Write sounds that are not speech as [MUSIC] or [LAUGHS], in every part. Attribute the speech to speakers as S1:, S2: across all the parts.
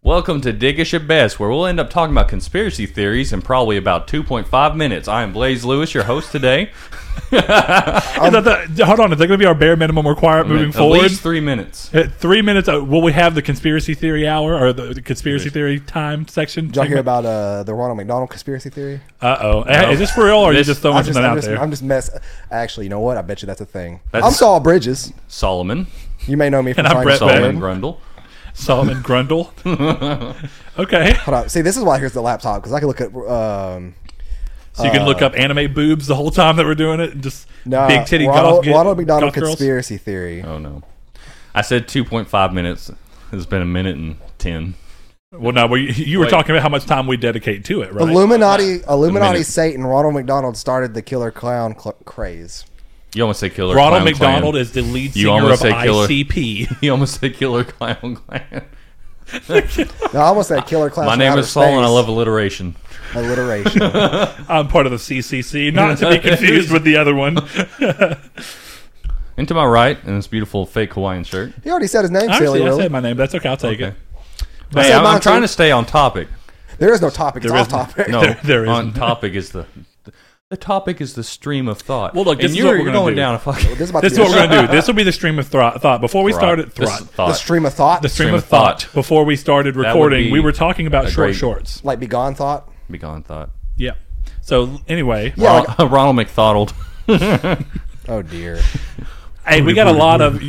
S1: Welcome to Diggish at Best, where we'll end up talking about conspiracy theories in probably about 2.5 minutes. I am Blaze Lewis, your host today.
S2: Is
S3: Um,
S2: that the, hold on, is that going to be our bare minimum requirement moving
S1: At
S2: forward?
S1: least three minutes.
S2: At three minutes, uh, will we have the conspiracy theory hour or the, the conspiracy theory time section?
S3: Did y'all hear about uh, the Ronald McDonald conspiracy theory?
S2: Uh oh, is this for real or are you
S1: This-
S2: just throwing
S3: I'm just,
S2: something
S3: I'm
S2: out
S3: just,
S2: there?
S3: I'm just mess. Actually, you know what? I bet you that's a thing. I'm
S1: That's-
S3: Saul Bridges.
S1: Solomon.
S3: You may know me
S2: And
S3: from
S2: I'm
S3: Finding
S2: Brett
S3: Solomon.
S1: Solomon
S2: Beck.
S1: Grundle.
S2: Solomon Grundle.
S1: [LAUGHS]
S2: okay,
S3: Hold on. See, this is why here's the laptop because I can look at. Um,
S2: so you can
S3: Uh,
S2: look up anime boobs the whole time that we're doing it, and just
S3: no,
S2: big titty
S3: Ronald,
S2: golf, gi-
S3: Ronald McDonald
S2: golf girls?
S3: conspiracy theory.
S1: Oh, no. I said 2.5 minutes. It's been a minute and 10.
S2: Well, no, we, you were
S1: Wait.
S2: talking about how much time we dedicate to it, right?
S3: Illuminati, Illuminati
S1: minute.
S3: Satan, Ronald McDonald started the killer clown cl- craze.
S1: You almost say Killer
S2: Ronald
S1: Clown Clan.
S2: McDonald is the lead
S1: You
S2: singer of
S1: almost say killer.
S2: ICP.
S1: [LAUGHS] You almost say Killer Clown Clan.
S3: No, I almost said killer clown.
S1: My
S3: from
S1: name
S3: outer
S1: is Saul, and I
S3: space.
S1: love alliteration.
S2: [LAUGHS]
S3: alliteration.
S2: I'm part of the CCC, not
S1: [LAUGHS]
S2: to be confused with the other one.
S1: And to my right, in this beautiful fake Hawaiian shirt.
S3: he already said his name,
S2: Actually,
S3: silly.
S2: I
S3: Willy.
S2: said my name. That's okay. I'll take
S1: Okay.
S2: it.
S1: Hey,
S3: said
S1: I'm, I'm
S3: mine,
S1: trying
S3: too.
S1: to stay on topic.
S3: there is no topic. It's
S2: There
S3: off
S2: isn't. [LAUGHS]
S3: topic.
S1: No,
S2: There- there
S1: on
S2: isn't.
S1: topic is the the topic is the stream of thought.
S2: Well, look, this
S1: and
S2: is
S1: you're,
S2: what we're
S1: you're
S2: gonna
S1: going
S2: do.
S1: down a fucking
S3: This
S1: [LAUGHS]
S3: is about
S2: This is
S3: the,
S2: what we're gonna do. This will be the stream of thro- thought. Before we started,
S1: This
S2: throt,
S1: is thought.
S3: the stream of thought,
S2: the stream
S1: Stream
S2: of
S1: of
S2: thought.
S1: thought.
S2: Before we started
S1: would
S2: recording,
S1: be
S2: we were talking about
S1: a
S2: short
S1: great-
S2: shorts.
S3: like begone thought.
S1: Begone thought.
S2: Yeah. So anyway,
S3: Yeah, like-
S1: Ron- Ronald McDonald.
S3: oh dear.
S2: hey, we got a lot of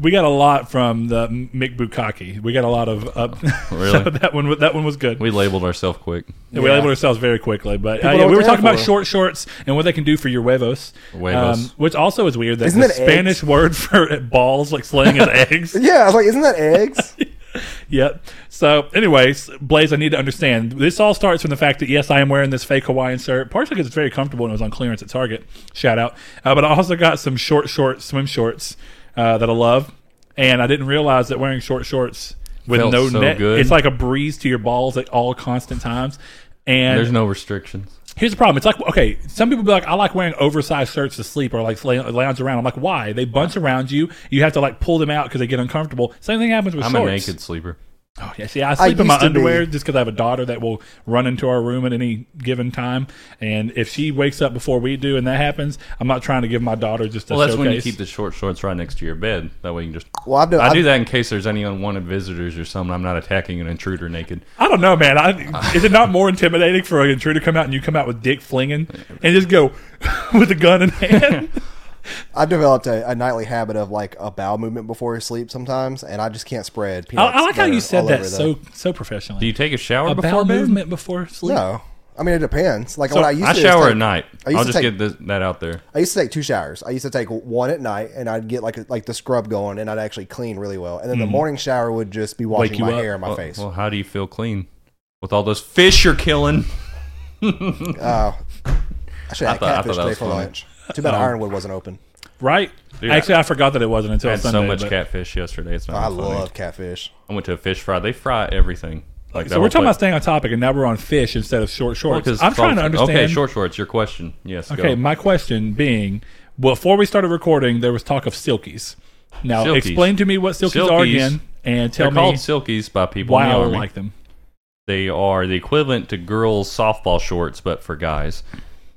S2: we got a lot from the Mick Bukaki. We got a lot of uh, [LAUGHS]
S1: Really?
S2: that one. That one was
S1: [LAUGHS]
S2: good.
S1: We labeled ourselves quick.
S2: And We
S3: Yeah.
S2: labeled ourselves very quickly, but uh,
S3: know
S2: yeah,
S3: what
S2: we were
S3: they're
S2: talking about
S3: for.
S2: short shorts and what they can do for your huevos, Um,
S1: Huevos.
S2: which also is weird. That
S3: Isn't
S2: the
S3: it eggs?
S2: Spanish word [LAUGHS] for balls, like slaying is eggs.
S3: [LAUGHS] Yeah, I was like, isn't
S1: [LAUGHS]
S3: that eggs?
S2: Yep. So, anyways, Blaze, I need to understand. This all starts from the fact that yes, I am wearing this fake Hawaiian shirt, partially because it's very comfortable and it was on clearance at Target. Shout out. Uh, but I also got some short short swim shorts uh, that I love, and I didn't realize that wearing short shorts with
S1: Felt
S2: no
S1: so
S2: net,
S1: good.
S2: it's like a breeze to your balls at all constant times. And
S1: There's no restrictions.
S2: Here's the problem. It's like okay, some people be like, I like wearing oversized shirts to sleep or like lay- lounge around. I'm like, why? They bunch around you. You have to like pull them out because they get uncomfortable. Same thing happens with
S1: I'm
S2: shorts.
S1: a naked sleeper.
S2: Oh yeah, see, I sleep in
S3: used
S2: my
S3: to
S2: underwear
S3: be.
S2: just because I have a daughter that will run into our room at any given time, and if she wakes up before we do, and that happens, I'm not trying to give my daughter just a
S1: Well, that's when you
S2: showcase.
S1: keep the short shorts right next to your bed. That way you can just.
S3: Well, I've done,
S1: I
S3: I've,
S1: do that in case there's any unwanted visitors or something. I'm not attacking an intruder naked.
S2: I don't know, man. I, is it not more intimidating for an intruder to come out and you come out with dick flinging and just go [LAUGHS] with a gun
S1: [LAUGHS]
S2: in hand?
S3: I've developed a, a nightly habit of like a bowel movement before sleep sometimes, and I just can't spread.
S2: I,
S3: Peanuts
S2: I like how
S3: butter
S2: you
S3: all
S2: said
S3: over
S2: that
S3: the-
S2: so so
S1: Do
S2: professionally.
S1: you take a shower
S2: A
S1: before
S2: bowel
S1: bed?
S2: movement before sleep.
S3: No, I mean it depends. Like
S2: So,
S3: what I used
S1: I
S3: to do is
S1: shower
S3: take-
S1: at night.
S3: I used
S1: I'll
S3: to
S1: just get
S3: take-
S1: this, that out there.
S3: I used to take two showers. I used to take one at night, and I'd get like a, like the scrub going, and I'd actually clean really well. And then
S1: Hmm.
S3: the morning shower would just be washing
S2: you
S3: my
S2: up.
S3: hair and my
S1: Well-
S3: face.
S1: Well, how do you feel clean with all those fish you're killing?
S3: I should have
S1: thought- I
S3: catfish
S1: thought that
S3: today
S1: was
S3: for
S1: funny. Oh.
S3: lunch. Too bad Ironwood wasn't open.
S2: Right?
S1: Dude,
S2: Actually, I forgot that it wasn't until
S1: I had
S2: Sunday.
S1: so much
S2: but-
S1: catfish yesterday. It's not
S3: I
S1: funny.
S3: love catfish.
S1: I went to a fish fry. They fry everything. Like that
S2: So we're
S1: whole place.
S2: talking about staying on topic, and now we're on fish instead of short shorts.
S1: Because
S2: I'm trying to
S1: frogs-
S2: understand.
S1: Okay, short shorts. Your question. Yes.
S2: Okay,
S1: Go.
S2: my question being, before we started recording, there was talk of silkies. Now,
S1: Silkies.
S2: explain to me what silkies, are
S1: Silkies.
S2: again, and
S1: They're
S2: tell
S1: called
S2: me
S1: silkies by people in
S2: why
S1: the
S2: I
S1: army.
S2: like them.
S1: They are the equivalent to girls' softball shorts, but for guys.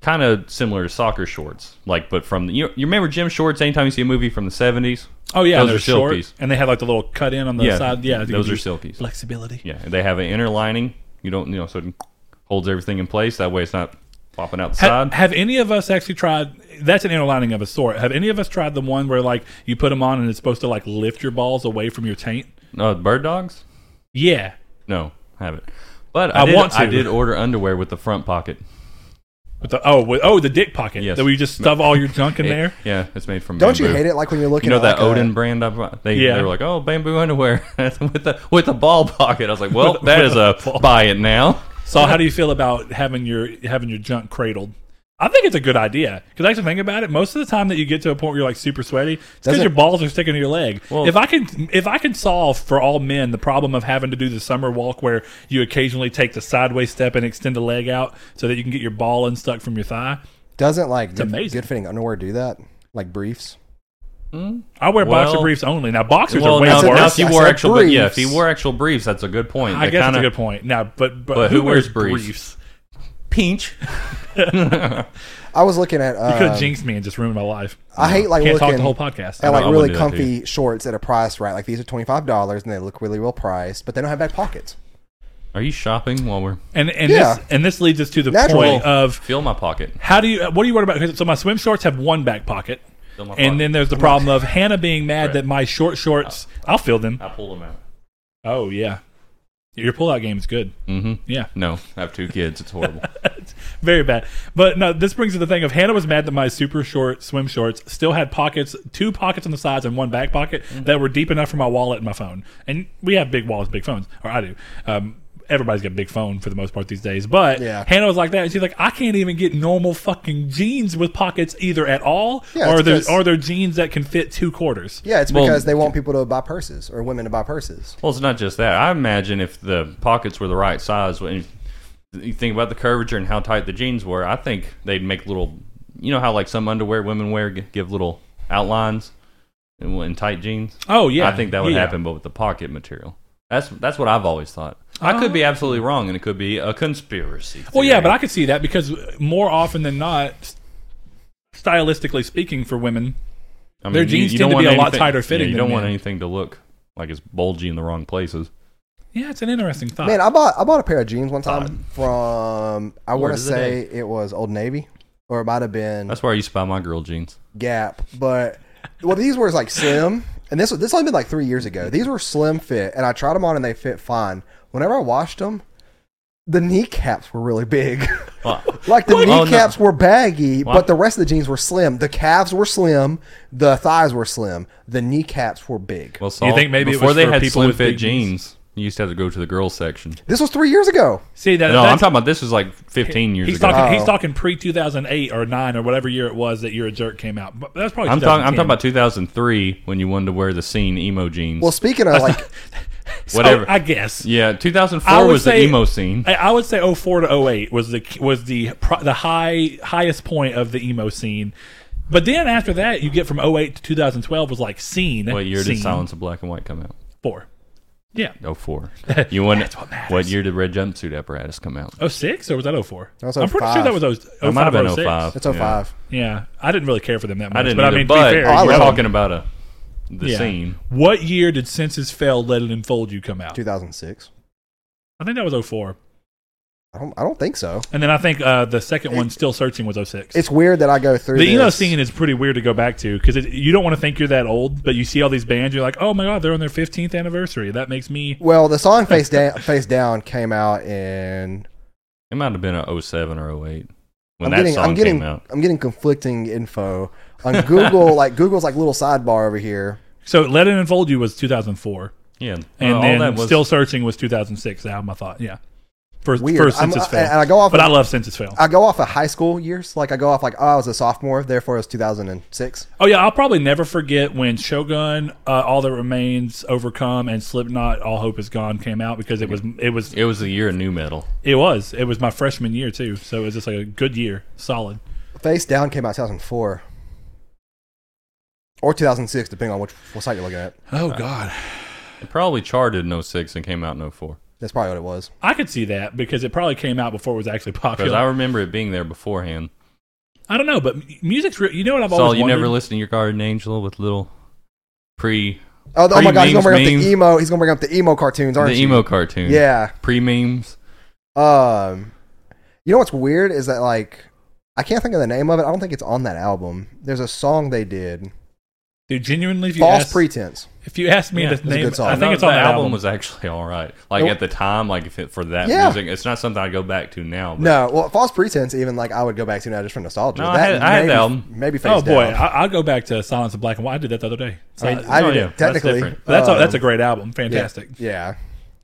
S1: Kind of similar to soccer shorts, like but from the, you, you remember gym shorts. Anytime you see a movie from the seventies,
S2: Oh yeah,
S1: Those
S2: they're
S1: are
S2: short,
S1: silkies.
S2: and they have like the little cut in on the
S1: Yeah,
S2: side. Yeah,
S1: those
S2: you
S1: are
S2: can do
S1: silkies.
S2: Flexibility.
S1: yeah, and they have an inner lining. You don't, you know, so it holds everything in place. That way, it's not popping out the
S2: Ha-
S1: side.
S2: have any of us actually tried? That's an inner lining of a sort. Have any of us tried the one where like you put them on and it's supposed to like lift your balls away from your taint?
S1: No Uh, bird dogs.
S2: Yeah.
S1: No, haven't. But
S2: I
S1: I, did,
S2: want to.
S1: I did order underwear with the front pocket.
S2: With the, oh, with, oh, the dick pocket.
S1: Yes.
S2: That where you just stuff all your junk in there.
S1: Yeah, it's made from.
S3: Don't you
S1: bamboo.
S3: hate it? Like when you're looking
S1: You know
S3: at
S1: that
S3: like, a-
S1: Odin brand I bought? They,
S2: Yeah.
S1: they were like, "Oh, bamboo underwear [LAUGHS] with the with the ball pocket." I was like,
S2: [LAUGHS]
S1: "Well,
S2: With-
S1: that
S2: with
S1: is a
S2: the ball.
S1: buy it now."
S2: So how do you feel about having your having your junk cradled? I think it's a good idea because actually think about it. Most of the time that you get to a point where you're like super sweaty, it's because
S3: Doesn't-
S2: your balls are sticking to your leg.
S1: Well-
S2: if I can if I can solve for all men the problem of having to do the summer walk where you occasionally take the sideways step and extend a leg out so that you can get your ball unstuck from your thigh.
S3: Doesn't like good,
S2: amazing.
S3: good fitting underwear do that? Like briefs.
S2: I wear boxer
S1: Well-
S2: briefs only. Now boxers
S1: Well,
S2: are way
S1: now,
S3: said-
S1: now
S2: worse.
S1: if you
S3: I
S1: wore
S3: said
S1: actual, but yeah, if
S3: briefs.
S1: you wore actual briefs, that's a good point.
S2: I
S1: They
S2: guess
S1: kinda,
S2: that's a good point. Now, but but,
S1: But who wears briefs?
S2: Pinch.
S3: I was looking at.
S2: You could
S3: Uh,
S2: have jinxed me and just ruined my life.
S3: I hate like
S2: Can't
S3: looking
S2: talk the whole podcast.
S3: at
S1: I
S3: like
S1: wouldn't
S3: really
S1: do that to you.
S3: comfy shorts at a price right. Like these are twenty five dollars and they look really well priced, but they don't have back pockets.
S1: Are you shopping while we're
S2: and and
S3: Yeah.
S2: this and this leads us to the
S3: Natural.
S2: point of
S1: feel my pocket?
S2: how do you what are you worried about? 'Cause- So my swim shorts have one back pocket,
S1: Fill my pocket.
S2: and then there's the problem of Hannah being mad that my short shorts. I'll fill them.
S1: I pulled them out.
S2: Oh yeah, your pullout game is good.
S1: Mm-hmm.
S2: Yeah,
S1: No, I have two kids. It's horrible.
S2: [LAUGHS] very bad. But no, this brings to the thing of Hannah was mad that my super short swim shorts still had pockets, two pockets on the sides and one back pocket
S3: Mm.
S2: that were deep enough for my wallet and my phone. And we have big wallets, big phones, or I do. Um, everybody's got a big phone for the most part these days. But
S3: Yeah.
S2: Hannah was like that, and she's like, I can't even get normal fucking jeans with pockets either at all,
S3: Yeah,
S2: or
S3: it's
S2: there's
S3: because-
S2: are there jeans that can fit two quarters.
S3: Yeah, it's
S1: Well-
S3: because they want people to buy purses or women to buy purses.
S1: Well, it's not just that. I imagine if the pockets were the right size, when you think about the curvature and how tight the jeans were, I think they'd make little. You know how like some underwear women wear g- give little outlines in, in tight jeans.
S2: Oh yeah,
S1: I think that would
S2: Yeah.
S1: happen, but with the pocket material. That's that's what I've always thought. I could be absolutely wrong, and it could be a conspiracy.
S2: Oh. Well, yeah,
S1: theory.
S2: but I could see that because more often than not, s- stylistically speaking, for women,
S1: I mean,
S2: their jeans
S1: don't
S2: tend to be
S1: want
S2: a lot
S1: anything-
S2: tighter
S1: yeah,
S2: fitting
S1: you
S2: than
S1: don't want
S2: men.
S1: anything to look like it's bulgy in the wrong places.
S2: yeah, it's an interesting thought.
S3: Man, I bought I bought a pair of jeans one time from I want to
S1: of the
S3: say it was Old Navy or it might have been
S1: That's where I used to buy my girl jeans.
S3: Gap, but well these were like slim, and this was this only been like three years ago. These were slim fit, and I tried them on and they fit fine. Whenever I washed them, the kneecaps were really big. [LAUGHS]
S1: Well,
S3: Like the
S1: What? Oh, no.
S3: kneecaps were baggy,
S1: Wow.
S3: but the rest of the jeans were slim. The calves were slim, the thighs were slim, the kneecaps were big.
S1: Well, Saul,
S2: think maybe it
S1: before
S2: was
S1: they
S2: for
S1: had
S2: people
S1: slim
S2: with
S1: fit
S2: big jeans?
S1: jeans, you used to have to go to the girls section.
S3: This was three years ago.
S2: see that?
S1: no, I'm
S2: that's-
S1: talking about this was like 15 years
S2: He's
S1: ago.
S2: talking. He's
S3: Oh.
S2: talking pre 2008 or nine or whatever year it was that "You're a Jerk" came out. But that's probably.
S1: I'm talking. I'm
S2: 2010.
S1: talking about 2003 when you wanted to wear the scene emo jeans.
S3: Well, speaking
S1: [LAUGHS]
S3: of like,
S2: So,
S1: whatever.
S2: I guess.
S1: yeah, 2004
S2: I would
S1: was
S2: say-
S1: the emo scene.
S2: I, I would say 04 to 08 was the was the pro- the high highest point of the emo scene. But then after that, you get from 08 to 2012 was like scene.
S1: what year
S2: scene
S1: did Silence of Black and White come out?
S2: Four. Yeah.
S1: 04. You won.
S2: [LAUGHS] That's what matters.
S1: year did Red Jumpsuit Apparatus come out?
S2: 06 or was that 04?
S3: That was
S2: I'm pretty
S3: 05.
S2: sure that was oh, 05.
S1: It might have been
S2: 06.
S1: 05.
S3: it's 05.
S1: Yeah.
S2: Yeah, I didn't really care for them that much.
S1: I didn't.
S2: but
S1: either,
S2: I mean,
S1: but
S2: to be fair,
S3: Oh, I
S2: you
S1: we're
S3: love
S2: know,
S1: talking about a the
S2: yeah.
S1: scene.
S2: What year did Senses Fail, Let It Unfold You come out?
S3: 2006.
S2: I think that was 04.
S3: I don't, I don't think so.
S2: And then I think uh, the second one, Still Searching, was 06.
S3: It's weird that I go through
S2: the emo
S3: this.
S2: scene is pretty weird to go back to because you don't want to think you're that old, but you see all these bands, you're like, oh my god, they're on their 15th anniversary. That makes me.
S3: Well, the song "Face Down" "Face Down" came out in.
S1: It might have been a 07 or 08 when
S3: I'm
S1: that
S3: getting,
S1: song
S3: I'm getting,
S1: came out.
S3: I'm getting conflicting info on
S1: [LAUGHS]
S3: Google. like Google's like little sidebar over here.
S2: So Let It Unfold You was 2004,
S1: Yeah,
S2: and
S1: Oh, all
S2: then
S1: that was
S2: Still Searching was 2006. The album I thought, yeah, for
S3: Weird.
S2: for
S3: I'm-
S2: Census
S3: I-
S2: Fail.
S3: and I go off
S2: but
S3: of-
S2: I love Census Fail.
S3: I go off of high school years. Like I go off like, oh, I was a sophomore, therefore it was 2006.
S2: Oh yeah, I'll probably never forget when Shogun, uh, All That Remains, Overcome, and Slipknot, All Hope Is Gone came out because it was it was
S1: It was the year of new metal.
S2: it was it was my freshman year too. So it was just like a good year, solid.
S3: Face Down came out in 2004 or 2006, depending on which what site you're looking at.
S2: Oh god,
S1: It probably charted in 06 and came out in 04.
S3: That's probably what it was.
S2: I could see that because it probably came out before it was actually [LAUGHS]
S1: Because
S2: popular.
S1: I remember it being there beforehand.
S2: I don't know, but m- music's re- you know what I've
S1: Saul,
S2: always
S1: you
S2: wondered.
S1: never listen to your garden angel with little pre
S3: Oh, the- oh my
S1: Pre-memes,
S3: God, he's gonna bring up
S1: memes.
S3: the emo. He's gonna bring up the emo cartoons, aren't
S1: the
S3: you?
S1: emo cartoon.
S3: Yeah.
S1: Pre memes.
S3: Um, you know what's weird is that like I can't think of the name of it. I don't think it's on that album. There's a song they did,
S2: Dude, genuinely, if you
S3: "False
S2: ask,
S3: Pretense."
S2: if you asked me
S1: Yeah,
S2: the
S1: it's
S3: a
S2: name,
S3: good song.
S2: I think
S1: No,
S2: it's on
S1: the
S2: the
S1: album,
S2: album.
S1: was actually all right. Like
S3: It-
S1: at the time, like if it, for that
S3: Yeah.
S1: music, it's not something I go back to now. But
S3: No, well, "False Pretense" even like I would go back to now just for nostalgia.
S1: No, I had- I had the album.
S3: Maybe face
S2: oh boy,
S3: Down.
S2: I, I'll go back to Silence of Black and White. I did that the other day. So-
S3: I mean, I
S1: no,
S3: did
S1: yeah,
S3: it
S1: that's
S3: technically.
S1: different.
S2: that's a,
S3: um,
S2: that's a great album. Fantastic.
S3: yeah.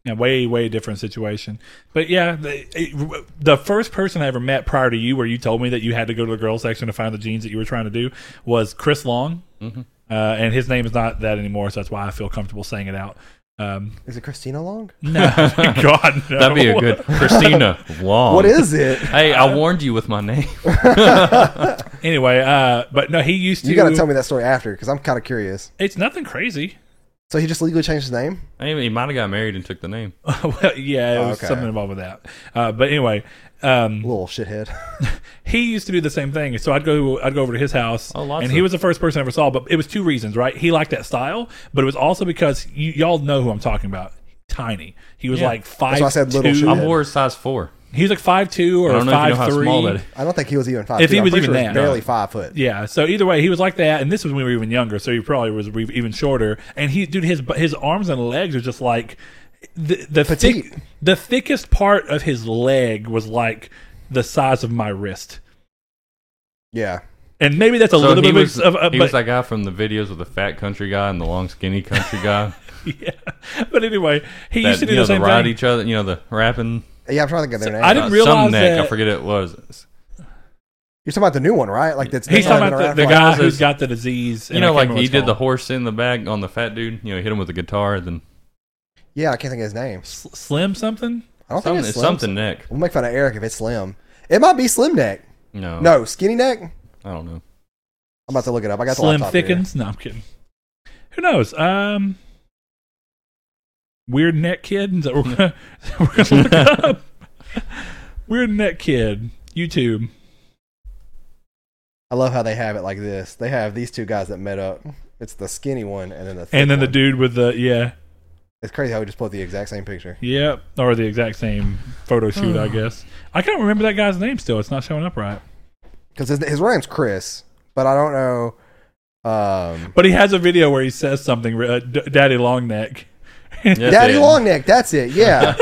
S2: Yeah, way way different situation. But yeah, the, it, the first person I ever met prior to you, where you told me that you had to go to the girls section to find the jeans that you were trying to do, was Chris Long,
S1: Mm-hmm.
S2: uh, and his name is not that anymore, so that's why I feel comfortable saying it out. Um, [LAUGHS]
S3: Is it Christina Long?
S2: no,
S1: [LAUGHS]
S2: God, no.
S1: that'd be
S2: [LAUGHS]
S1: a good Christina Long. [LAUGHS]
S3: What is it?
S1: Hey, I warned you with my name.
S2: Anyway, uh, but no, he used to.
S3: You got to tell me that story after because I'm kind of curious.
S2: It's nothing crazy. [LAUGHS]
S3: So he just legally changed his name?
S2: Mm-hmm.
S1: I mean, he might have got married and took the
S2: [LAUGHS]
S1: name.
S2: well, yeah, it was
S3: Oh, Okay.
S2: something involved with that. Uh, but anyway, um,
S3: Little shithead. [LAUGHS]
S2: he used to do the same thing. So I'd go, I'd go over to his house,
S1: Oh, lots
S2: and
S1: of-
S2: he was the first person I ever saw. But it was two reasons, right? He liked that style, but it was also because you, y'all know who I'm talking about. Tiny. He was
S1: Yeah.
S2: like five.
S3: why I said little
S1: I'm
S3: Yeah.
S1: more size four.
S2: He was like five two or
S1: I don't know if
S2: five
S1: you know how
S2: three.
S1: small that is.
S3: I don't think he was even five.
S2: If
S3: feet.
S2: he
S3: I'm
S2: was
S3: pretty
S2: even
S3: sure he was
S2: that.
S3: barely five foot.
S2: Yeah. So either way, he was like that, and this was when we were even younger, so he probably was re- even shorter. And he, dude, his his arms and legs are just like the the
S3: Petite.
S2: thick, the thickest part of his leg was like the size of my wrist.
S3: Yeah.
S2: And maybe that's a
S1: So
S2: little
S1: he
S2: bit
S1: was,
S2: of, of
S1: he
S2: but,
S1: was that guy from the videos with the fat country guy and the long skinny country
S2: [LAUGHS]
S1: guy
S2: yeah. But anyway, he
S1: that
S2: used to do
S1: you know
S2: the same
S1: the ride
S2: thing.
S1: each other. You know the rapping.
S3: Yeah, I'm trying to think of their name.
S2: I didn't
S1: uh,
S2: realize
S1: some neck.
S2: that-
S1: I forget it was.
S3: You're talking about the new one, right? Like that's
S2: He's
S3: that's
S2: talking
S3: been
S2: about
S3: around
S2: the, the
S3: for, like-
S2: guy
S1: houses.
S2: who's got the disease.
S1: You know, like he did the horse in the back on the fat dude. You know, hit him with a guitar. Then
S3: yeah, I can't think of his name.
S2: whole slim something.
S3: I don't
S1: something,
S3: think it's
S1: it's
S3: Slim.
S1: something neck.
S3: We'll make fun of Eric if it's Slim. It might be Slim Neck.
S2: Oh.
S1: No,
S3: No, Skinny Neck. I'm
S1: I don't know.
S3: about to look it up. I got the
S2: Slim
S3: laptop here.
S2: Thickens. No, I'm kidding. Who knows? Um, weird net kid. Is that what we're gonna, we're gonna look [LAUGHS] up. Weird net kid. YouTube.
S3: I love how they have it like this. They have these two guys that met up. It's the skinny one and then the thick
S2: And then the
S3: one.
S2: dude with the yeah,
S3: It's crazy how we just pulled the exact same picture.
S2: yeah, or the exact same photo shoot. [SIGHS] I guess I can't remember that guy's name. Still, it's not showing up right.
S3: Because his, his real name's Chris, but I don't know. Um,
S2: But he has a video where he says something. Uh, D- Daddy long neck.
S1: That's
S3: Daddy
S1: it.
S3: Long Neck. That's it. Yeah.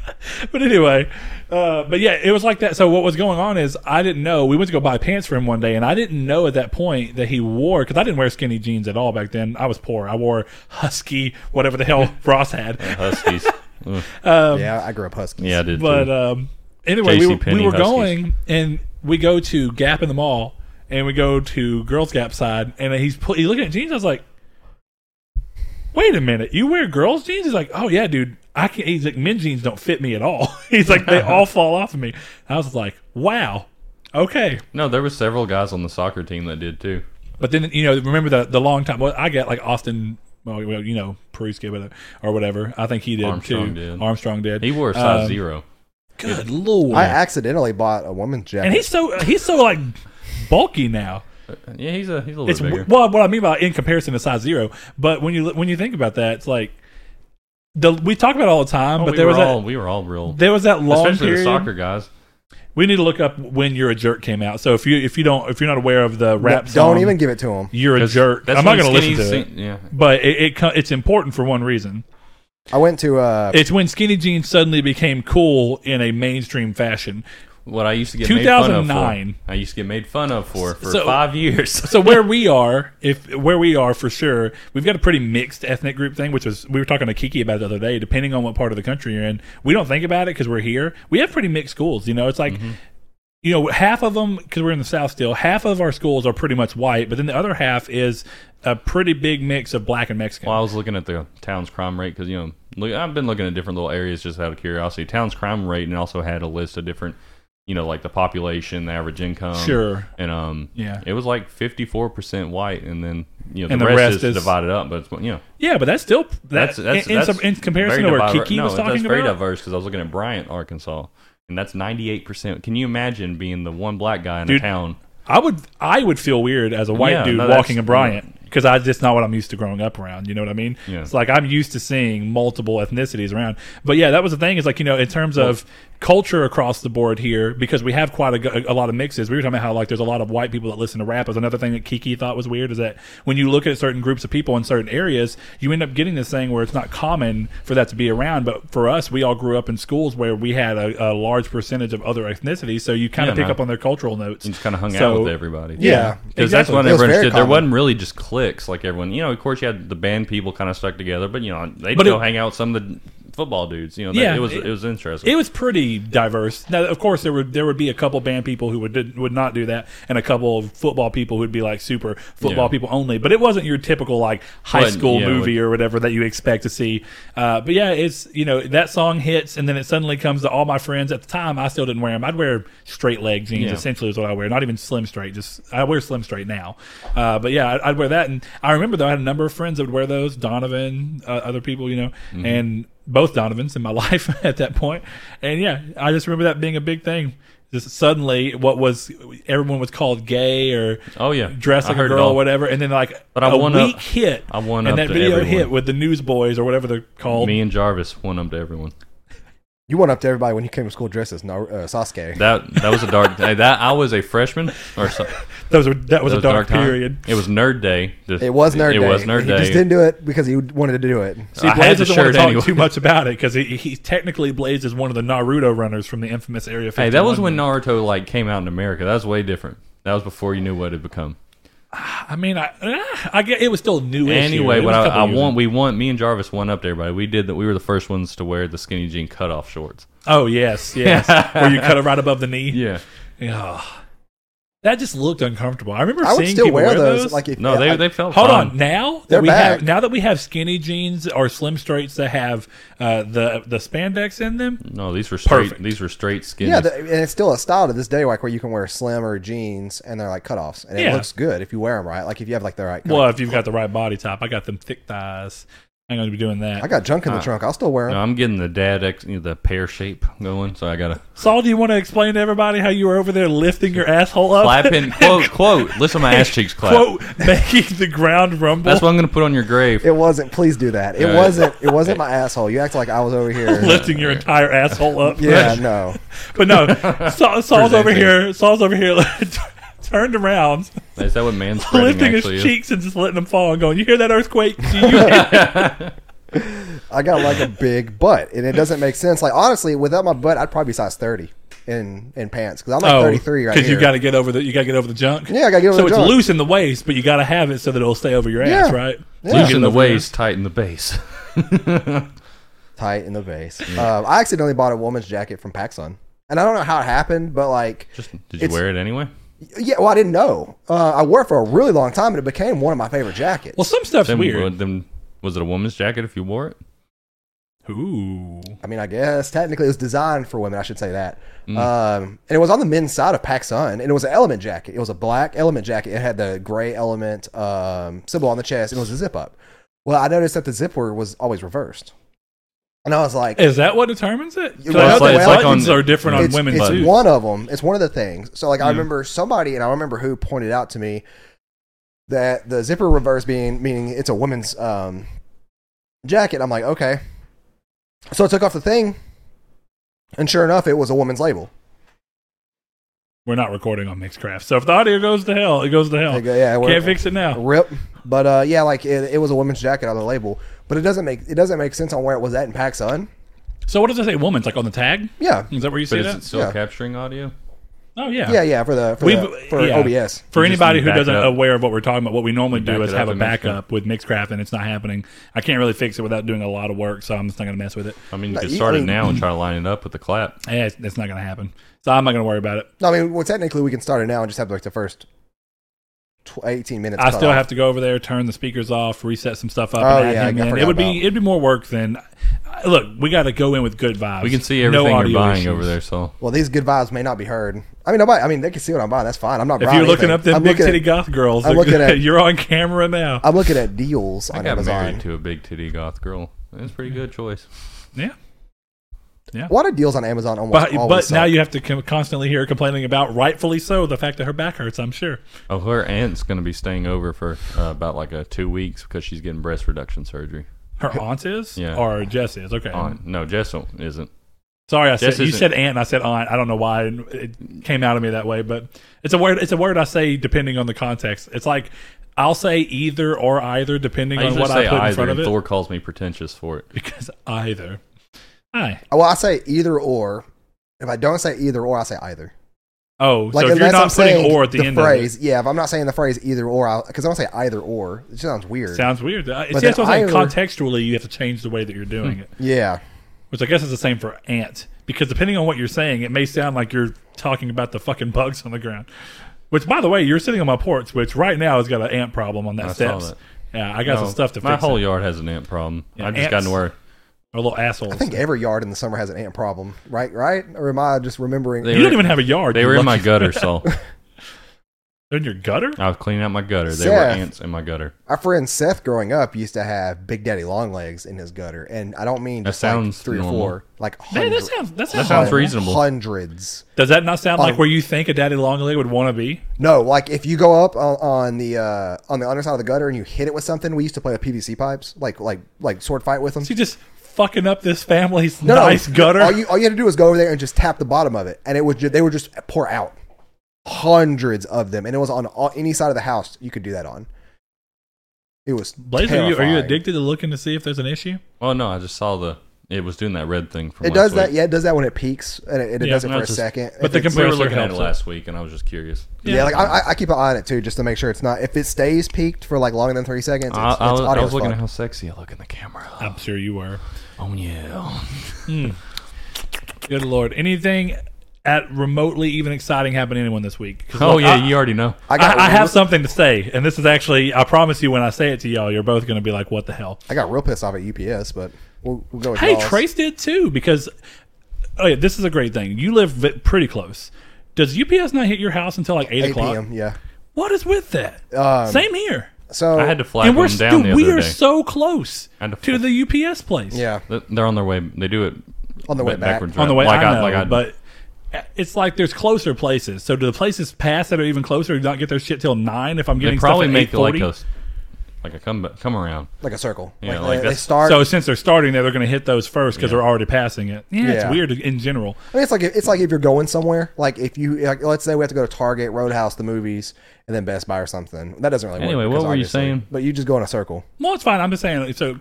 S1: [LAUGHS]
S2: but anyway, uh, but yeah, it was like that. So what was going on is I didn't know. We went to go buy pants for him one day, and I didn't know at that point that he wore because I didn't wear skinny jeans at all back then. I was poor. I wore husky, whatever the hell [LAUGHS] Ross had.
S1: Huskies. Ugh.
S2: Um,
S3: yeah, I grew up husky.
S1: yeah, I did.
S2: but
S1: too.
S2: um, anyway, we were,
S1: JCPenney
S2: we were
S1: Huskies.
S2: going, and we go to Gap in the mall, and we go to Girls Gap side, and he's pu- he's looking at jeans. I was like, "Wait a minute, you wear girls jeans?" He's like, "Oh yeah, dude." I can He's like, "Men jeans don't fit me at all." [LAUGHS] he's like, "They all fall off of me." I was like, "Wow, okay."
S1: no, there were several guys on the soccer team that did too.
S2: But then you know, remember the the long time. Well, I got like Austin. Well, well, you know, Peruski but- or whatever. I think he did
S1: Armstrong
S2: too.
S1: did.
S2: Armstrong did.
S1: He wore a size
S2: Um,
S1: zero.
S2: Good lord!
S3: I accidentally bought a woman's jacket.
S2: and he's so uh, he's so like bulky now.
S1: Yeah, he's a he's a little
S2: It's
S1: bigger.
S2: well, what I mean by in comparison to size zero. But when you when you think about that, it's like the we talk about it all the time.
S1: Oh,
S2: but
S1: we
S2: there
S1: were
S2: was
S1: all
S2: that
S1: we were all real,
S2: there was that long
S1: especially the
S2: period.
S1: soccer guys.
S2: We need to look up when "You're a Jerk" came out. So if you if you don't if you're not aware of the
S3: No,
S2: rap,
S3: don't
S2: song,
S3: even give it to him.
S2: "You're a
S1: 'Cause
S2: Jerk."
S1: that's
S2: I'm not
S1: when
S2: going to listen
S1: skinny
S2: to it,
S1: sing- Yeah,
S2: but it, it co- it's important for one reason.
S3: I went to uh,
S2: It's when skinny jeans suddenly became cool in a mainstream fashion.
S1: what I used to get made fun of for.
S2: 2009.
S1: I used to get made fun of for for
S2: So-
S1: five years. [LAUGHS]
S2: so where we are, if where we are for sure, we've got a pretty mixed ethnic group thing, which was we were talking to Kiki about the other day. Depending on what part of the country you're in, we don't think about it because we're here. We have pretty mixed schools. You know, it's like.
S1: Mm-hmm.
S2: You know, half of them because we're in the South still. Half of our schools are pretty much white, but then the other half is a pretty big mix of black and Mexican.
S1: Well, I was looking at the town's crime rate because you know look, I've been looking at different little areas just out of curiosity. Town's crime rate and also had a list of different, you know, like the population, the average income,
S2: Sure.
S1: and um,
S2: Yeah.
S1: it was like fifty four percent white, and then you know the,
S2: And
S1: rest, is, divided up. But it's, you know,
S2: Yeah, but that's still
S1: that's
S2: that's,
S1: that's,
S2: in, in
S1: that's
S2: some, in
S1: very
S2: comparison to where
S1: diver-
S2: Kiki
S1: no,
S2: was
S1: that's
S2: talking
S1: very
S2: about.
S1: diverse because I was looking at Bryant, Arkansas, and that's ninety eight percent. Can you imagine being the one black guy in
S2: Dude,
S1: a town?
S2: I would I would feel weird as a white
S1: Yeah,
S2: dude
S1: no, that's-
S2: walking a Bryant because I just not what I'm used to growing up around. You know what I mean?
S1: Yeah.
S2: It's like I'm used to seeing multiple ethnicities around. But yeah, that was the thing. Is like you know in terms of culture across the board here because we have quite a, g- a lot of mixes. We were talking about how like there's a lot of white people that listen to rap. Is another thing that Kiki thought was weird is that when you look at certain groups of people in certain areas, you end up getting this thing where it's not common for that to be around. But for us, we all grew up in schools where we had a, a large percentage of other ethnicities, so you kind
S1: Yeah,
S2: of pick
S1: no.
S2: up on their cultural notes.
S1: You just kind of hung
S2: So-
S1: out with everybody.
S3: Yeah.
S1: Because that's
S2: exactly.
S1: what
S3: It was
S1: everyone
S3: very
S1: did. There
S3: common.
S1: wasn't really just cliques like everyone. You know, of course, you had the band people kind of stuck together, but you know, they
S2: But
S1: still
S2: it-
S1: hang out with some of the football dudes. You know, that,
S2: Yeah,
S1: it was
S2: it-
S1: it, was interesting.
S2: It was pretty diverse. Now, of course, there would there would be a couple band people who would did, would not do that, and a couple of football people who'd be like super football
S1: Yeah.
S2: people only. But it wasn't your typical like high
S1: Wasn't-
S2: school
S1: yeah,
S2: movie or whatever that you expect to see. Uh, but yeah, it's you know that song hits, and then it suddenly comes to all my friends. At the time, I still didn't wear them. I'd wear straight leg jeans
S1: Yeah.
S2: essentially is what I wear, not even slim straight. Just I wear slim straight now. Uh, but yeah, I'd, I'd wear that, and I remember though I had a number of friends that would wear those. Donovan, uh, other people, you know,
S1: Mm-hmm.
S2: and both Donovans in my [LAUGHS] life at that point. And yeah, I just remember that being a big thing. Just suddenly, what was everyone was called gay or
S1: Oh, yeah.
S2: dressed
S1: I
S2: like a
S1: heard it
S2: girl or
S1: all.
S2: whatever, and then like
S1: But I
S2: a
S1: won up-
S2: week hit,
S1: I won
S2: and
S1: up
S2: that
S1: to
S2: video
S1: everyone.
S2: hit with the Newsboys or whatever they're called.
S1: Me and Jarvis went up to everyone.
S3: You went up to everybody when you came to school dressed as Nar- uh, Sasuke.
S1: That that was a dark [LAUGHS] day. That I was a freshman or
S2: [LAUGHS]
S1: so,
S2: That was a, that was
S1: that
S2: a dark,
S1: time.
S2: period.
S1: It was nerd day. The-
S3: it was nerd.
S1: It
S3: day.
S1: was nerd
S3: he
S1: day.
S3: just didn't do it because he wanted to do it.
S2: See,
S1: I
S2: Blaze
S1: had the
S2: doesn't want
S1: shirt
S2: to talk
S1: anyway.
S2: too much about it because he, he technically Blaze is one of the Naruto runners from the infamous Area 51.
S1: hey, that was when Naruto like came out in America. That was way different. That was before you knew what it had become.
S2: I mean, I ah, I get it was still new.
S1: Anyway, what I, I want, we want me and Jarvis went up to everybody. We did that. We were the first ones to wear the skinny jean cutoff shorts. [LAUGHS]
S2: Oh yes, yes. Where you cut it right above the knee.
S1: Yeah,
S2: Ah. That just looked uncomfortable. I remember
S3: I
S2: seeing
S3: would still
S2: people
S3: wear, those. Like if,
S1: no,
S3: yeah,
S1: they
S3: I-
S1: they felt
S2: Hold
S1: fine.
S2: on. Now that
S3: They're
S2: we have
S3: back.
S2: now that we have skinny jeans or slim straights that have uh, the the spandex in them,
S1: No, these were straight.
S2: Perfect.
S1: These were straight skinny.
S3: yeah, the, and it's still a style to this day, like where you can wear slim or jeans and they're like cutoffs, and
S2: Yeah.
S3: it looks good if you wear them right. Like if you have like the right.
S2: well, if you've got the right body type, I got them thick thighs. I'm going to be doing that.
S3: I got junk in the
S1: Uh,
S3: trunk. I'll still wear
S1: No,
S3: them.
S1: I'm getting the dad ex, you know, the pear shape going, so I gotta
S2: Saul, do you want to explain to everybody how you were over there lifting your asshole up?
S1: clapping. Quote quote. Listen, to my ass cheeks clap.
S2: Oh. [LAUGHS] Quote, making the ground rumble.
S1: That's what I'm gonna put on your grave.
S3: It wasn't. Please do that. It
S1: Uh,
S3: wasn't. It wasn't my asshole. You act like I was
S1: [LAUGHS]
S3: over here.
S2: [LAUGHS] lifting your entire asshole up.
S3: yeah, no.
S2: But
S3: [LAUGHS]
S2: no, Saul, Saul's over
S1: Presenting.
S2: here. Saul's over here [LAUGHS] turned around,
S1: Is that what
S2: [LAUGHS]
S1: manspreading
S2: lifting his
S1: actually is?
S2: cheeks and just letting them fall and going, You hear that earthquake? Do
S3: [LAUGHS]
S2: you hear it?"
S3: I got like a big butt, and it doesn't make sense. Like honestly, without my butt, I'd probably be size thirty in in pants because I'm like
S2: Oh,
S3: 33 right here.
S2: you got to get over the you got to get over the junk.
S3: Yeah, I gotta get over
S2: so
S3: the
S2: it's
S3: junk.
S2: loose in the waist, but you got to have it so that it'll stay over your ass,
S3: Yeah.
S2: right?
S3: Yeah.
S2: So you
S1: Loosen
S2: get
S1: the
S2: over there.
S1: waist, tighten the base. [LAUGHS]
S3: tight in the base. Um, I accidentally bought a woman's jacket from PacSun, and I don't know how it happened, but like,
S1: Just did you
S3: It's-
S1: wear it anyway?
S3: yeah, well, I didn't know. Uh, I wore it for a really long time, and it became one of my favorite jackets.
S2: Well, some stuff's
S1: Then,
S2: weird.
S1: then was it a woman's jacket if you wore it?
S2: Ooh.
S3: I mean, I guess technically it was designed for women. I should say that. Um, and it was on the men's side of PacSun, and it was an element jacket. It was a black element jacket. It had the gray element um, symbol on the chest, and it was a zip up. Well, I noticed that the zipper was always reversed, and I was like,
S2: Is that what determines it? 'Cause
S3: Well,
S2: I know
S3: it's
S2: that
S3: like- it's like
S2: buttons
S1: on-
S2: are different on
S3: it's,
S2: women
S3: it's
S2: too.
S3: one of them. It's one of the things. So like I remember somebody, and I don't remember who pointed out to me that the zipper reverse being meaning it's a woman's um, jacket. I'm like, okay. So I took off the thing, and sure enough, it was a woman's label.
S2: We're not recording on Mixcraft, so if the audio goes to hell, it goes to hell.
S3: Like, yeah, we're-
S2: Can't fix it now.
S3: Rip. But uh, yeah, like it, it was a woman's jacket on the label, but it doesn't make it doesn't make sense on where it was at in PacSun.
S2: So what does it say? Woman's like on the tag.
S3: Yeah,
S2: Is that where you
S1: But
S2: see
S1: is it
S2: that?
S1: still
S3: Yeah.
S1: capturing audio?
S2: Oh yeah.
S3: yeah, yeah. For the for,
S2: We've-
S3: the, for
S2: yeah.
S3: OBS.
S2: For
S1: You just
S2: anybody who
S1: back it
S2: doesn't
S1: up.
S2: aware of what we're talking about, what we normally do
S1: back
S2: is
S1: it
S2: have
S1: up
S2: a
S1: and mix it up.
S2: backup with Mixcraft, and it's not happening. I can't really fix it without doing a lot of work, so I'm just not going to mess with it.
S1: I mean, you
S3: No,
S1: could
S3: you-
S1: start
S3: I
S1: it
S3: mean-
S1: now
S3: [CLEARS THROAT]
S1: and try to line it up with the clap.
S2: Yeah, it's, it's not going to happen. So I'm not going to worry about it.
S3: No, I mean, well, technically we can start it now and just have like the first tw- eighteen minutes.
S2: I
S3: cut
S2: still
S3: off.
S2: have to go over there, turn the speakers off, reset some stuff up.
S3: Oh,
S2: and
S3: yeah,
S2: add him
S3: I
S2: in.
S3: forgot
S2: It would be
S3: about-
S2: it'd be more work than. I- Look, we got to go in with good vibes.
S1: We can see everything
S2: audio
S1: you're buying
S2: issues.
S1: over there. So
S3: Well, these good vibes may not be heard. I mean, nobody. I mean, they can see what I'm buying. That's fine. I'm not.
S2: If
S3: buying
S2: you're looking
S3: anything.
S2: up them
S3: I'm
S2: big
S3: looking
S2: titty
S3: at,
S2: goth girls,
S3: I'm looking
S2: [LAUGHS]
S3: at-
S2: you're on camera now.
S3: I'm looking at deals
S1: I
S3: on
S1: got
S3: Amazon.
S1: married to a big titty goth girl. That's a pretty good choice.
S2: yeah.
S3: Why do deals on Amazon almost
S2: But,
S3: always
S2: but
S3: suck?
S2: now you have to com- constantly hear her complaining about, rightfully so, the fact that her back hurts, I'm sure.
S1: Oh, her aunt's going to be staying over for uh, about like a two weeks because she's getting breast reduction surgery.
S2: Her aunt is?
S1: Yeah.
S2: Or Jess is? Okay.
S1: Aunt, no, Jess don't- isn't.
S2: Sorry, I said,
S1: Jess
S2: you
S1: isn't-
S2: said aunt and I said aunt. I don't know why it came out of me that way, but it's a word It's a word I say depending on the context. It's like I'll say either or either depending
S1: I
S2: on
S1: usually
S2: what
S1: say
S2: I put in
S1: either,
S2: front of
S1: and
S2: it.
S1: Thor calls me pretentious for it.
S2: because either. Hi.
S3: well, I say either or. If I don't say either or, I say either.
S2: Oh,
S3: Like
S2: so if
S3: unless
S2: you're not
S3: I'm
S2: putting
S3: saying
S2: or at the, end
S3: phrase,
S2: of
S3: yeah. If I'm not saying the phrase either or, because I don't say either or, it sounds
S2: it,
S3: weird.
S2: sounds weird. Uh, It's
S3: But
S2: that's
S3: then
S2: what I'm saying.
S3: either-
S1: Hmm.
S2: Contextually, you have to change the way that you're doing it.
S3: yeah,
S2: which I guess is the same for ant, because depending on what you're saying, it may sound like you're talking about the fucking bugs on the ground. Which, by the way, you're sitting on my porch, which right now has got an ant problem on that
S1: I saw
S2: steps.
S1: that.
S2: Yeah, I got
S1: No,
S2: some stuff to fix.
S1: My whole
S2: it.
S1: yard has an ant problem.
S2: Yeah,
S1: I've just gotten
S2: ants.
S1: to where
S2: Our little assholes.
S3: I think every yard in the summer has an ant problem, right? Right? Or am I just remembering?
S1: They
S2: you don't
S1: were-
S2: even have a yard.
S1: they
S2: you
S1: were in my
S2: lucky-
S1: gutter,
S2: [LAUGHS]
S1: so
S2: They're in your gutter.
S1: I was cleaning out my gutter. There
S3: Seth.
S1: were ants in my gutter.
S3: Our friend Seth, growing up, used to have Big Daddy Longlegs in his gutter, and I don't mean
S1: That
S3: just like
S1: sounds
S3: three
S1: normal.
S3: or four, like
S2: Man, that
S3: hundreds.
S2: sounds that
S1: That
S2: sounds,
S1: sounds
S2: horrible.
S1: reasonable.
S3: Hundreds.
S2: Does that not sound like
S3: Oh.
S2: where you think a daddy long leg would want to be?
S3: No, like if you go up on, on the uh, on the underside of the gutter and you hit it with something, we used to play with PVC pipes, like like like sword fight with them.
S2: So you just fucking up this family's
S3: No, no.
S2: nice gutter.
S3: All you all you had to do was go over there and just tap the bottom of it, and it would ju- they would just pour out hundreds of them, and it was on all, any side of the house you could do that on. It was
S2: Blaze, are you, are you
S3: terrifying.
S2: addicted to looking to see if there's an issue?
S1: Oh no, I just saw the it was doing that red thing from
S3: It
S1: last
S3: does
S1: week.
S3: that, yeah. It does that when it peaks, and it, it
S2: Yeah,
S3: does it
S1: no,
S3: for a
S1: it's just-
S3: second.
S2: but
S3: If
S2: the
S3: it's-
S1: We were
S2: Compressor
S1: looking at it
S2: helps
S1: last week, and I was just curious.
S3: yeah, like I, I- I keep an eye on it too, just to make sure it's not. If it stays peaked for like longer than thirty seconds, it's,
S1: I, I was,
S3: it's
S1: I
S3: audio
S1: was looking
S3: fuck.
S1: at how sexy I look in the camera.
S2: I'm sure you were.
S1: Oh yeah.
S2: Good lord. Anything at remotely even exciting happened to anyone this week? 'Cause,
S1: Oh
S2: look,
S1: yeah,
S2: I,
S1: you already know.
S3: I got
S2: I, I
S3: real,
S2: have something to say, and this is actually, I promise you, when I say it to y'all, you're both going to be like, what the hell?
S3: I got real pissed off at UPS, but we'll, we'll go with
S2: Hey,
S3: y'all's.
S2: Trace did too, because oh yeah, this is a great thing. You live v- pretty close. Does UPS not hit your house until like 8,
S3: 8
S2: o'clock?
S3: p.m. Yeah.
S2: What is with that?
S3: Um,
S2: Same here.
S3: So
S1: I had to flag
S2: and we're
S1: them down
S2: dude,
S1: the
S2: we
S1: other
S2: are
S1: day.
S2: so close
S1: I had to
S2: to
S1: fl-
S2: the UPS place.
S3: yeah
S1: Th- They're on their way. They do it
S3: on the way
S1: ba-
S3: back.
S1: backwards
S2: on the way.
S1: right?
S2: I know,
S1: Uh, like I
S2: but it's like there's closer places. So do the places past that are even closer not get their shit till nine? If I'm
S1: they
S2: getting
S1: probably
S2: stuff at
S1: make it like
S2: 8:40?
S1: a s- like a come come around.
S3: like a circle.
S1: Yeah,
S3: like,
S1: like
S3: they, they
S1: that's-
S3: start.
S2: So since they're starting there, they're going to hit those first because they're already passing it. Yeah, it's
S3: Yeah.
S2: weird in general.
S3: I mean, it's like it's like if you're going somewhere, like if you like, let's say we have to go to Target, Roadhouse, the movies, and then Best Buy or something. That doesn't really.
S1: Anyway, what
S3: work because
S1: were you
S3: obviously-
S1: saying?
S3: But you just go in a circle.
S2: Well, it's fine. I'm just saying. So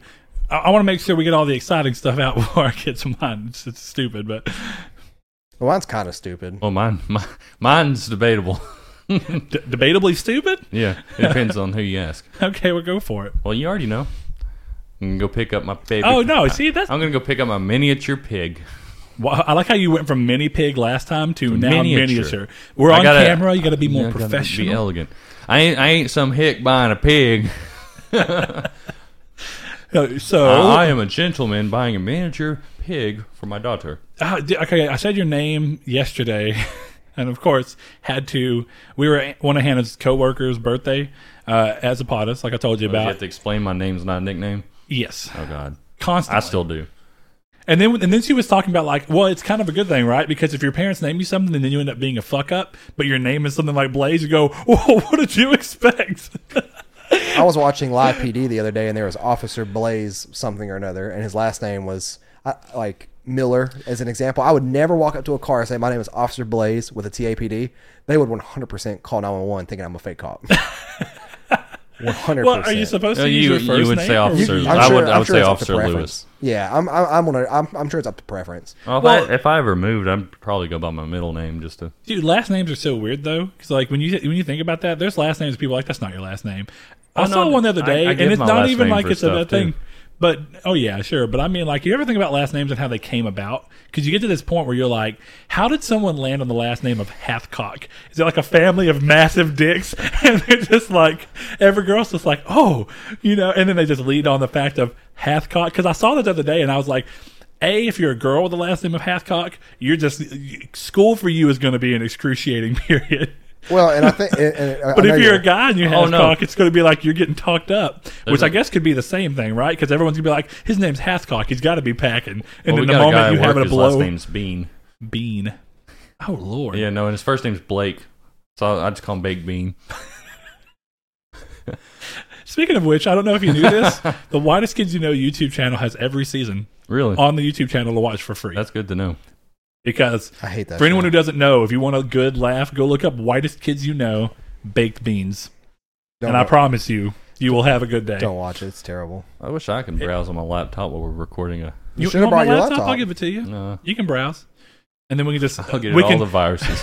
S2: I, I want to make sure we get all the exciting stuff out [LAUGHS] before I get to mine. It's, it's stupid, but
S3: Well, mine's kind of stupid.
S1: Well, mine [LAUGHS] my, mine's debatable. [LAUGHS]
S2: d- debatably stupid. [LAUGHS]
S1: yeah, it depends on who you ask.
S2: Okay, we'll go for it.
S1: Well, you already know. I'm gonna go pick up my baby. [LAUGHS]
S2: Oh no! See, that's
S1: I'm gonna go pick up my miniature pig.
S2: Wow, I like how you went from mini pig last time to now miniature.
S1: miniature.
S2: We're
S1: I
S2: on
S1: gotta-
S2: camera. You got to be more
S1: Yeah, gotta
S2: professional.
S1: Be elegant. I ain't I ain't some hick buying a pig.
S2: Uh, so,
S1: I, I am a gentleman buying a miniature pig for my daughter.
S2: Ah, d- okay, I said your name yesterday, [LAUGHS] and of course had to. We were at one of Hannah's coworkers' birthday uh, at Zapata's, like I told you
S1: Do you
S2: about.
S1: have to explain my name's not a nickname?
S2: yes,
S1: Oh God, I
S2: constantly.
S1: still do.
S2: And then and then she was talking about like, well, it's kind of a good thing, right? Because if your parents name you something and then you end up being a fuck up, but your name is something like Blaze, you go, [LAUGHS] whoa, what did you expect? [LAUGHS]
S3: I was watching live PD the other day, and there was Officer Blaze something or another, and his last name was I, like Miller, as an example. I would never walk up to a car and say my name is Officer Blaze with a TAPD. They would 100% call 911 thinking I'm a fake cop. 100.
S2: well, are you supposed to
S1: Uh,
S2: use
S1: you-
S2: your
S1: you
S2: first
S1: would
S2: name?
S1: say
S2: or
S1: officer.
S2: you-
S1: I
S3: I'm
S1: would- I
S3: I'm
S1: would say
S3: it's up to
S1: Officer
S3: preference.
S1: Lewis.
S3: Yeah, I'm I'm I'm, gonna, I'm I'm sure it's up
S2: [LAUGHS]
S3: to preference.
S1: Well, if,
S2: Well-
S1: I, if I ever moved, I'd probably go by my middle name just to.
S2: Dude, last names are so weird though. Because like when you when you think about that, there's last names people are like that's not your last name. I
S1: Oh,
S2: saw
S1: no,
S2: one the other
S1: I-
S2: day,
S1: I
S2: and
S1: give
S2: it's
S1: my
S2: not
S1: last
S2: even
S1: name
S2: like
S1: for
S2: it's a bad
S1: stuff, too.
S2: thing. But oh yeah, sure. But I mean, like you ever think about last names and how they came about? Because you get to this point where you're like, how did someone land on the last name of Hathcock? Is it like a family of massive dicks, [LAUGHS] and they're just like every girl's just like, oh, you know, and then they just lead on the fact of Hathcock. Because I saw this the other day, and I was like. A, if you're a girl with the last name of Hathcock, you're just school for you is going to be an excruciating [LAUGHS] period.
S3: Well, and I think and, and uh, I
S2: But
S3: know
S2: if you're a guy and you have
S1: Oh, no.
S2: Hathcock, it's going to be like you're getting talked up, which I
S1: a-
S2: guess could be the same thing, right? Because everyone's going to be like, his name's Hathcock, he's got to be packing, and
S1: Well, we
S2: then the
S1: got a guy
S2: moment you
S1: at
S2: have
S1: work.
S2: it a
S1: His last
S2: blow,
S1: name's Bean.
S2: bean. Oh lord,
S1: Yeah, no, and his first name's Blake. So I just call him Baked Bean.
S2: Speaking of which, I don't know if you knew this.
S1: [LAUGHS]
S2: the Whitest Kids You Know YouTube channel has every season
S1: Really?
S2: on the YouTube channel to watch for free.
S1: That's good to know.
S2: because
S3: I hate that.
S2: for anyone
S3: show.
S2: who doesn't know, if you want a good laugh, go look up Whitest Kids You Know Baked Beans,
S3: don't,
S2: and I promise you, you will have a good day.
S3: don't watch it. It's terrible.
S1: I wish I could browse on my laptop while we're recording a.
S3: You, should
S2: want
S3: have brought
S2: my
S3: your
S2: laptop?
S3: laptop.
S2: I'll give it to you.
S1: Uh,
S2: You can browse, and then we can just
S1: I'll get
S2: we
S1: all
S2: can
S1: the
S2: [LAUGHS]
S1: viruses.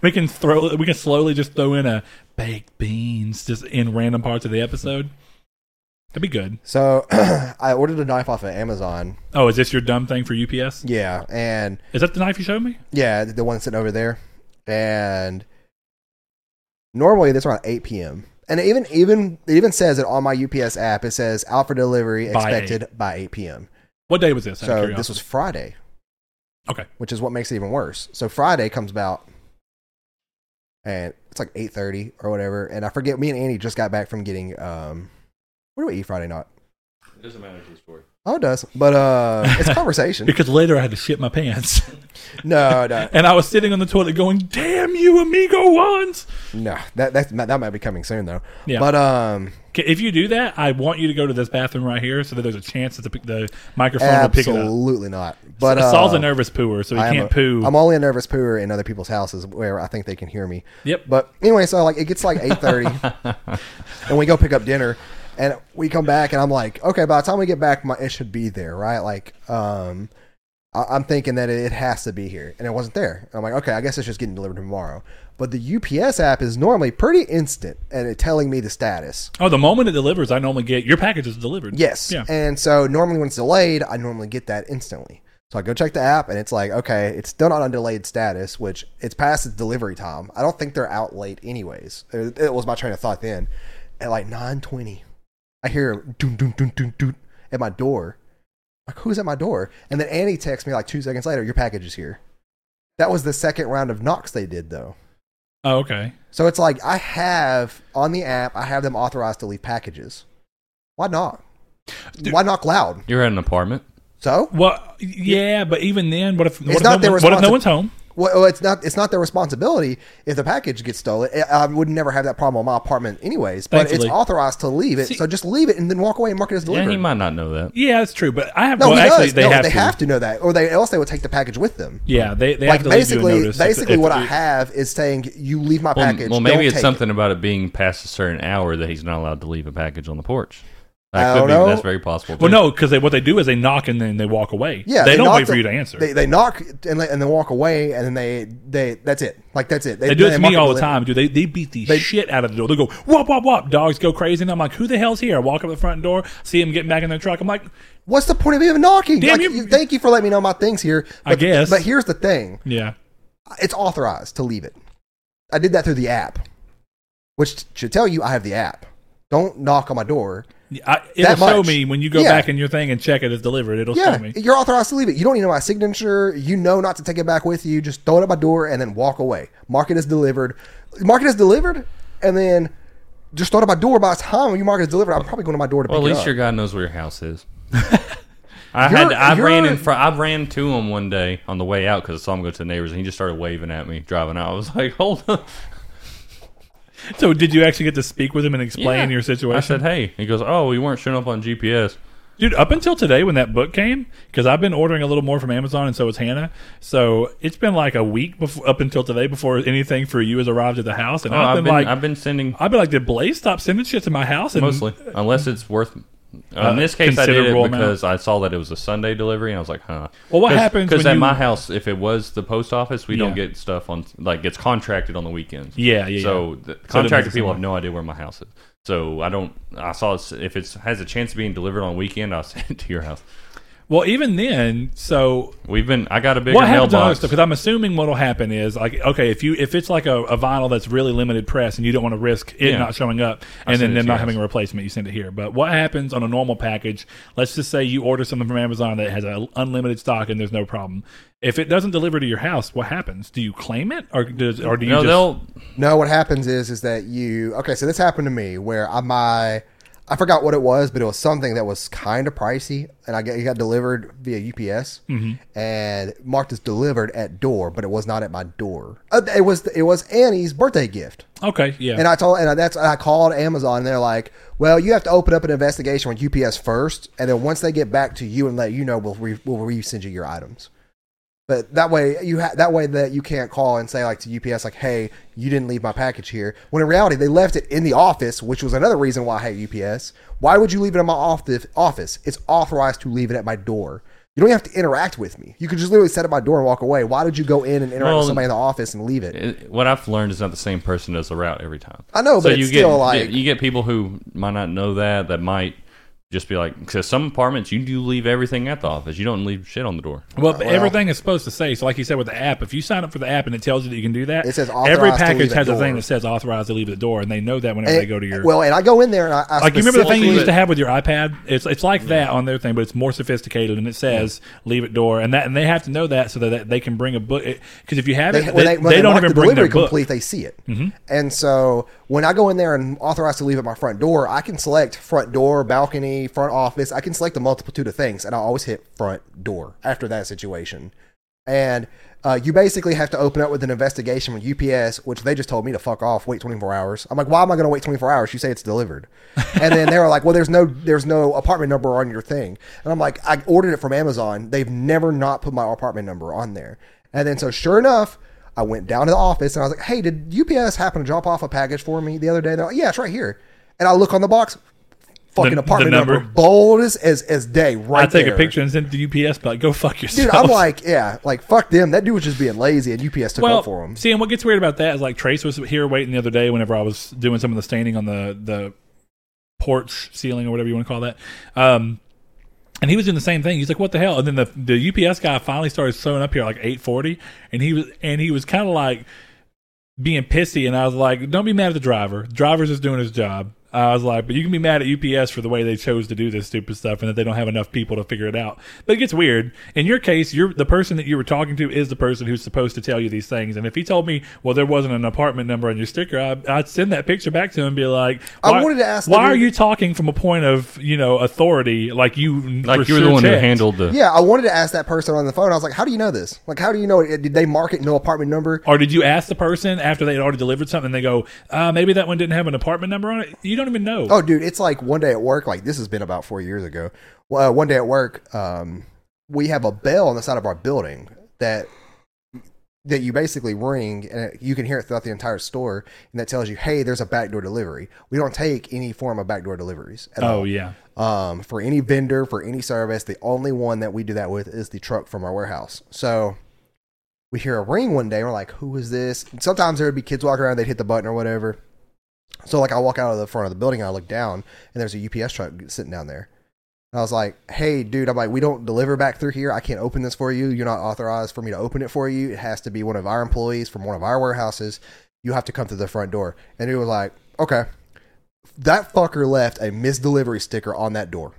S2: we can throw we can slowly just throw in a baked beans just in random parts of the episode. That'd be good.
S3: So [CLEARS THROAT] I ordered a knife off of Amazon.
S2: Oh, is this your dumb thing for UPS?
S3: Yeah, and
S2: Is that the knife you showed me?
S3: yeah, the one sitting over there. And normally that's around 8 p.m. And it even even it even says it on my UPS app. It says out for delivery
S2: By
S3: expected by 8 p.m.
S2: What day was this? out of
S3: So
S2: curiosity?
S3: this was Friday,
S2: okay.
S3: which is what makes it even worse. So Friday comes about, and it's like 8:30 or whatever. And I forget. Me and Andy just got back from getting um, what do we eat Friday night?
S1: It doesn't matter to the story.
S3: Oh, it does. But uh,
S2: [LAUGHS]
S3: it's conversation.
S2: Because later I had to shit my pants, [LAUGHS]
S3: no, no,
S2: and I was sitting on the toilet going, "Damn you, amigo ones!"
S3: no. That that that might be coming soon though.
S2: Yeah.
S3: But um,
S2: K, If you do that, I want you to go to this bathroom right here, so that there's a chance that the, the microphone will pick it up.
S3: Absolutely not. But uh,
S2: Saul's a nervous pooer, so he
S3: I am
S2: can't
S3: a-
S2: poo.
S3: I'm only a nervous pooer in other people's houses where I think they can hear me.
S2: Yep.
S3: But anyway, so like it gets like
S2: [LAUGHS]
S3: 8:30, and we go pick up dinner, and we come back, and I'm like, okay, by the time we get back, my it should be there, right? Like, um, I, I'm thinking that it has to be here, and it wasn't there. And I'm like, okay, I guess it's just getting delivered tomorrow. But the UPS app is normally pretty instant at it telling me the status.
S2: oh, the moment it delivers, I normally get your package is delivered.
S3: Yes.
S2: Yeah.
S3: And so normally when it's delayed, I normally get that instantly. So I go check the app and it's like, okay, it's still on delayed status, which it's past its delivery time. I don't think they're out late anyways. It it was my train of thought then. At like 920, I hear a doom, doom, doom, doom, doom at my door. Like, who's at my door? And then Annie texts me like two seconds later, your package is here. That was the second round of knocks they did though.
S2: Oh, okay.
S3: So it's like I have on the app, I have them authorized to leave packages. Why not? Why knock loud?
S1: You're at an apartment.
S3: So
S2: Well, yeah, but even then, what if what, if
S3: not
S2: no,
S3: their
S2: one- what if no
S3: responsi-
S2: one's home?
S3: well, well, it's not it's not their responsibility if the package gets stolen. I- I would never have that problem in my apartment anyways. But
S2: Thankfully.
S3: it's authorized to leave it,
S2: See-
S3: so just leave it and then walk away and mark it as
S1: Yeah,
S3: delivered.
S1: he might not know that.
S2: Yeah, that's true. But I have
S3: no,
S2: well,
S3: he
S2: actually
S3: does.
S2: they
S3: no,
S2: have
S3: they
S2: to.
S3: have to know that, or they else they would take the package with them.
S2: Yeah, they they
S3: Like
S2: have to leave you a
S3: basically,
S2: notice. if-
S3: basically
S2: if-
S3: what I
S2: if-
S3: have is saying you leave my
S1: Well,
S3: package.
S1: well, maybe
S3: don't
S1: it's
S3: take
S1: something about it being past a certain hour that he's not allowed to leave a package on the porch.
S3: I
S1: That could
S3: don't know.
S1: be. That's very possible.
S2: Well,
S1: too.
S2: no, because what they do is they knock and then they walk away.
S3: It. Yeah,
S2: they, don't
S3: knock
S2: wait for
S3: the-
S2: you to answer.
S3: They,
S2: They,
S3: they knock and they, and then walk away, and then they they that's it. Like that's it.
S2: do it
S3: then
S2: to
S3: mark
S2: me all the
S3: delivered.
S2: time, dude. They, they beat the shit out of the door. They go wop wop wop. Dogs go crazy, and I'm like, who the hell's here? I walk up the front door, see them getting back in their truck. I'm like,
S3: What's the point of even knocking?
S2: Damn
S3: like,
S2: you-
S3: you- Thank you for letting me know my things here.
S2: I
S3: but-
S2: guess.
S3: But here's the thing.
S2: yeah,
S3: it's authorized to leave it. I did that through the app, which should tell you I have the app. Don't knock on my door.
S2: I, it'll
S3: That
S2: show
S3: much.
S2: me when you go
S3: Yeah.
S2: back in your thing and check it as delivered. It'll
S3: Yeah,
S2: show me.
S3: you're authorized to leave it. You don't need to know my signature. You know not to take it back with you. Just throw it at my door and then walk away. Mark it as delivered. Mark it as delivered, and then just throw it at my door. By the time you mark it as delivered, I'm probably going to my door to
S1: Well, at
S3: pick it
S1: least
S3: up.
S1: your guy knows where your house is. [LAUGHS] I had
S3: You're-
S1: I ran
S3: you're-
S1: in front. I ran to him one day on the way out because I saw him go to the neighbors, and he just started waving at me driving out. I was [LAUGHS] like, "Hold up!"
S2: So, did you actually get to speak with him and
S1: Yeah.
S2: explain your
S1: I
S2: situation?
S1: said, "Hey." He goes, "Oh, you weren't showing up on GPS."
S2: Dude, up until today when that book came, because I've been ordering a little more from Amazon, and so is Hannah. So it's been like a week before, up until today before anything for you has arrived at the house, and
S1: Oh,
S2: I've, been, like,
S1: I've been sending
S2: I've been like, did Blaze stop sending shit to my house? And
S1: mostly, unless it's worth.
S2: Mm-hmm. Uh,
S1: in this case, I did it
S2: considerable amount.
S1: because I saw that it was a Sunday delivery, and I was like, "Huh."
S2: Well, what happens
S1: Because
S2: when
S1: at
S2: you-
S1: my house, if it was the post office, we don't
S2: Yeah.
S1: get stuff on like it's contracted on the weekends.
S2: Yeah, yeah,
S1: So the
S2: makes it
S1: contracted people
S2: similar.
S1: have no idea where my house is. So I don't. I saw it's- if it has a chance of being delivered on a weekend, [LAUGHS] I'll send it to your house.
S2: Well, even then, so
S1: We've been. I got a bigger
S2: what happens to other
S1: mailbox.
S2: stuff? Because I'm assuming what'll happen is like, okay, if you if it's like a, a vinyl that's really limited press and you don't want to risk it
S1: Yeah.
S2: not showing up and
S1: send
S2: then
S1: it
S2: them
S1: to
S2: not
S1: yours.
S2: having a replacement, you send it here. But what happens on a normal package? Let's just say you order something from Amazon that has a unlimited stock and there's no problem. If it doesn't deliver to your house, what happens? Do you claim it or does or do you
S1: no,
S2: just,
S1: they'll.
S3: No, what happens is is that you okay. So this happened to me where I my I forgot what it was, but it was something that was kind of pricey, and I got, it got delivered via UPS
S1: Mm-hmm.
S3: and marked as delivered at door, but it was not at my door. Uh, It was it was Annie's birthday gift,
S2: okay? Yeah,
S3: and I told and I, that's and I called Amazon, and they're like, "Well, you have to open up an investigation with UPS first, and then once they get back to you and let you know, we'll re, we'll resend you your items." But that way, you ha- that way that you can't call and say like to UPS like, "Hey, you didn't leave my package here." When in reality, they left it in the office, which was another reason why I hate UPS. Why would you leave it in my office? Office? It's authorized to leave it at my door. You don't even have to interact with me. You could just literally set at my door and walk away. Why did you go in and interact with
S1: Well,
S3: somebody in the office and leave it?
S1: it- What I've learned is not the same person does the route every time.
S3: I know, but it's
S1: you
S3: still
S1: get
S3: like-
S1: you get people who might not know that that might Just be like, because some apartments you do leave everything at the office. You don't leave shit on the door.
S2: Well, but everything is supposed to say. So, like you said with the app, if you sign up for the app and it tells you that you can do that,
S3: It says
S2: every
S3: authorized to leave
S2: package
S3: at
S2: has a thing
S3: door.
S2: that says authorized to leave at the door, and they know that whenever
S3: And-
S2: they go to your.
S3: well, and I go in there and I, I
S2: like you remember the thing you
S3: specifically-
S2: used to have with your iPad? It's it's like that on their thing, but it's more sophisticated, and it says leave it door, and that and they have to know that so that- that they can bring a book. Because if you have
S3: They,
S2: it,
S3: when
S2: they,
S3: they, when
S2: they
S3: they
S2: don't
S3: mark
S2: even
S3: the
S2: bring their
S3: delivery
S2: book.
S3: complete, they see it. And so when I go in there and authorize to leave at my front door, I can select front door, balcony, front office. I can select a multitude of things, and I always hit front door after that situation. And uh, you basically have to open up with an investigation with UPS, which they just told me to fuck off, wait 24 hours. I'm like, why am I going to wait 24 hours? You say it's delivered, and then they were like, well, there's no there's no apartment number on your thing, and I'm like, I ordered it from Amazon. They've never not put my apartment number on there, and then so sure enough. I went down to the office and I was like, "Hey, did UPS happen to drop off a package for me the other day?" They're like, "Yeah, it's right here." And I look on the box, fucking
S2: The- the
S3: apartment
S2: number.
S3: number. bold as as, as day, right
S2: I take
S3: there.
S2: a picture and send it to UPS, but like, go fuck
S3: Dude,
S2: yourself.
S3: I'm like, yeah, like fuck them. That dude was just being lazy, and
S2: [LAUGHS]
S3: UPS took up for him.
S2: See, and what gets weird about that is like Trace was here waiting the other day whenever I was doing some of the staining on the the porch ceiling or whatever you want to call that. Um, and he was doing the same thing. He's like, "What the hell?" And then the the UPS guy finally started showing up here like eight forty, and he was and he was kind of like being pissy. And I was like, "Don't be mad at the driver. The driver's just doing his job." I was like, "But you can be mad at UPS for the way they chose to do this stupid stuff, and that they don't have enough people to figure it out." But it gets weird. In your case, you're the person that you were talking to is the person who's supposed to tell you these things. And if he told me, "Well, there wasn't an apartment number on your sticker," I, I'd send that picture back to him and be like,
S3: I
S2: why-
S3: wanted to ask the
S2: why are
S3: dude-
S2: you talking from a point of you know authority, like you,
S1: Like
S2: for
S1: you were the
S2: sure
S1: one who
S2: checked.
S1: handled the.
S3: Yeah, I wanted to ask that person on the phone. I was like, "How do you know this? Like, how do you know it? Did they market no apartment number?"
S2: Or did you ask the person after they had already delivered something? and They go, uh, maybe that one didn't have an apartment number on it. You don't even know.
S3: Oh, dude, it's like one day at work. Like this has been about four years ago. Well, uh, one day at work, um, we have a bell on the side of our building that that you basically ring, and it- you can hear it throughout the entire store, and that tells you, "Hey, there's a backdoor delivery." We don't take any form of backdoor deliveries at all.
S2: Oh, yeah.
S3: um, for any vendor for any service. The only one that we do that with is the truck from our warehouse. So we hear a ring one day. And we're like, "Who is this?" And sometimes there would be kids walking around. They'd hit the button or whatever. So like, I walk out of the front of the building and I look down, and there's a UPS truck sitting down there. And I was like, "Hey, dude, I'm like, we don't deliver back through here. I can't open this for you. You're not authorized for me to open it for you. It has to be one of our employees from one of our warehouses. You have to come through the front door." And he was like, "Okay." that fucker left a misdelivery sticker on that door.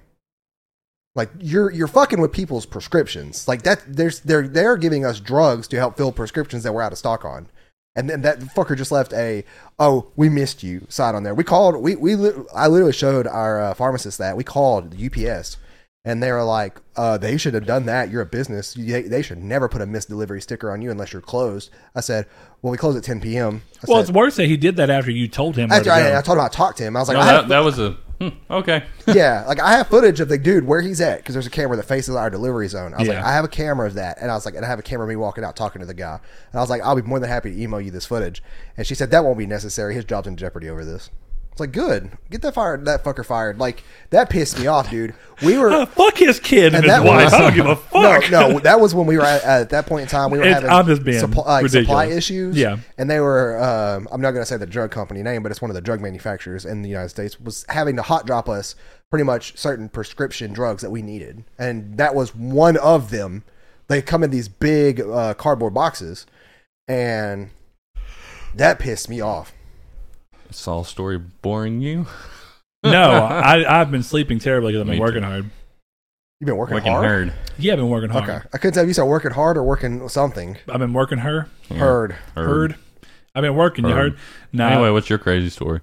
S3: Like you're you're fucking with people's prescriptions. Like that there's they're they're giving us drugs to help fill prescriptions that we're out of stock on. And then that fucker just left a oh we missed you sign on there. We called we we lit- I literally showed our uh, pharmacist that we called UPS and they were like uh, they should have done that. You're a business. You- They, they should never put a misdelivery sticker on you unless you're closed. I said well we close at 10 p.m. I
S2: Well, it's
S3: said,
S2: worse that he did that after you told him. where
S3: after
S2: to go.
S3: I, I told him I talked to him. I was like
S1: No,
S3: I
S1: that, that was a. hmm, okay. [LAUGHS]
S3: [LAUGHS] yeah, like I have footage of the dude where he's at because there's a camera that faces our delivery zone. I was like,
S2: Yeah.
S3: I have a camera of that, and I was like, and I have a camera of me walking out talking to the guy, and I was like, I'll be more than happy to email you this footage. And she said that won't be necessary. His job's in jeopardy over this. It's like good, get that fired, that fucker fired. Like that pissed me off, dude. We
S2: [LAUGHS]
S3: were
S2: Ah, fuck his kid and, his
S3: that
S2: wife.
S3: was-
S2: [LAUGHS] I don't give a fuck.
S3: [LAUGHS] No, no, that was when we were at, at that point in time. We were
S2: It's-
S3: having
S2: I'm just being
S3: supply, like, supply
S2: ridiculous.
S3: issues.
S2: Yeah.
S3: and they were. Um, I'm not going to say the drug company name, but it's one of the drug manufacturers in the United States was having to hot drop us pretty much certain prescription drugs that we needed, and that was one of them. They come in these big uh, cardboard boxes, and that pissed me off.
S1: It's all story boring you.
S2: No, I, I've been sleeping terribly because I've been
S1: Me
S2: working hard.
S3: You've been working,
S1: Working
S3: hard.
S1: hard.
S2: Yeah, I've been working hard.
S3: Okay, I couldn't tell if you said working hard or working something.
S2: I've been working her.
S3: Heard.
S2: Heard. I've been working. You
S1: Heard.
S2: heard? No.
S1: Anyway, what's your crazy story?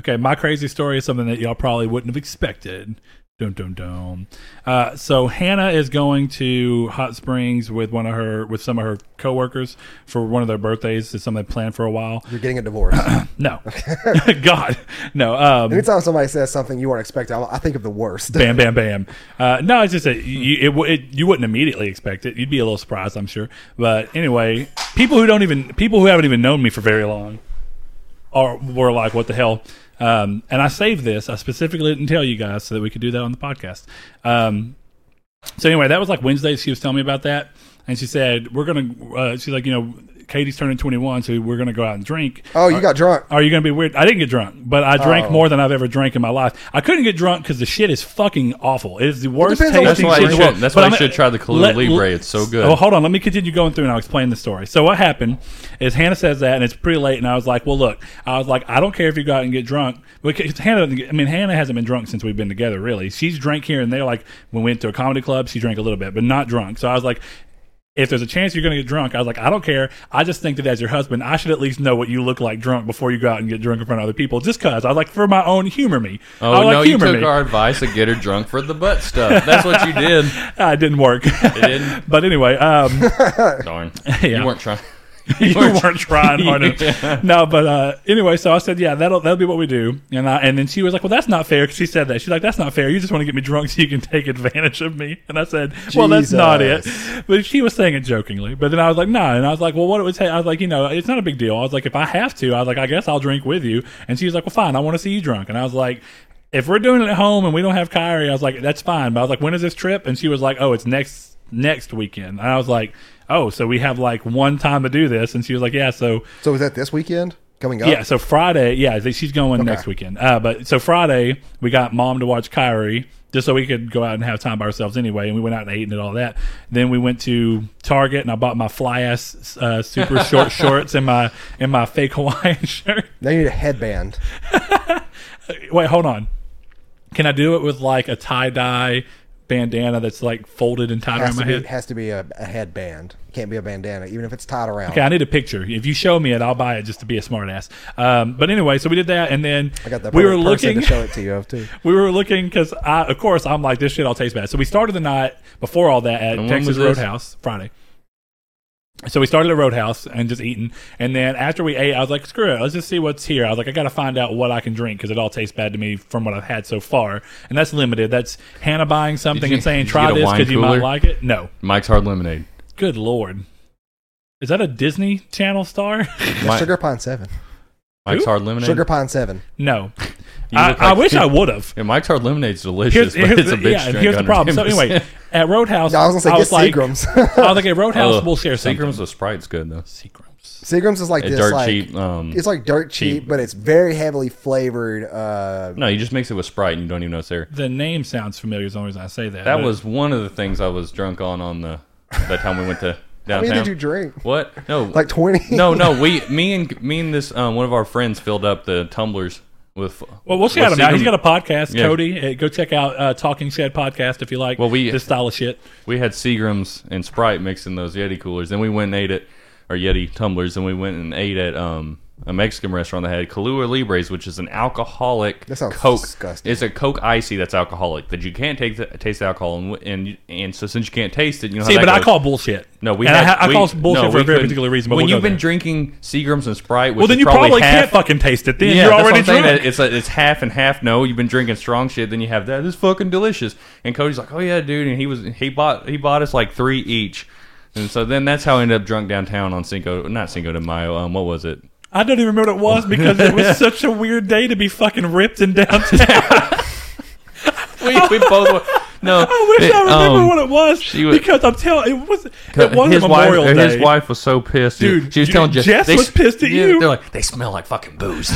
S2: Okay, my crazy story is something that y'all probably wouldn't have expected. Dum dum dum. Uh, so Hannah is going to Hot Springs with one of her with some of her coworkers for one of their birthdays. It's something they planned for a while.
S3: You're getting a divorce. [CLEARS THROAT]
S2: No, [LAUGHS] God, no. Um,
S3: Anytime somebody says something you weren't expecting, I I think of the
S2: [LAUGHS]
S3: worst. [LAUGHS]
S2: bam, bam, bam. Uh, no, it's just that you, it, w- it, you wouldn't immediately expect it. You'd be a little surprised, I'm sure. But anyway, people who don't even people who haven't even known me for very long are were like, "What the hell?" Um, and I saved this. I specifically didn't tell you guys so that we could do that on the podcast. Um, so anyway, that was like Wednesday. She was telling me about that, and she said, "We're gonna." Uh, she's like, "You know, Katie's turning 21, so we're going to go out and drink.
S3: Oh, you got drunk.
S2: Are you going to be weird? I didn't get drunk, but I
S1: Oh.
S2: drank more than I've ever drank in my life. I couldn't get drunk because the shit is fucking awful. It is the worst
S3: depends on
S2: tasting
S1: That's why
S2: shit
S3: what
S1: you
S2: in the world.
S1: should. That's
S2: But
S1: why
S2: I'm-
S1: you should try the Kahlua
S2: let-
S1: Libre. It's so good.
S2: Oh, hold on. Let me continue going through and I'll explain the story. So what happened is Hannah says that and it's pretty late and I was like, well, look, I was like, I don't care if you go out and get drunk. Because Hannah, doesn't get- I mean, Hannah hasn't been drunk since we've been together, really. She's drank here and there. Like when we went to a comedy club, she drank a little bit, but not drunk. So I was like, if there's a chance you're going to get drunk, I was like, I don't care. I just think that as your husband, I should at least know what you look like drunk before you go out and get drunk in front of other people. Just cause I was like, for my own humor me. I
S1: Oh
S2: was like,
S1: no, you
S2: humor
S1: took
S2: me.
S1: our advice and get her drunk for the butt stuff. That's what you
S2: [LAUGHS]
S1: did.
S2: Ah, it didn't work. It
S1: didn't?
S2: [LAUGHS] but anyway, um,
S1: [LAUGHS]
S2: [LAUGHS]
S1: Darn,
S2: Yeah.
S1: you weren't trying.
S2: you
S1: [LAUGHS]
S2: weren't trying hard enough. No, but uh, anyway, so I said, yeah, that'll that'll be what we do. And I, and then she was like, well, that's not fair. 'cause she said that she's like, that's not fair. You just want to get me drunk so you can take advantage of me. And I said, well, that's not it. [LAUGHS] But she was saying it jokingly. But then I was like, nah. And I was like, well, what it would take? I was like, you know, it's not a big deal. I was like, if I have to, I was like, I guess I'll drink with you. And she was like, well, fine. I want to see you drunk. And I was like. If we're doing it at home and we don't have Kyrie, I was like, that's fine. But I was like, when is this trip? And she was like, oh, it's next next weekend. And I was like, oh, so we have like one time to do this. And she was like, yeah, so
S3: So is that this weekend coming up?
S2: yeah, so Friday, yeah, they- she's going next weekend. Uh, but so Friday, we got mom to watch Kyrie just so we could go out and have time by ourselves anyway. And we went out and ate and did all that. Then we went to Target and I bought my fly ass uh,
S3: [LAUGHS]
S2: super short shorts and my and my fake Hawaiian [LAUGHS] shirt.
S3: Now you need
S2: [LAUGHS]
S3: a headband.
S2: Wait, hold on. Can I do it with like a tie dye bandana that's like folded and tied
S3: Has
S2: around
S3: to
S2: my
S3: be,
S2: head?
S3: has to be a, a headband. Can't be a bandana, even if it's tied around.
S2: Okay, I need a picture. If you show me it, I'll buy it just to be a smartass. Um, but anyway, so we did that, and then
S3: I got that.
S2: we were
S3: perfect person
S2: looking.
S3: to show it to you
S2: [LAUGHS]
S3: of too.
S2: we were looking because I, of course, I'm like this shit all tastes bad. So we started the night before all that at
S1: And when
S2: Texas
S1: was this?
S2: Roadhouse Friday. So we started at Roadhouse and just eating, and then after we ate, I was like, "Screw it, let's just see what's here." I was like, "I got to find out what I can drink because it all tastes bad to me from what I've had so far, and that's limited. That's Hannah buying something
S1: you-
S2: and saying,
S1: [LAUGHS] did you
S2: "Try
S1: get a
S2: this
S1: wine
S2: because you might
S1: cooler?
S2: like it." No,
S1: Mike's Hard Lemonade.
S2: good lord, is that a Disney Channel star? [LAUGHS]
S3: That's
S1: My-
S3: Sugar Pine Seven.
S1: Mike's
S2: Who?
S1: Hard Lemonade.
S3: Sugar Pine Seven.
S2: no,
S1: You
S2: I,
S1: look
S2: I
S1: like- [LAUGHS]
S2: wish I would have.
S1: Yeah, Mike's Hard Lemonade's delicious, [LAUGHS] but it's a bitch
S2: yeah,
S1: drink.
S2: here's the problem. So
S1: 110%. [LAUGHS]
S2: anyway, at Roadhouse,
S3: No, I was gonna say get
S2: like,
S3: Seagrams. [LAUGHS]
S2: I was like, at Roadhouse,
S1: Ugh.
S2: we'll share
S1: Seagram's
S2: Seagrams.
S1: with Sprite's good though.
S2: Seagrams.
S3: Seagrams is like
S1: And
S3: this,
S1: dirt
S3: like
S1: cheap. Um,
S3: it's like dirt cheap,
S1: cheap.
S3: but it's very heavily flavored. Uh,
S1: no, you just mix it with Sprite and you don't even know it's there.
S2: The name sounds familiar. Is the only reason I say that.
S1: That
S2: but-
S1: was one of the things I was drunk on on the that time we went
S3: [LAUGHS]
S1: to
S3: I
S1: downtown.
S3: mean, did you drink
S1: What? No,
S3: like twenty? [LAUGHS]
S1: no, no. We, me and me and this um, one of our friends filled up the tumblers with.
S2: Well, we'll shout
S1: with
S2: him out. He's
S1: Seagram.
S2: got a podcast,
S1: Yeah.
S2: Cody. Uh, go check out uh, Talking Shed podcast if you like
S1: Well, we-
S2: this style of shit.
S1: We had Seagrams and Sprite mixed in those Yeti coolers. Then we went and ate at or Yeti tumblers. Then we went and ate at um, a Mexican restaurant that had Kahlua Libres, which is an alcoholic
S3: That sounds
S1: Coke.
S3: disgusting.
S1: It's a Coke icy that's alcoholic that you can't take the, taste the alcohol and w- and you- and so since you can't taste it, you know.
S2: See,
S1: how that
S2: but I
S1: goes.
S2: call bullshit.
S1: No, we
S2: and I,
S1: had-
S2: ha- I
S1: we-
S2: call bullshit
S1: no,
S2: for
S1: we
S2: a very
S1: couldn't-
S2: particular reason. But
S1: when
S2: we'll
S1: you've
S2: go
S1: been
S2: there.
S1: drinking Seagrams and Sprite, which
S2: well, then
S1: is
S2: you probably,
S1: half,
S2: can't fucking taste it. Then
S1: yeah,
S2: [LAUGHS] you're
S1: that's what
S2: already
S1: I'm saying.
S2: drunk.
S1: It's a, it's half and half. No, you've been drinking strong shit. Then you have that. This is fucking delicious. And Cody's like, oh yeah, dude. And he was he bought he bought us like three each. And so then that's how I ended up drunk downtown on Cinco, not Cinco de Mayo. Um, what was it?
S2: I don't even remember what it was because it
S1: [LAUGHS]
S2: was such a weird day to be fucking ripped in downtown.
S1: We we
S2: [LAUGHS]
S1: both were, no.
S2: I wish
S1: it,
S2: I remember
S1: um,
S2: what it was
S1: she was-
S2: because I'm telling it was it wasn't
S1: his
S2: Memorial
S1: wife, uh,
S2: Day.
S1: His wife was so pissed, dude.
S2: Dude,
S1: she was
S2: you-
S1: telling Jess,
S2: Jess
S1: they
S2: was
S1: s-
S2: pissed at
S1: yeah,
S2: you.
S1: They're like, they smell like fucking booze.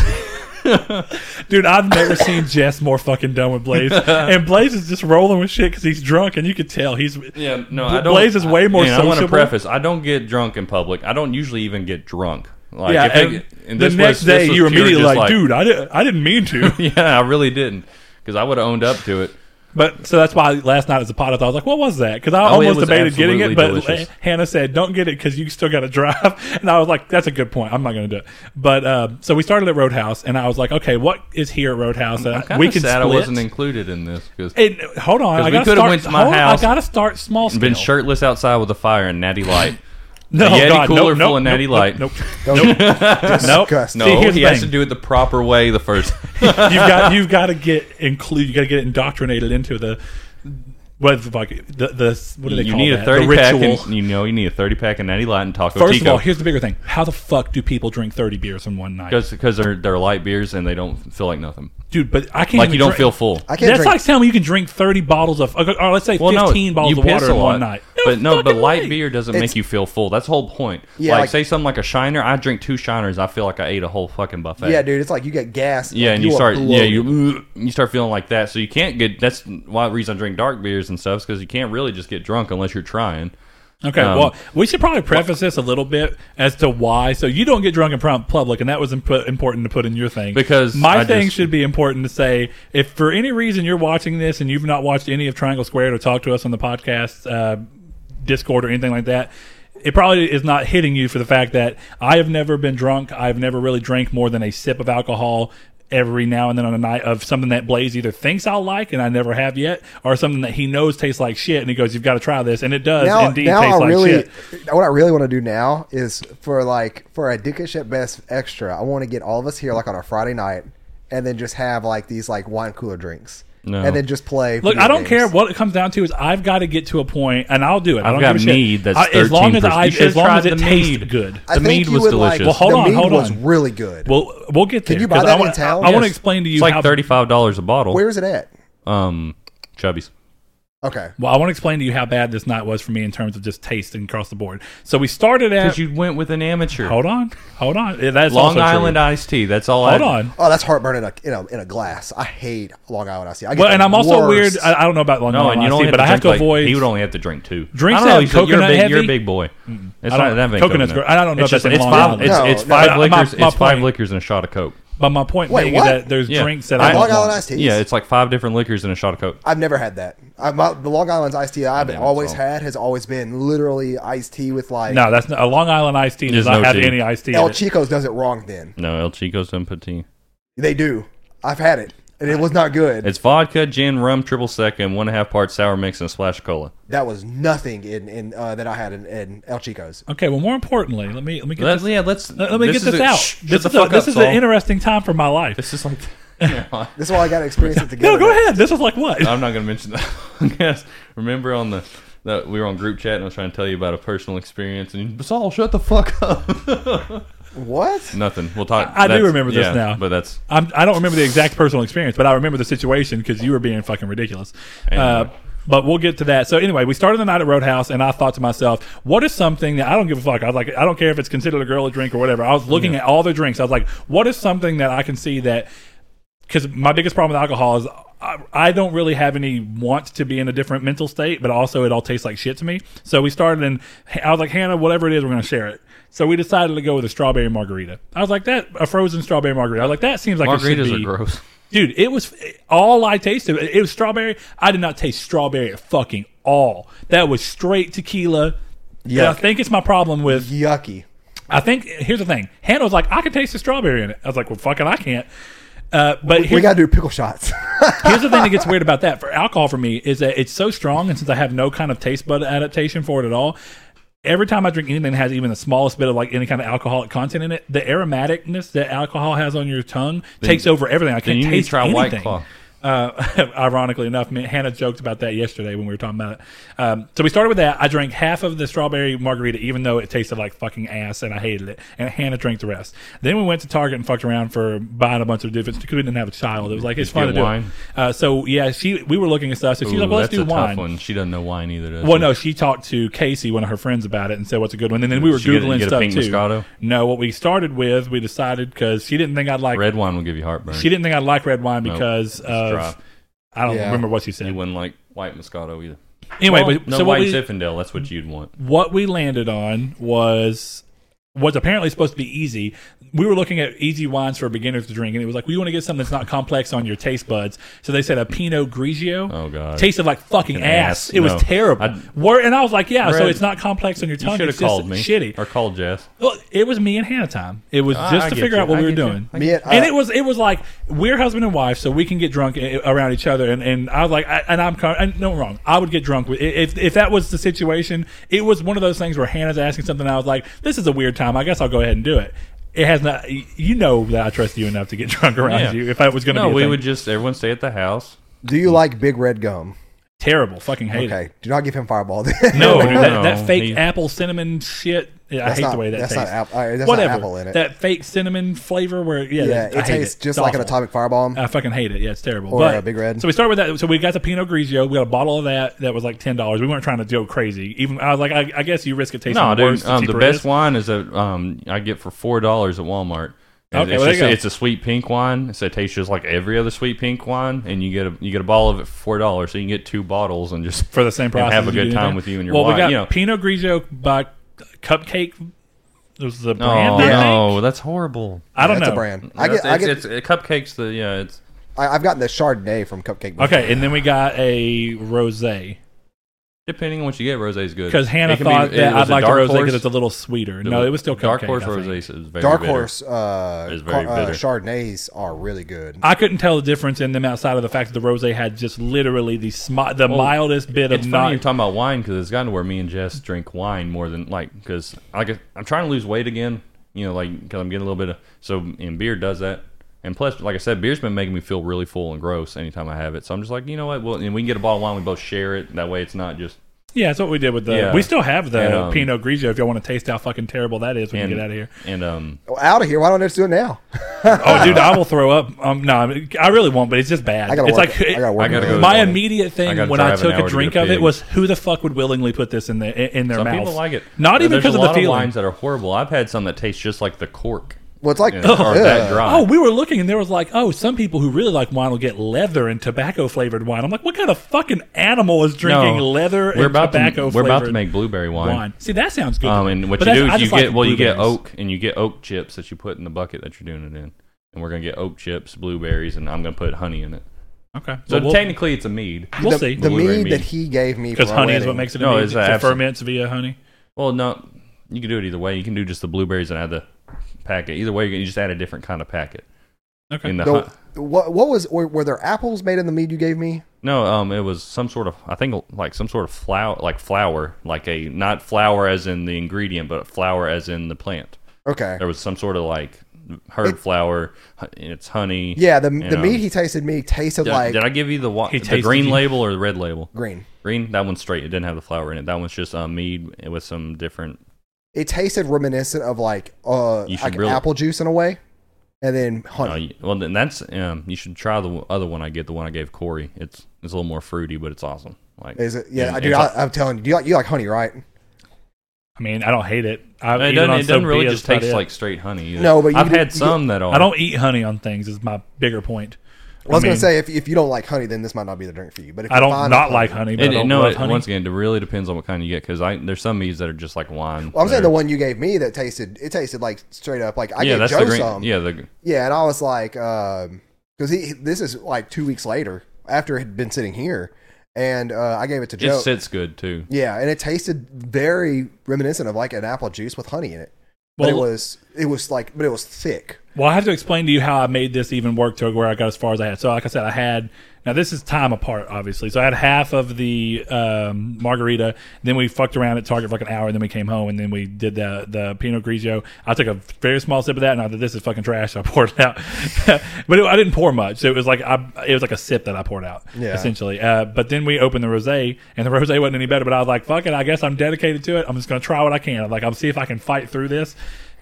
S2: Dude, I've never seen Jess more fucking done
S1: [LAUGHS]
S2: with Blaze, and Blaze is just rolling with shit because he's drunk, and you could tell he's
S1: Yeah, no,
S2: Bla-
S1: I don't.
S2: Blaze is way more
S1: And I want to
S2: sociable.
S1: preface: I don't get drunk in public. I don't usually even get drunk. Like,
S2: yeah.
S1: if I
S2: and
S1: get- and
S2: the
S1: this
S2: next
S1: was- this
S2: day,
S1: was
S2: you're
S1: pure
S2: immediately
S1: just
S2: like, dude, I didn't, I didn't mean to.
S1: [LAUGHS] Yeah, I really didn't, because I would have owned up to it.
S2: but so that's why last night as a pot, I thought, I was like, what was that? Because I
S1: Oh, it
S2: almost
S1: was
S2: debated getting it, but
S1: absolutely delicious.
S2: [LAUGHS] Hannah said, don't get it because you still got to drive, [LAUGHS] and I was like, that's a good point. I'm not going to do it. But uh, so we started at Roadhouse, and I was like, okay, what is here at Roadhouse? Uh,
S1: Kinda
S2: we can
S1: sad
S2: split.
S1: I wasn't included in this because
S2: And hold on, I
S1: we
S2: gotta
S1: could've
S2: start.
S1: went to my
S2: hold on,
S1: house
S2: I gotta start small scale.
S1: been shirtless outside with a fire and natty
S2: [LAUGHS]
S1: light.
S2: no,
S1: a Yeti
S2: God,
S1: cooler
S2: nope,
S1: full
S2: nope,
S1: of Natty
S2: nope,
S1: Light.
S3: [LAUGHS]
S2: Nope, nope,
S3: Don't-
S2: nope. nope.
S3: Disgusting.
S1: No,
S2: See, here's
S1: he
S2: the
S1: has
S2: thing.
S1: to do it the proper way the first. [LAUGHS]
S2: you've got you've got to get include. You got to get indoctrinated into the what the fuck the, the what do [LAUGHS] they
S1: you
S2: call
S1: need
S2: that?
S1: a thirty
S2: the
S1: pack,
S2: ritual.
S1: and, you know, you need a thirty pack of natty light and taco
S2: First of
S1: tico.
S2: all, here's the bigger thing: how the fuck do people drink thirty beers in one night,
S1: because they're they're light beers and they don't feel like nothing.
S2: dude? But I can't.
S1: Like
S2: even
S1: you don't
S2: drink-
S1: feel full.
S3: I can't
S2: That's
S3: drink.
S2: like telling me you can drink thirty bottles of, or let's say
S1: Well, no,
S2: fifteen bottles
S1: you
S2: of
S1: piss
S2: water
S1: a
S2: in one
S1: lot.
S2: night. No,
S1: but no, but
S2: fucking
S1: light
S2: way.
S1: beer doesn't
S3: It's-
S1: make you feel full. That's the whole point.
S3: Yeah,
S1: like,
S3: like-
S1: say something like a shiner. I drink two shiners. I feel like I ate a whole fucking buffet.
S3: Yeah, dude, it's like you get gas.
S1: Yeah,
S3: like,
S1: and you,
S3: are
S1: start yeah
S3: bloated.
S1: you [CLEARS THROAT] you start feeling like that. So you can't get. That's why the reason I drink dark beers and stuff is because you can't really just get drunk unless you're trying.
S2: Okay,
S1: Um,
S2: well, we should probably preface this a little bit as to why. So you don't get drunk in prom- public, and that was imp- important to put in your thing.
S1: Because
S2: my
S1: I
S2: thing
S1: just-
S2: should be important to say. If for any reason you're watching this and you've not watched any of Triangle Squared or talked to us on the podcast, uh, Discord, or anything like that. It probably is not hitting you for the fact that I have never been drunk. I've never really drank more than a sip of alcohol every now and then on a night of something that Blaze either thinks I'll like and I never have yet, or something that he knows tastes like shit and he goes, "You've got to try this," and it does
S3: now,
S1: E
S2: indeed
S3: now
S2: taste
S3: I
S2: like
S3: really,
S2: shit.
S3: what I really want to do now is for like for a dickish at best extra. I want to get all of us here like on a Friday night, and then just have like these like wine cooler drinks,
S1: No.
S3: and then just play.
S2: Look,
S3: video
S2: I don't
S3: games.
S2: care what it comes down to. Is I've got to get to a point, and I'll do it. I
S1: I've
S2: don't
S1: got
S2: give a shit.
S1: mead that's
S2: I- as long as
S1: 13%.
S2: I,
S1: You should've
S2: as long
S1: tried
S2: as it
S1: the
S2: tastes
S1: mead.
S2: good.
S3: I
S1: The
S3: think
S1: mead
S3: you
S1: was
S3: would like-
S1: delicious. Well,
S2: hold
S3: the
S2: on,
S3: mead
S2: hold
S3: was
S2: on.
S3: really good.
S2: Well, we'll get there.
S3: you buy
S2: 'cause
S3: that
S2: I
S3: in
S2: wanna,
S3: town?
S2: I want to
S3: Yes.
S2: explain to you
S1: It's like
S2: how
S1: thirty five dollars a bottle.
S3: Where is it at?
S1: um, Chubby's.
S3: Okay,
S2: Well, I want to explain to you how bad this night was for me in terms of just taste and across the board. So we started at.
S1: Because you went with an amateur.
S2: hold on, hold on. Yeah, That's
S1: Long
S2: also true.
S1: Island uh, iced tea. That's all.
S2: Hold
S1: I,
S2: on.
S3: oh, that's heartburn in a in a, in a glass. I hate Long Island. I see. I get
S2: Well, and
S3: the
S2: I'm also
S3: worst.
S2: weird. I, I don't know about Long
S1: No,
S2: Island,
S1: and you don't.
S2: honestly,
S1: have
S2: but I have to
S1: drink, like-
S2: avoid.
S1: he would only have to drink two.
S2: Drinks
S1: I don't know,
S2: that
S1: he's
S2: have
S1: like, you're a
S2: coconut
S1: big, You're a
S2: heavy?
S1: big boy. It's
S2: I don't-
S1: not that big.
S2: coconut's
S1: coconut.
S2: gr- I don't know
S1: It's
S2: if that's
S1: just
S2: in
S1: it's
S2: Long
S1: five.
S2: Island.
S1: It's,
S3: No,
S1: it's
S3: no,
S1: five
S2: but my-
S1: liquors.
S2: my
S1: it's five
S2: point-
S1: liquors and a shot of coke.
S2: But my point
S3: Wait,
S2: being
S3: what?
S2: that there's
S1: Yeah.
S2: drinks that
S1: I-
S2: I don't
S3: Long Island
S2: want.
S3: iced teas.
S1: Yeah, it's like five different liquors and a shot of coke.
S3: I've never had that. I, my, the Long Island iced tea I've
S1: damn,
S3: always
S1: so-
S3: had has always been literally iced tea with like
S2: No, that's not, a Long Island iced tea does
S1: There's
S2: not
S1: no
S2: have
S1: tea.
S2: any iced tea. in
S3: El
S2: it.
S3: Chico's does it wrong. Then
S1: No, El Chico's doesn't put tea.
S3: they do. I've had it, and it was not good.
S1: It's vodka, gin, rum, triple sec, and one and a half part sour mix and a splash of cola.
S3: that was nothing in, in uh, that I had in, in El Chico's.
S2: Okay, well, more importantly, let me let me get
S1: Let's,
S2: this,
S1: yeah, let's
S2: let, let me get
S1: is
S2: this
S1: a-
S2: out.
S1: shh, shut
S2: this
S1: the
S2: is a,
S1: fuck
S2: this
S1: up,
S2: is
S1: Saul.
S2: an interesting time for my life.
S1: This is like.
S3: This is why I got to experience it together.
S2: [LAUGHS] No, go ahead. This is like what?
S1: I'm not going to mention that. I guess. Remember on the. That we were on group chat and I was trying to tell you about a personal experience and you- Saul, shut the fuck up.
S3: What?
S1: Nothing. We'll talk.
S2: I do
S1: that's-
S2: remember this
S1: yeah,
S2: now. Uh,
S1: but that's
S2: I'm, I don't remember the exact personal experience, but I remember the situation because you were being fucking ridiculous. Uh,
S1: Anyway.
S2: but we'll get to that. So anyway, we started the night at Roadhouse, and I thought to myself, "What is something that I don't give a fuck? I was like, I don't care if it's considered a girl a drink or whatever. I was looking at all the drinks. I was like, what is something that I can see that because my biggest problem with alcohol is I, I don't really have any want to be in a different mental state, but also it all tastes like shit to me. So we started and I was like, Hannah, whatever it is, we're going to share it. So we decided to go with a strawberry margarita. I was like, that, a frozen strawberry margarita. I was like, that seems like it
S1: margaritas
S2: should
S1: are
S2: be.
S1: gross.
S2: Dude, it was all I tasted. It was strawberry. I did not taste strawberry at fucking all. That was straight tequila. Yeah. I
S3: Yuck.
S2: think it's my problem with
S3: Yucky.
S2: I think here's the thing. Hannah was like, I can taste the strawberry in it. I was like, well, fucking, I can't. Uh, but
S3: We
S2: here's,
S3: got to do pickle shots. [LAUGHS]
S2: here's the thing that gets weird about that for alcohol for me is that it's so strong, and since I have no kind of taste bud adaptation for it at all, every time I drink anything that has even the smallest bit of like any kind of alcoholic content in it, the aromaticness that alcohol has on your tongue takes over everything. I can't
S1: Then you need
S2: taste
S1: to try
S2: anything.
S1: White Claw.
S2: Uh, [LAUGHS] ironically enough, me- Hannah joked about that yesterday when we were talking about it. Um, so we started with that. I drank half of the strawberry margarita, even though it tasted like fucking ass and I hated it. And Hannah drank the rest. Then we went to Target and fucked around for buying a bunch of different. Because we didn't have a child, it was like it's fun to get do. it.
S1: wine?
S2: Uh, so yeah, she we were looking at stuff. So she's like,
S1: Ooh,
S2: "Well, let's
S1: that's
S2: do
S1: a tough
S2: wine."
S1: one. She doesn't know wine either. Does
S2: Well,
S1: she?
S2: no, she talked to Casey, one of her friends, about it, and said, "What's a good one?" And then we were
S1: she get-
S2: googling
S1: get a
S2: stuff
S1: pink
S2: too.
S1: Moscato?
S2: No, what we started with, we decided because she didn't think I'd like.
S1: red wine will give you heartburn.
S2: She didn't think I'd like red wine
S1: Nope.
S2: because of
S1: dry.
S2: I don't
S3: Yeah.
S2: remember what she said.
S1: You wouldn't like white Moscato either.
S2: Anyway,
S1: Well,
S2: but,
S1: no
S2: so what
S1: white
S2: we,
S1: Zinfandel. That's what you'd want.
S2: what we landed on was what's apparently supposed to be easy. We were looking at easy wines for beginners to drink, and it was like, we want to get something that's not complex on your taste buds. So they said a Pinot Grigio.
S1: Oh, God.
S2: Tasted like fucking
S1: Fucking ass.
S2: ass. It
S1: No.
S2: was terrible.
S1: I-
S2: Wor- and I was like, yeah, so
S1: Red-
S2: it's not complex on your
S1: You
S2: tongue.
S1: should
S2: it's
S1: have
S2: just
S1: called me.
S2: Shitty.
S1: Or called Jess.
S2: Well, it was me and Hannah time. It was
S1: I-
S2: just
S1: I
S2: to
S1: get
S2: figure
S1: you.
S2: out what
S1: I
S2: we were
S1: get you.
S2: doing.
S1: I
S3: Me and, uh,
S2: and it was it was like we're husband and wife, so we can get drunk i- around each other. And, and I was like, I, and I'm kind- and no wrong. I would get drunk with if if that was the situation. It was one of those things where Hannah's asking something. And I was like, this is a weird time. I guess I'll go ahead and do it. It has not. You know that I trust you enough to get [LAUGHS] drunk around
S1: Yeah.
S2: you. If I was going to
S1: No,
S2: be a
S1: we
S2: thing.
S1: would just everyone stay at the house.
S3: do you like big red gum?
S2: Terrible. Fucking Mm. hate it.
S3: Okay, do not give him Fireball. Then.
S2: No,
S1: No,
S2: that,
S1: no,
S2: that fake
S1: he-
S2: apple cinnamon shit. Yeah, I
S3: That's
S2: hate the
S3: not-
S2: way that
S3: that's not
S2: tastes.
S3: app- all right, that's not
S2: Whatever.
S3: apple in it.
S2: That fake cinnamon flavor where yeah,
S3: [LAUGHS] yeah,
S2: that- I
S3: it
S2: hate
S3: tastes
S2: it. It's
S3: just like an
S2: awful. Uh,
S3: atomic fireball.
S2: I fucking hate it. Yeah, it's terrible.
S3: Or
S2: but,
S3: a Big Red.
S2: So we start with that. So we got the Pinot Grigio. We got a bottle of that. That was like ten dollars. We weren't trying to go crazy. Even I was like, I, I guess you risk it tasting
S1: No,
S2: worse.
S1: dude. Um, the
S2: cheaper it
S1: best
S2: is.
S1: wine is that um, I get for four dollars at Walmart. And
S2: Okay,
S1: it's,
S2: well, there
S1: just
S2: you
S1: a,
S2: go.
S1: it's a sweet pink wine, so it tastes just like every other sweet pink wine, and you get a you get a bottle of it for four dollars, so you can get two bottles and just
S2: for the same price.
S1: and have
S2: as
S1: a
S2: you do
S1: good time
S2: anything.
S1: with you and your
S2: well,
S1: wife.
S2: we got
S1: you know.
S2: Pinot Grigio by Cupcake. It was the brand.
S1: Oh
S2: I think.
S1: no, that's horrible.
S2: I don't
S3: That's
S2: know.
S3: a brand. I get,
S1: That's-
S3: I
S1: it's,
S3: get,
S1: it's, it- cupcakes. The yeah, it's
S3: I, I've gotten the Chardonnay from Cupcake. before.
S2: Okay, and then we got a rosé.
S1: depending on what you get. Rosé's good
S2: Because Hannah
S1: It can be-
S2: thought
S1: it
S2: that
S1: was a
S2: I'd like the
S1: dark
S2: rose because
S1: horse.
S2: it's a little sweeter. No, it was still
S1: dark
S2: cupcake,
S1: horse
S2: I think.
S1: rosé is very
S3: Dark
S1: bitter.
S3: Horse uh,
S1: It's very
S3: ca- uh,
S1: bitter.
S3: Chardonnays are really good.
S2: I couldn't tell the difference in them outside of the fact that the rosé had just literally the smi- the
S1: Well,
S2: mildest bit of
S1: Oh, It's funny you're
S2: not.
S1: talking about wine because it's gotten to where me and Jess drink wine more than like because I get, I'm trying to lose weight again. You know, like because I'm getting a little bit of so and beer does that. And plus, like I said, beer's been making me feel really full and gross anytime I have it. So I'm just like, you know what? Well, and we can get a bottle of wine. We both share it. That way, it's not just.
S2: Yeah, that's what we did with the.
S1: Yeah.
S2: We still have the
S1: And, um,
S2: Pinot Grigio if y'all want to taste how fucking terrible that is when
S1: And,
S2: you get out
S1: [LAUGHS]
S2: of here.
S1: And um,
S3: out of here. Why don't I just do it now?
S2: Oh, dude, I will throw up. Um, no, I mean, I really won't, but it's just bad.
S3: I gotta
S2: it's
S3: work.
S2: like
S3: I
S2: [LAUGHS]
S3: gotta work.
S1: I gotta
S3: on it.
S1: go.
S2: my
S1: morning.
S2: immediate
S1: I
S2: thing
S1: gotta
S2: when I
S1: drive an
S2: took
S1: hour
S2: a
S1: to
S2: drink
S1: get a
S2: of it
S1: pig.
S2: was who the fuck would willingly put this in the in their
S1: some
S2: mouth?
S1: people like it.
S2: Not even
S1: There's
S2: because
S1: a
S2: of the
S1: lot
S2: feeling.
S1: wines that are horrible. I've had some that taste just like the cork.
S3: Well, it's like
S1: you know, or that
S3: ugh.
S1: dry.
S2: [LAUGHS] Oh, we were looking, and there was like, oh, some people who really like wine will get leather and tobacco flavored wine. I'm like, what kind of fucking animal is drinking
S1: No.
S2: leather and
S1: we're about
S2: tobacco
S1: to, we're about to
S2: flavored
S1: make blueberry wine.
S2: wine? See, that sounds good. to
S1: Um,
S2: me.
S1: and what
S2: But
S1: you do
S2: that's- I
S1: is you
S2: just like
S1: get well, you get
S2: blueberries.
S1: oak and you get oak chips that you put in the bucket that you're doing it in, and we're gonna get oak chips, blueberries, and I'm gonna put honey in it.
S2: Okay,
S1: So
S2: so we'll,
S1: technically, it's a mead.
S2: we'll
S3: the,
S2: see
S3: The
S1: Blueberry
S3: mead
S1: mead.
S3: that he gave me
S2: because
S3: for our
S2: honey is what
S3: wedding-
S2: makes it.
S1: No,
S2: No,
S1: it's
S2: it
S1: abs-
S2: ferments via honey.
S1: Well, no, you can do it either way. You can do just the blueberries and add the packet. Either way, you can you just add a different kind of packet.
S2: Okay.
S1: In the
S3: The,
S1: hu-
S3: what, what was were, were there apples made in the mead you gave me?
S1: no, um, it was some sort of I think like some sort of flower, like flower, like a not flower as in the ingredient, but flower as in the plant.
S3: Okay.
S1: There was some sort of like herb
S3: It-
S1: flour, hu- and it's honey.
S3: Yeah, the
S1: you
S3: the
S1: know.
S3: mead he tasted me tasted
S1: Did, I-
S3: like
S1: did I give you the wa-
S2: He
S1: the
S2: tasted
S1: green
S2: you-
S1: label or the red label?
S3: green.
S1: Green, that one's straight. It didn't have the flour in it. That one's just um, mead with some different.
S3: It tasted reminiscent of like uh
S1: You should
S3: like
S1: really-
S3: apple juice in a way, and then
S1: Uh,
S3: honey.
S1: y- well, then that's um, you should try the w- other one I get, the one I gave Corey. It's it's a little more fruity, but it's awesome. Like
S3: Is it? Yeah,
S1: and
S3: I do.
S1: it's
S3: I, I'm telling you, do you like you like honey, right?
S2: I mean, I don't hate it. I
S1: a- it
S2: eat
S1: doesn't,
S2: on
S1: it doesn't really
S2: sobrias,
S1: just
S2: that's
S1: taste
S2: about it.
S1: like straight honey. Either.
S3: No, but you
S1: I've
S3: do-
S1: had
S3: you-
S1: some that are.
S2: I don't eat honey on things. Is my bigger point.
S3: I was gonna
S2: mean,
S3: say if, if you don't like honey, then this might not be the drink for you. But if
S2: I
S3: you
S2: don't
S3: find
S2: not like honey, but
S1: It,
S2: I don't
S1: no,
S2: love
S1: it,
S2: honey.
S1: once again, it really depends on what kind you get because I there's some meads that are just like wine.
S3: Well, I'm saying
S1: that
S3: the
S1: are-
S3: one you gave me that tasted it tasted like straight up like I
S1: yeah,
S3: gave
S1: that's
S3: Joe
S1: the green.
S3: some.
S1: Yeah, the
S3: Yeah, and I was like, because he this is like two weeks later after it had been sitting here, and uh, I gave it to
S1: it
S3: Joe.
S1: sits good too.
S3: yeah, and it tasted very reminiscent of like an apple juice with honey in it. But it
S2: Well-
S3: was it was like but it was thick.
S2: Well, I have to explain to you how I made this even work to where I got as far as I had. So, like I said, I had now this is time apart, obviously. So I had half of the um, margarita. Then we fucked around at Target for like an hour, and then we came home, and then we did the the Pinot Grigio. I took a very small sip of that, and I thought this is fucking trash. So I [LAUGHS] poured it out, but it, I didn't pour much. So it was like I, it was like a sip that I poured out,
S3: Yeah.
S2: essentially. Uh, but then we opened the rosé, and the rosé wasn't any better. But I was like, fuck it, I guess I'm dedicated to it. I'm just gonna try what I can. I'm like, I'll see if I can fight through this.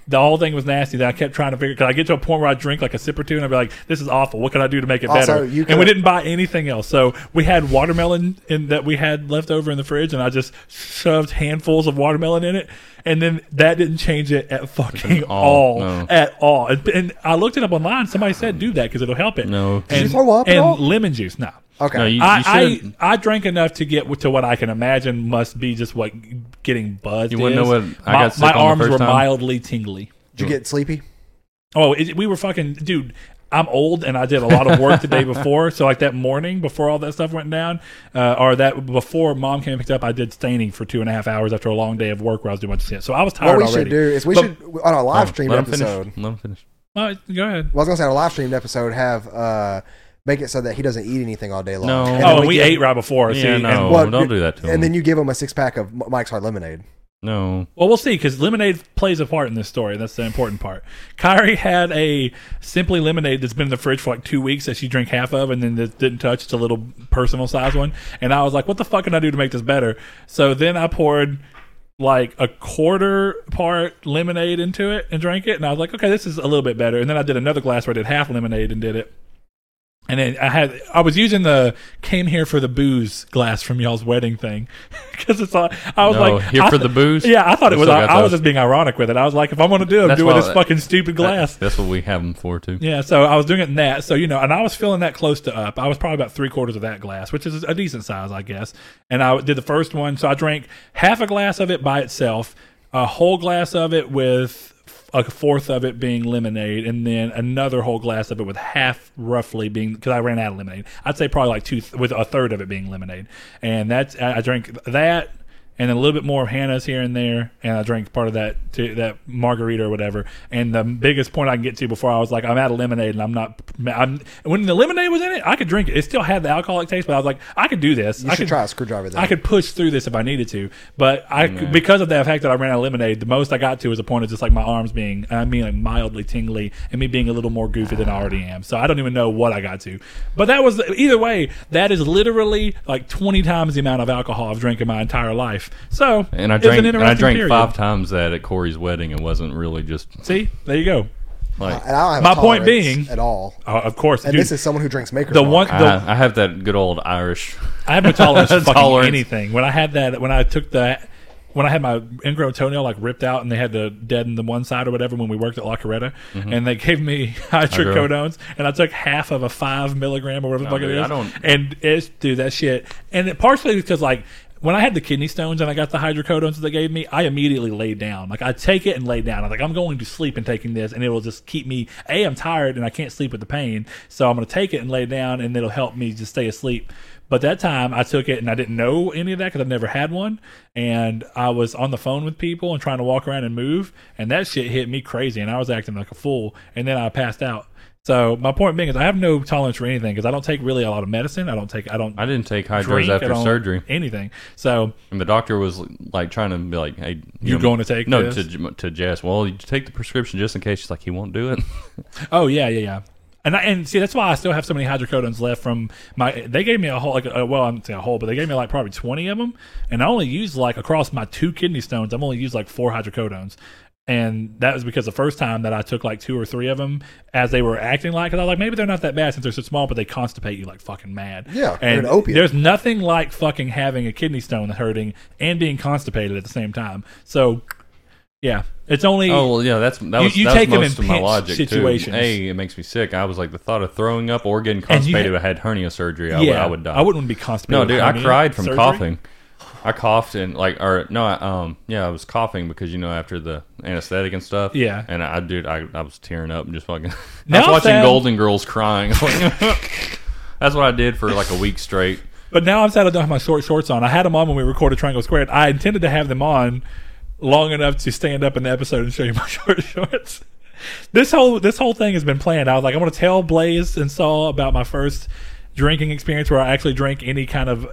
S2: The whole thing was nasty. That I kept trying to figure because I get to a point where I drink like a sip or two, and I'd be like, "This is awful. What can I do to make it
S3: Also,
S2: better?"
S3: you
S2: and we
S3: could-
S2: didn't buy anything else, so we had watermelon in, that we had left over in the fridge, and I just shoved handfuls of watermelon in it, and then that didn't change it at
S1: [LAUGHS]
S2: fucking
S1: all,
S2: all,
S1: no.
S2: at all. And, and I looked it up online. Somebody said do that because it'll help it.
S1: No.
S2: and,
S3: you throw up at
S2: and
S3: all?
S2: lemon juice. No.
S3: Okay,
S1: No, you, you
S2: I,
S1: should've-
S2: I I drank enough to get to what I can imagine must be just what getting buzzed.
S1: You wouldn't
S2: is.
S1: know what I
S2: my,
S1: got sick on
S2: my
S1: the
S2: arms
S1: first
S2: were
S1: time?
S2: mildly tingly.
S3: did you get sleepy?
S2: Oh, it, we were fucking dude. I'm old and I did a lot of work the day before. So like that morning before all that stuff went down, uh, or that before mom came and picked up, I did staining for two and a half hours after a long day of work where I was doing a bunch of shit. So I was
S3: What
S2: tired
S3: Oh, we
S2: already.
S3: should do is we
S2: But-
S3: should on our live stream
S1: let 'em
S3: episode.
S1: finish. Let him finish.
S2: Oh, go ahead.
S3: Well, I was gonna say on a live streamed episode have uh, make it so that he doesn't eat anything all day long.
S1: No.
S3: And then
S2: Oh, and we
S3: give-
S2: ate right before.
S1: Yeah,
S2: see, and-
S1: no. don't do that to
S3: and
S1: him.
S3: then you give him a six pack of M- Mike's Hard Lemonade.
S1: No.
S2: Well, we'll see because lemonade plays a part in this story. That's the important part. Kyrie had a simply lemonade that's been in the fridge for like two weeks that she drank half of and then just didn't touch. It's a little personal size one, and I was like, "What the fuck can I do to make this better?" So then I poured like a quarter part lemonade into it and drank it, and I was like, "Okay, this is a little bit better." And then I did another glass where I did half lemonade and did it. And then I had I was using the came here for the booze glass from y'all's wedding thing [LAUGHS] because it's all, I was
S1: No,
S2: like
S1: here
S2: I
S1: for
S2: th-
S1: the booze?
S2: Yeah, I thought it
S1: We
S2: was
S1: still
S2: I,
S1: got
S2: I was
S1: those.
S2: just being ironic with it. I was like, if I'm going to do it, I'm
S1: That's
S2: doing
S1: why-
S2: this fucking stupid glass.
S1: That's what we have them for too.
S2: yeah, so I was doing it in that. So you know, and I was filling that close to up. I was probably about three quarters of that glass, which is a decent size, I guess. And I did the first one, so I drank half a glass of it by itself, a whole glass of it with a fourth of it being lemonade, and then another whole glass of it with half roughly being because I ran out of lemonade. I'd say probably like two th- with a third of it being lemonade, and that's I I drank that and a little bit more of Hannah's here and there. And I drank part of that to that margarita or whatever. And the biggest point I can get to before I was like, I'm out of lemonade, and I'm not. I'm when the lemonade was in it, I could drink it. It still had the alcoholic taste, but I was like, I could do this.
S3: You
S2: I
S3: should
S2: could
S3: try a screwdriver then.
S2: I could push through this if I needed to, but I because of the fact that I ran out of lemonade, the most I got to was a point of just like my arms being, I mean, like mildly tingly, and me being a little more goofy than I already
S1: Ah.
S2: am. So I don't even know what I got to. But that was either way. That is literally like twenty times the amount of alcohol I've drank in my entire life. So
S1: And I
S2: it was
S1: drank.
S2: an
S1: And I
S2: interesting
S1: drank
S2: period.
S1: five times that at Corey's wedding. It wasn't really just
S2: See, there you go.
S1: like
S3: And I don't have
S2: My
S3: a
S2: point
S3: tolerance
S2: being-
S3: at all.
S2: Uh, of course,
S3: And
S2: dude,
S3: this is someone who drinks Maker's
S2: the
S3: Mark.
S2: one. the,
S1: I, I have that good old Irish.
S2: I have no tolerance for fucking
S1: Tolerance.
S2: anything. When I had that, when I took that, when I had my ingrown toenail like ripped out and they had to deaden the one side or whatever when we worked at La Coretta, and they gave me [LAUGHS] hydrocodones and I took half of a five milligram or whatever the fuck
S1: dude,
S2: it is.
S1: I don't-
S2: and it's dude that shit. And it partially because like. When I had the kidney stones and I got the hydrocodones that they gave me, I immediately laid down. Like I take it and lay down. I'm like, I'm going to sleep and taking this, and it will just keep me. A, I'm tired and I can't sleep with the pain, so I'm going to take it and lay down, and it'll help me just stay asleep. But that time I took it and I didn't know any of that because I've never had one. And I was on the phone with people and trying to walk around and move. And that shit hit me crazy. And I was acting like a fool. And then I passed out. So my point being is I have no tolerance for anything because I don't take really a lot of medicine. I don't take, I don't
S1: I didn't take hydros
S2: drink. I
S1: after
S2: don't
S1: surgery,
S2: Anything. So
S1: and the doctor was like trying to be like, "Hey,
S2: You
S1: know,
S2: going to take
S1: no
S2: this?
S1: to J- to Jess? Well, you take the prescription just in case." She's like, "He won't do it."
S2: Oh yeah, yeah, yeah. And I, and see that's why I still have so many hydrocodones left from my. They gave me a whole like a, well, I'm saying a whole, but they gave me like probably twenty of them, and I only used like across my two kidney stones. I've only used like four hydrocodones, and that was because the first time that I took like two or three of them as they were acting like, because I was like maybe they're not that bad since they're so small, but they constipate you like fucking mad.
S3: Yeah, they're
S2: and
S3: an opiate.
S2: There's nothing like fucking having a kidney stone hurting and being constipated at the same time. So, yeah, it's only
S1: oh well, yeah, that's that
S2: You-
S1: was
S2: you
S1: that was
S2: take 'em in
S1: most of my
S2: pinch
S1: logic
S2: situations.
S1: too. Hey, it makes me sick. I was like the thought of throwing up or getting
S2: And you
S1: constipated.
S2: had-
S1: if I had hernia surgery. I, would,
S2: yeah,
S1: I would die.
S2: I wouldn't want to be constipated.
S1: No,
S2: with
S1: dude, I
S2: hernia
S1: cried from
S2: surgery.
S1: coughing. I coughed and like, or no, I, um, yeah, I was coughing because you know after the anesthetic and stuff.
S2: Yeah.
S1: and I, dude, I, I was tearing up and just fucking. [LAUGHS] I
S2: Now
S1: was watching
S2: that-
S1: Golden Girls crying. [LAUGHS] That's what I did for like a week straight.
S2: But now I'm sad I don't have my short shorts on. I had them on when we recorded Triangle Squared. I intended to have them on long enough to stand up in the episode and show you [LAUGHS] my short shorts. This whole this whole thing has been planned. I was like, I'm going to tell Blaze and Saul about my first drinking experience where I actually drank any kind of.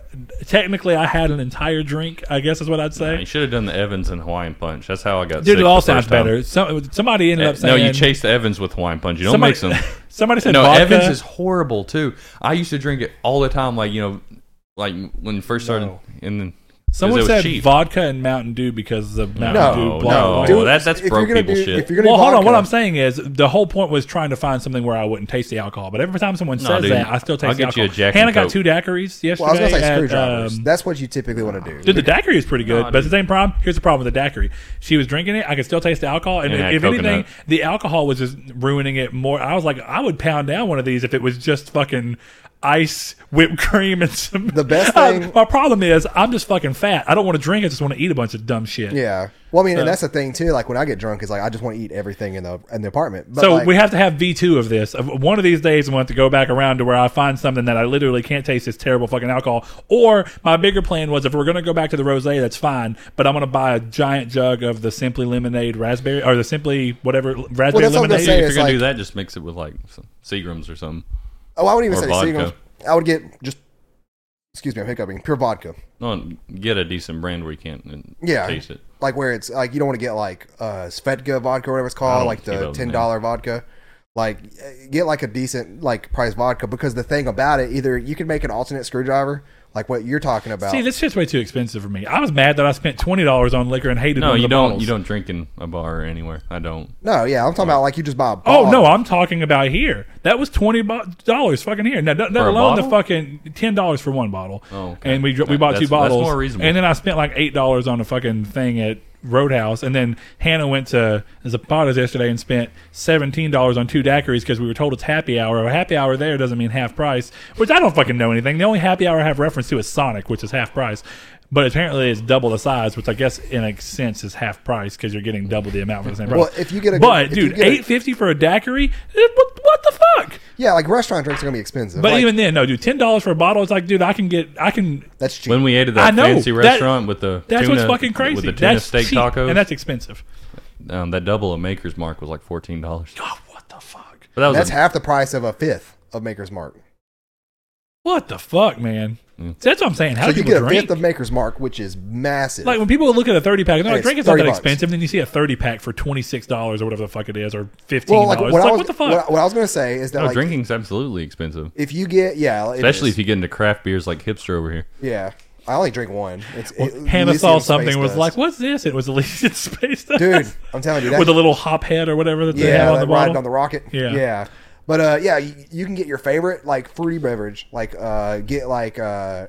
S2: Technically, I had an entire drink. I guess is what I'd say.
S1: You should have done the Evans and Hawaiian Punch. That's how I got.
S2: Dude,
S1: sick
S2: it
S1: the
S2: all
S1: first
S2: sounds
S1: time. Eh,
S2: better. Some, somebody ended up
S1: No,
S2: saying
S1: you chase the Evans with Hawaiian Punch. You don't
S2: somebody,
S1: mix them.
S2: [LAUGHS] Somebody said
S1: no,
S2: vodka.
S1: Evans is horrible too. I used to drink it all the time. Like you know, like when you first started,
S3: No.
S1: and then 'cause it
S2: Someone
S1: was
S2: said
S1: cheap.
S2: vodka and Mountain Dew because the Mountain
S3: No,
S2: Dew
S1: No,
S2: black
S1: no.
S2: and white.
S1: Dude, that- that's
S3: if you're
S1: broke
S3: gonna
S1: people
S3: do-
S1: shit.
S3: If you're gonna
S2: well,
S3: do
S2: hold on. What
S3: vodka-
S2: I'm saying is the whole point was trying to find something where I wouldn't taste the alcohol. But every time someone says
S1: dude.
S2: that, I still taste
S1: I'll
S2: the
S1: get you a
S2: alcohol.
S1: Jack and
S2: Hannah got
S1: Coke.
S2: two daiquiris yesterday.
S3: Well, I was gonna say
S2: at,
S3: screwdrivers.
S2: um,
S3: That's what you typically want to do.
S2: Dude, the daiquiri is pretty good,
S1: Nah,
S2: but at the
S1: dude.
S2: same problem, here's the problem with the daiquiri. She was drinking it. I could still taste the alcohol, and,
S1: And had
S2: if anything,
S1: coconut.
S2: the alcohol was just ruining it more. I was like, I would pound down one of these if it was just fucking ice, whipped cream, and some. [LAUGHS]
S3: The best thing-
S2: my problem is, I'm just fucking fat. I don't want to drink. I just want to eat a bunch of dumb shit.
S3: Yeah. Well, I mean, and that's the thing too. Like when I get drunk, is like I just want to eat everything in the in the apartment. But
S2: so
S3: like,
S2: we have to have V two of this. Of- One of these days, I'm going to have to go back around to where I find something that I literally can't taste this terrible fucking alcohol. Or my bigger plan was if we're going to go back to the rosé, that's fine. But I'm going to buy a giant jug of the Simply Lemonade raspberry or the Simply whatever raspberry
S3: that's what I'm gonna
S2: lemonade.
S3: say.
S1: if you're
S3: it's
S1: gonna do
S3: like-
S1: that, just mix it with like some Seagrams or something.
S3: oh, I wouldn't even
S1: or
S3: say
S1: vodka.
S3: singles. I would get just excuse me, I'm hiccuping. Pure vodka.
S1: No, get a decent brand where you can't and
S3: Yeah.
S1: taste it.
S3: Like where it's like you don't want to get like uh Svedka vodka or whatever it's called,
S1: don't
S3: like
S1: keep up
S3: the
S1: with
S3: ten dollar vodka. Like eh, get like a decent like price vodka because the thing about it, either you can make an alternate screwdriver, like what you're talking about.
S2: See, this shit's way too expensive for me. I was mad that I spent twenty dollars on liquor and hated.
S1: No,
S2: one of
S1: you
S2: the
S1: don't.
S2: bottles.
S1: You don't drink in a bar or anywhere. I don't.
S3: no, yeah, I'm talking about like you just buy a
S2: Oh
S3: bottle.
S2: no, I'm talking about here. That was twenty bo- dollars, fucking here. Now, let let
S1: a
S2: alone the
S1: bottle?
S2: fucking ten dollars for one bottle.
S1: Oh, okay.
S2: and we dr- we
S1: That-
S2: bought two
S1: that's- that's
S2: bottles.
S1: more reasonable.
S2: And then I spent like eight dollars on a fucking thing at Roadhouse, and then Hannah went to Zapata's yesterday and spent seventeen dollars on two daiquiris because we were told it's happy hour. A happy hour there doesn't mean half price, which I don't fucking know anything. The only happy hour I have reference to is Sonic, which is half price. But apparently it's double the size, which I guess in a sense is half price because you're getting double the amount for the same price.
S3: Well, if you get a
S2: But
S3: good- if you
S2: dude,
S3: get a-
S2: eight fifty for a daiquiri? Eh, What, what the fuck?
S3: Yeah, like restaurant drinks are gonna be expensive.
S2: But
S3: Like,
S2: even then, no, dude, ten dollars for a bottle. It's like, dude, I can get, I can.
S3: that's cheap.
S1: When we ate at
S2: I
S1: that
S2: know,
S1: fancy
S2: that-
S1: restaurant with the
S2: That's
S1: tuna,
S2: what's fucking crazy.
S1: with the tuna
S2: that's
S1: steak
S2: cheap,
S1: tacos,
S2: and that's expensive.
S1: um, that double of Maker's Mark was like fourteen dollars.
S2: Oh, what the fuck?
S1: But that was
S3: that's
S1: a-
S3: half the price of a fifth of Maker's Mark.
S2: What the fuck, man?
S1: Mm.
S2: That's what I'm saying. How
S3: So
S2: do
S3: you
S2: people
S3: get a
S2: drink?
S3: fifth of Maker's Mark, which is massive.
S2: like when people look at a thirty pack, and they're like,
S3: It's
S2: "Drink is not
S3: 30
S2: that
S3: bucks.
S2: expensive." Then you see a thirty pack for twenty six dollars or whatever the fuck it is, or fifteen
S3: well,
S2: dollars.
S3: like
S2: it's
S3: what,
S2: like,
S3: I was,
S2: what the fuck?
S3: What, what I was gonna say is that
S1: no,
S3: like
S1: drinking's absolutely expensive,
S3: if you get yeah, it
S1: especially
S3: is.
S1: if you get into craft beers like hipster over here.
S3: yeah. I only drink one. It's it-
S2: Hannah
S3: Elysium
S2: saw
S3: Space
S2: something and was
S3: Dust.
S2: like, "What's this?" It was Elysian [LAUGHS] Space Dust.
S3: dude, I'm telling you
S2: [LAUGHS]
S3: that
S2: with a little hop head or whatever that they
S3: yeah,
S2: have on
S3: that
S2: the
S3: riding
S2: bottle.
S3: on the rocket.
S2: Yeah.
S3: yeah. But uh, yeah, you, you can get your favorite like fruity beverage. Like uh, get like uh,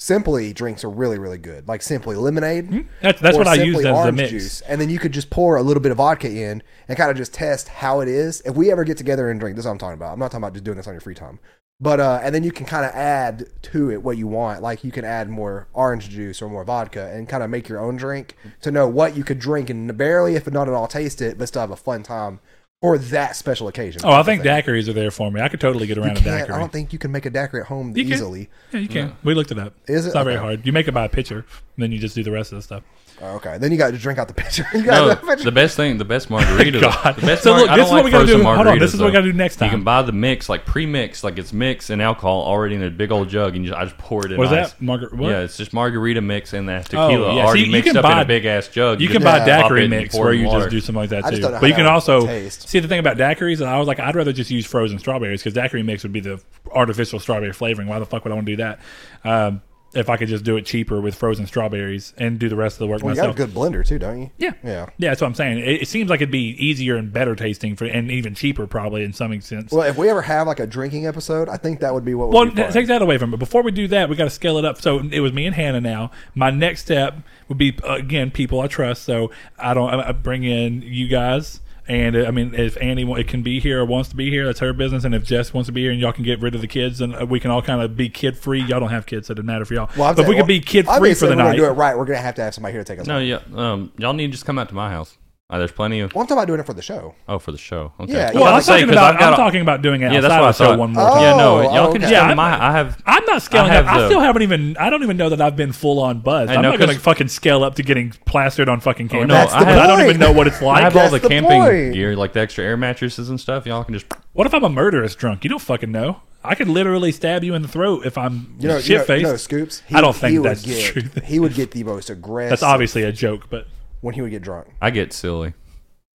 S3: Simply drinks are really really good. Like Simply lemonade.
S2: That's that's
S3: or
S2: what I
S3: Simply
S2: used as the
S3: orange
S2: mix.
S3: and then you could just pour a little bit of vodka in and kind of just test how it is. If we ever get together and drink, this is what I'm talking about. I'm not talking about just doing this on your free time. But uh, and then you can kind of add to it what you want. Like you can add more orange juice or more vodka and kind of make your own drink to know what you could drink and barely, if not at all, taste it, but still have a fun time for that special occasion.
S2: Oh, I think daiquiris are there for me. I could totally get around a
S3: Can't- I
S2: daiquiri.
S3: don't think you can make a daiquiri at home
S2: You can.
S3: easily.
S2: Yeah, you can. We looked it up.
S3: Is it?
S2: It's not very
S3: Okay.
S2: hard. You make it by a pitcher, and then you just do the rest of the stuff.
S3: Oh, okay, then you got to drink out the pitcher. [LAUGHS] You got
S1: No,
S3: the pitcher.
S1: the best thing, the best margarita.
S2: God.
S1: The best
S2: So
S1: mar-
S2: look,
S1: I don't
S2: this is
S1: like
S2: what we gotta
S1: frozen
S2: do. Hold on,
S1: margaritas,
S2: this is what we
S1: though.
S2: gotta do next
S1: You
S2: time.
S1: can buy the mix, like pre-mixed, like it's mixed and alcohol already in a big old jug, and you just, I just pour it in.
S2: What is
S1: ice.
S2: that? Margar- what?
S1: Yeah, it's just margarita mix and that tequila
S2: yeah.
S1: already
S2: See, you
S1: mixed
S2: can
S1: up in
S2: buy-
S1: a big ass jug.
S2: You can
S1: just
S2: buy
S1: pop
S2: a
S1: it
S2: daiquiri
S1: and
S2: mix
S1: pour
S2: where
S1: in
S2: you
S1: water.
S2: just do something like that
S3: I just
S2: too.
S3: don't know
S2: But you
S3: how
S2: can
S3: that would
S2: also
S3: taste.
S2: see the thing about daiquiris is I was like, I'd rather just use frozen strawberries because daiquiri mix would be the artificial strawberry flavoring. Why the fuck would I want to do that? Um, if I could just do it cheaper with frozen strawberries and do the rest of the work
S3: Well, you got a
S2: myself.
S3: good blender too, don't you?
S2: Yeah.
S3: Yeah.
S2: Yeah, that's what I'm saying. It, it seems like it'd be easier and better tasting for, and even cheaper probably in some sense. Well,
S3: Well, if we ever have like a drinking episode, I think that would be what. Would be
S2: th-
S3: fun.
S2: take that away from it. Before we do that, we got to scale it up. So it was me and Hannah now. My next step would be uh, again people I trust. So I don't I I bring in you guys. And uh, I mean, if Annie wa- can be here or wants to be here, that's her business. And if Jess wants to be here, and y'all can get rid of the kids, and uh, we can all kind of be kid free. Y'all don't have kids, so it doesn't matter for y'all.
S3: Well, I'm
S2: but if we
S3: saying-
S2: could be kid free for
S3: obviously,
S2: the
S3: if we're
S2: night.
S3: Gonna do it right. We're gonna have to have somebody here to take us.
S1: No,
S3: No,
S1: yeah, um, y'all need to just come out to my house. Uh, there's plenty of
S3: well, I'm talking about doing it for the show.
S1: oh for the show. Okay.
S3: Yeah,
S2: well,
S3: I
S2: I'm,
S3: was
S1: gonna say,
S2: talking
S1: 'cause
S2: about,
S1: I've got
S2: I'm
S1: a-
S2: talking about doing it
S1: Yeah, that's
S2: outside
S1: what I
S2: of the show
S1: thought.
S2: one more
S3: Oh,
S2: time.
S1: yeah, no, y'all
S3: okay.
S1: can just
S2: Yeah,
S1: come to
S2: I'm-
S1: my. I have
S2: I'm not scaling
S1: I have
S2: up. I
S1: the-
S2: still haven't even. I don't even know that I've been full on buzz. I'm
S1: know,
S2: not going to
S1: 'cause- Oh,
S2: fucking scale up to getting plastered on fucking camera.
S1: no, That's I the
S2: I,
S1: have-
S2: don't even
S3: point.
S2: know what
S1: [LAUGHS]
S2: it's
S1: I
S2: like.
S1: have all
S3: That's
S1: the
S3: the
S1: camping
S3: point.
S1: gear, like the extra air mattresses and stuff. Y'all can just
S2: what if I'm a murderous drunk? You don't fucking know. I could literally stab you in the throat if I'm
S3: You know, you
S2: shit
S3: know, you
S2: faced.
S3: know Scoops.
S2: I don't think
S3: would
S2: that's the
S3: get, [LAUGHS]
S2: truth.
S3: He would get the most aggressive.
S2: [LAUGHS] That's obviously a joke, but
S3: when he would get drunk.
S1: I get silly.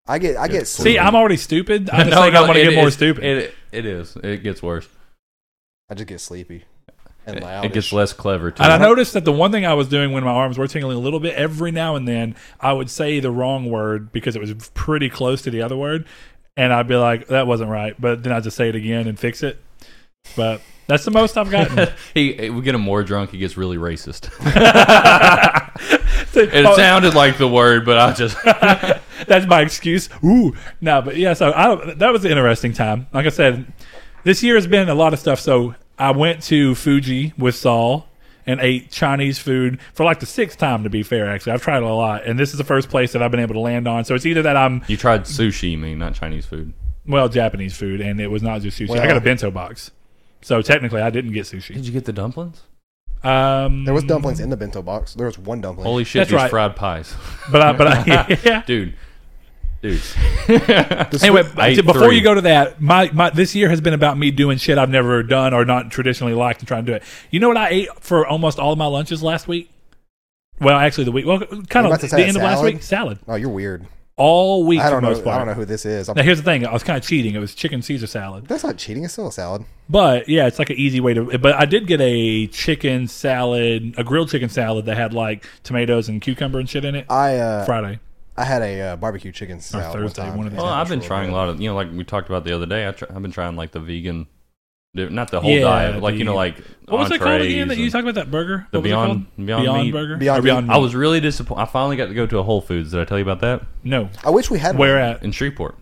S3: I get, I get.
S2: see,
S3: See,
S2: I'm already stupid.
S1: [LAUGHS]
S2: I'm just saying I want to
S1: it
S2: get more
S1: is-
S2: stupid.
S1: It, it is. It gets worse.
S3: I just get sleepy and
S1: It,
S3: loud.
S1: it gets less clever too.
S2: and I noticed that the one thing I was doing when my arms were tingling a little bit, every now and then I would say the wrong word because it was pretty close to the other word, and I'd be like, "That wasn't right," but then I just say it again and fix it. But that's the most I've gotten.
S1: he eh, we get him more drunk. He gets really racist. [LAUGHS]
S2: So-
S1: It
S2: oh,
S1: sounded like the word, but I just [LAUGHS]
S2: that's my excuse. Ooh, no, but yeah. So I, that was an interesting time. Like I said, this year has been a lot of stuff. So I went to Fuji with Saul and ate Chinese food for like the sixth time. To be fair, actually, I've tried a lot, and this is the first place that I've been able to land on. So it's either that I'm
S1: you tried sushi, you mean not Chinese food.
S2: well Japanese food, and it was not just sushi. I
S3: Well-
S2: got a bento box, so technically I didn't get sushi.
S1: you get the dumplings?
S2: Um,
S3: there was dumplings in the bento box. There was one dumpling.
S1: Holy shit!
S2: That's
S1: these
S2: right.
S3: [LAUGHS]
S1: fried pies,
S2: but I, but I, [LAUGHS] yeah.
S1: [LAUGHS] dude.
S2: [LAUGHS]
S1: dude.
S2: Anyway,
S1: I ate
S2: before
S1: three.
S2: you go to that, my, my this year has been about me doing shit I've never done or not traditionally liked and trying to do it. You know what I ate for almost all of my lunches last week? Well, actually, the week, well, kind
S3: about
S2: of
S3: to
S2: the
S3: say
S2: end of last
S3: salad?
S2: week, salad.
S3: Oh, you're weird.
S2: All week
S3: I
S2: for
S3: don't
S2: the
S3: know.
S2: most
S3: I
S2: part.
S3: don't know who
S2: [LAUGHS]
S3: this is. I'm- [LAUGHS]
S2: Now here's the thing: I was kind of cheating. It was chicken Caesar salad.
S3: that's not cheating. It's still a salad.
S2: But yeah, it's like an easy way to. But I did get a chicken salad, a grilled chicken salad that had like tomatoes and cucumber and shit in it.
S3: I uh,
S2: Friday.
S3: I had a uh, barbecue chicken salad one
S2: Thursday,
S3: time,
S2: one of
S3: and
S2: these.
S1: Well,
S3: that
S1: I've
S3: was
S1: been
S3: real
S1: trying
S3: good.
S1: a lot of you know, like we talked about the other day. I tr- I've been trying like the vegan, not the whole
S2: Yeah,
S1: diet, like you
S2: the-
S1: know, like
S2: What was it called again?
S1: entrees
S2: That you
S1: and-
S2: talked about that burger?
S1: The
S2: What was it
S1: Beyond-
S2: called?
S1: Beyond Meat.
S2: Burger.
S3: Beyond
S2: Or Beyond
S3: Meat.
S1: I was really disappointed. I finally got to go to a Whole Foods. Did I tell you about that
S2: no.
S3: I wish we had
S2: Where
S3: one.
S2: at?
S1: in Shreveport?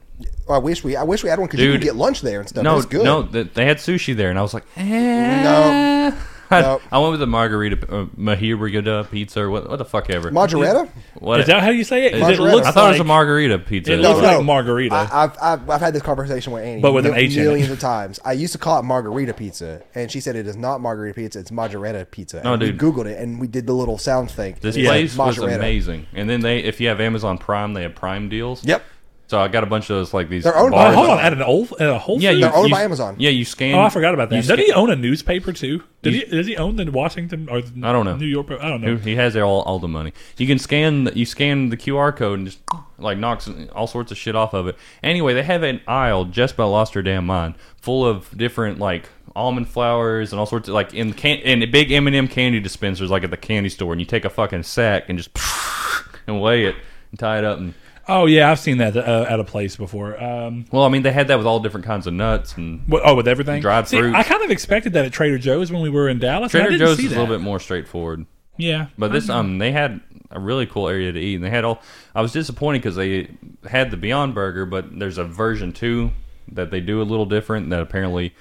S3: I wish we I wish we had one because you could
S1: Dude.
S3: get lunch there and stuff.
S1: no,
S3: it's good.
S1: no, th- they had sushi there, and I was like, eh.
S3: No.
S1: I,
S3: No.
S1: [LAUGHS] I went with the margarita, uh, mahirigada pizza, or what, what the fuck ever.
S3: Margarita.
S1: what,
S2: Is that how you say it? 'Cause
S1: Is
S2: It
S1: it-
S3: Margarita.
S2: looks
S1: I thought
S2: like,
S1: it was a margarita pizza.
S2: It
S1: That's
S2: looks
S1: what-
S2: like margarita.
S3: I, I've, I've I've had this conversation with Annie,
S2: But with an
S3: mil-
S2: H in it.
S3: millions of times. I used to call it margarita pizza, and she said it is not margarita pizza; it's margarita pizza.
S1: No,
S3: And
S1: dude.
S3: We googled it, and we did the little sound thing.
S1: This
S3: and it said
S1: place was
S3: margarita.
S1: amazing. And then they, if you have Amazon Prime, they have Prime deals.
S3: Yep.
S1: So I got a bunch of those like these.
S3: Their own-
S2: oh,
S1: bars.
S2: hold on. At an old, at a Whole
S1: Yeah, you,
S2: Foods?
S3: owned
S1: you-
S3: by Amazon.
S1: Yeah, you scan.
S2: Oh, I forgot about
S1: you
S2: that. Doesn't
S1: scan-
S2: he own a newspaper too? Did
S1: You-
S2: he? Does he own the Washington or the
S1: I don't know.
S2: New York? I don't
S1: Who-
S2: know.
S1: He has all, all the money. You can scan you scan the QR code and just like knocks all sorts of shit off of it. Anyway, they have an aisle just about lost her damn mind, full of different like almond flours and all sorts of like in can and big M and m candy dispensers like at the candy store, and you take a fucking sack and just [LAUGHS] and weigh it and tie it up. And
S2: Oh yeah, I've seen that uh, at a place before. Um,
S1: well, I mean they had that with all different kinds of nuts and
S2: What, oh, with everything,
S1: Dried
S2: See,
S1: fruit.
S2: I kind of expected that at Trader Joe's when we were in Dallas. and I
S1: Trader
S2: didn't
S1: Joe's
S2: see
S1: is a
S2: that.
S1: little bit more straightforward.
S2: yeah.
S1: But this um, they had a really cool area to eat, and they had all. I was disappointed because they had the Beyond Burger, but there's a version two that they do a little different that apparently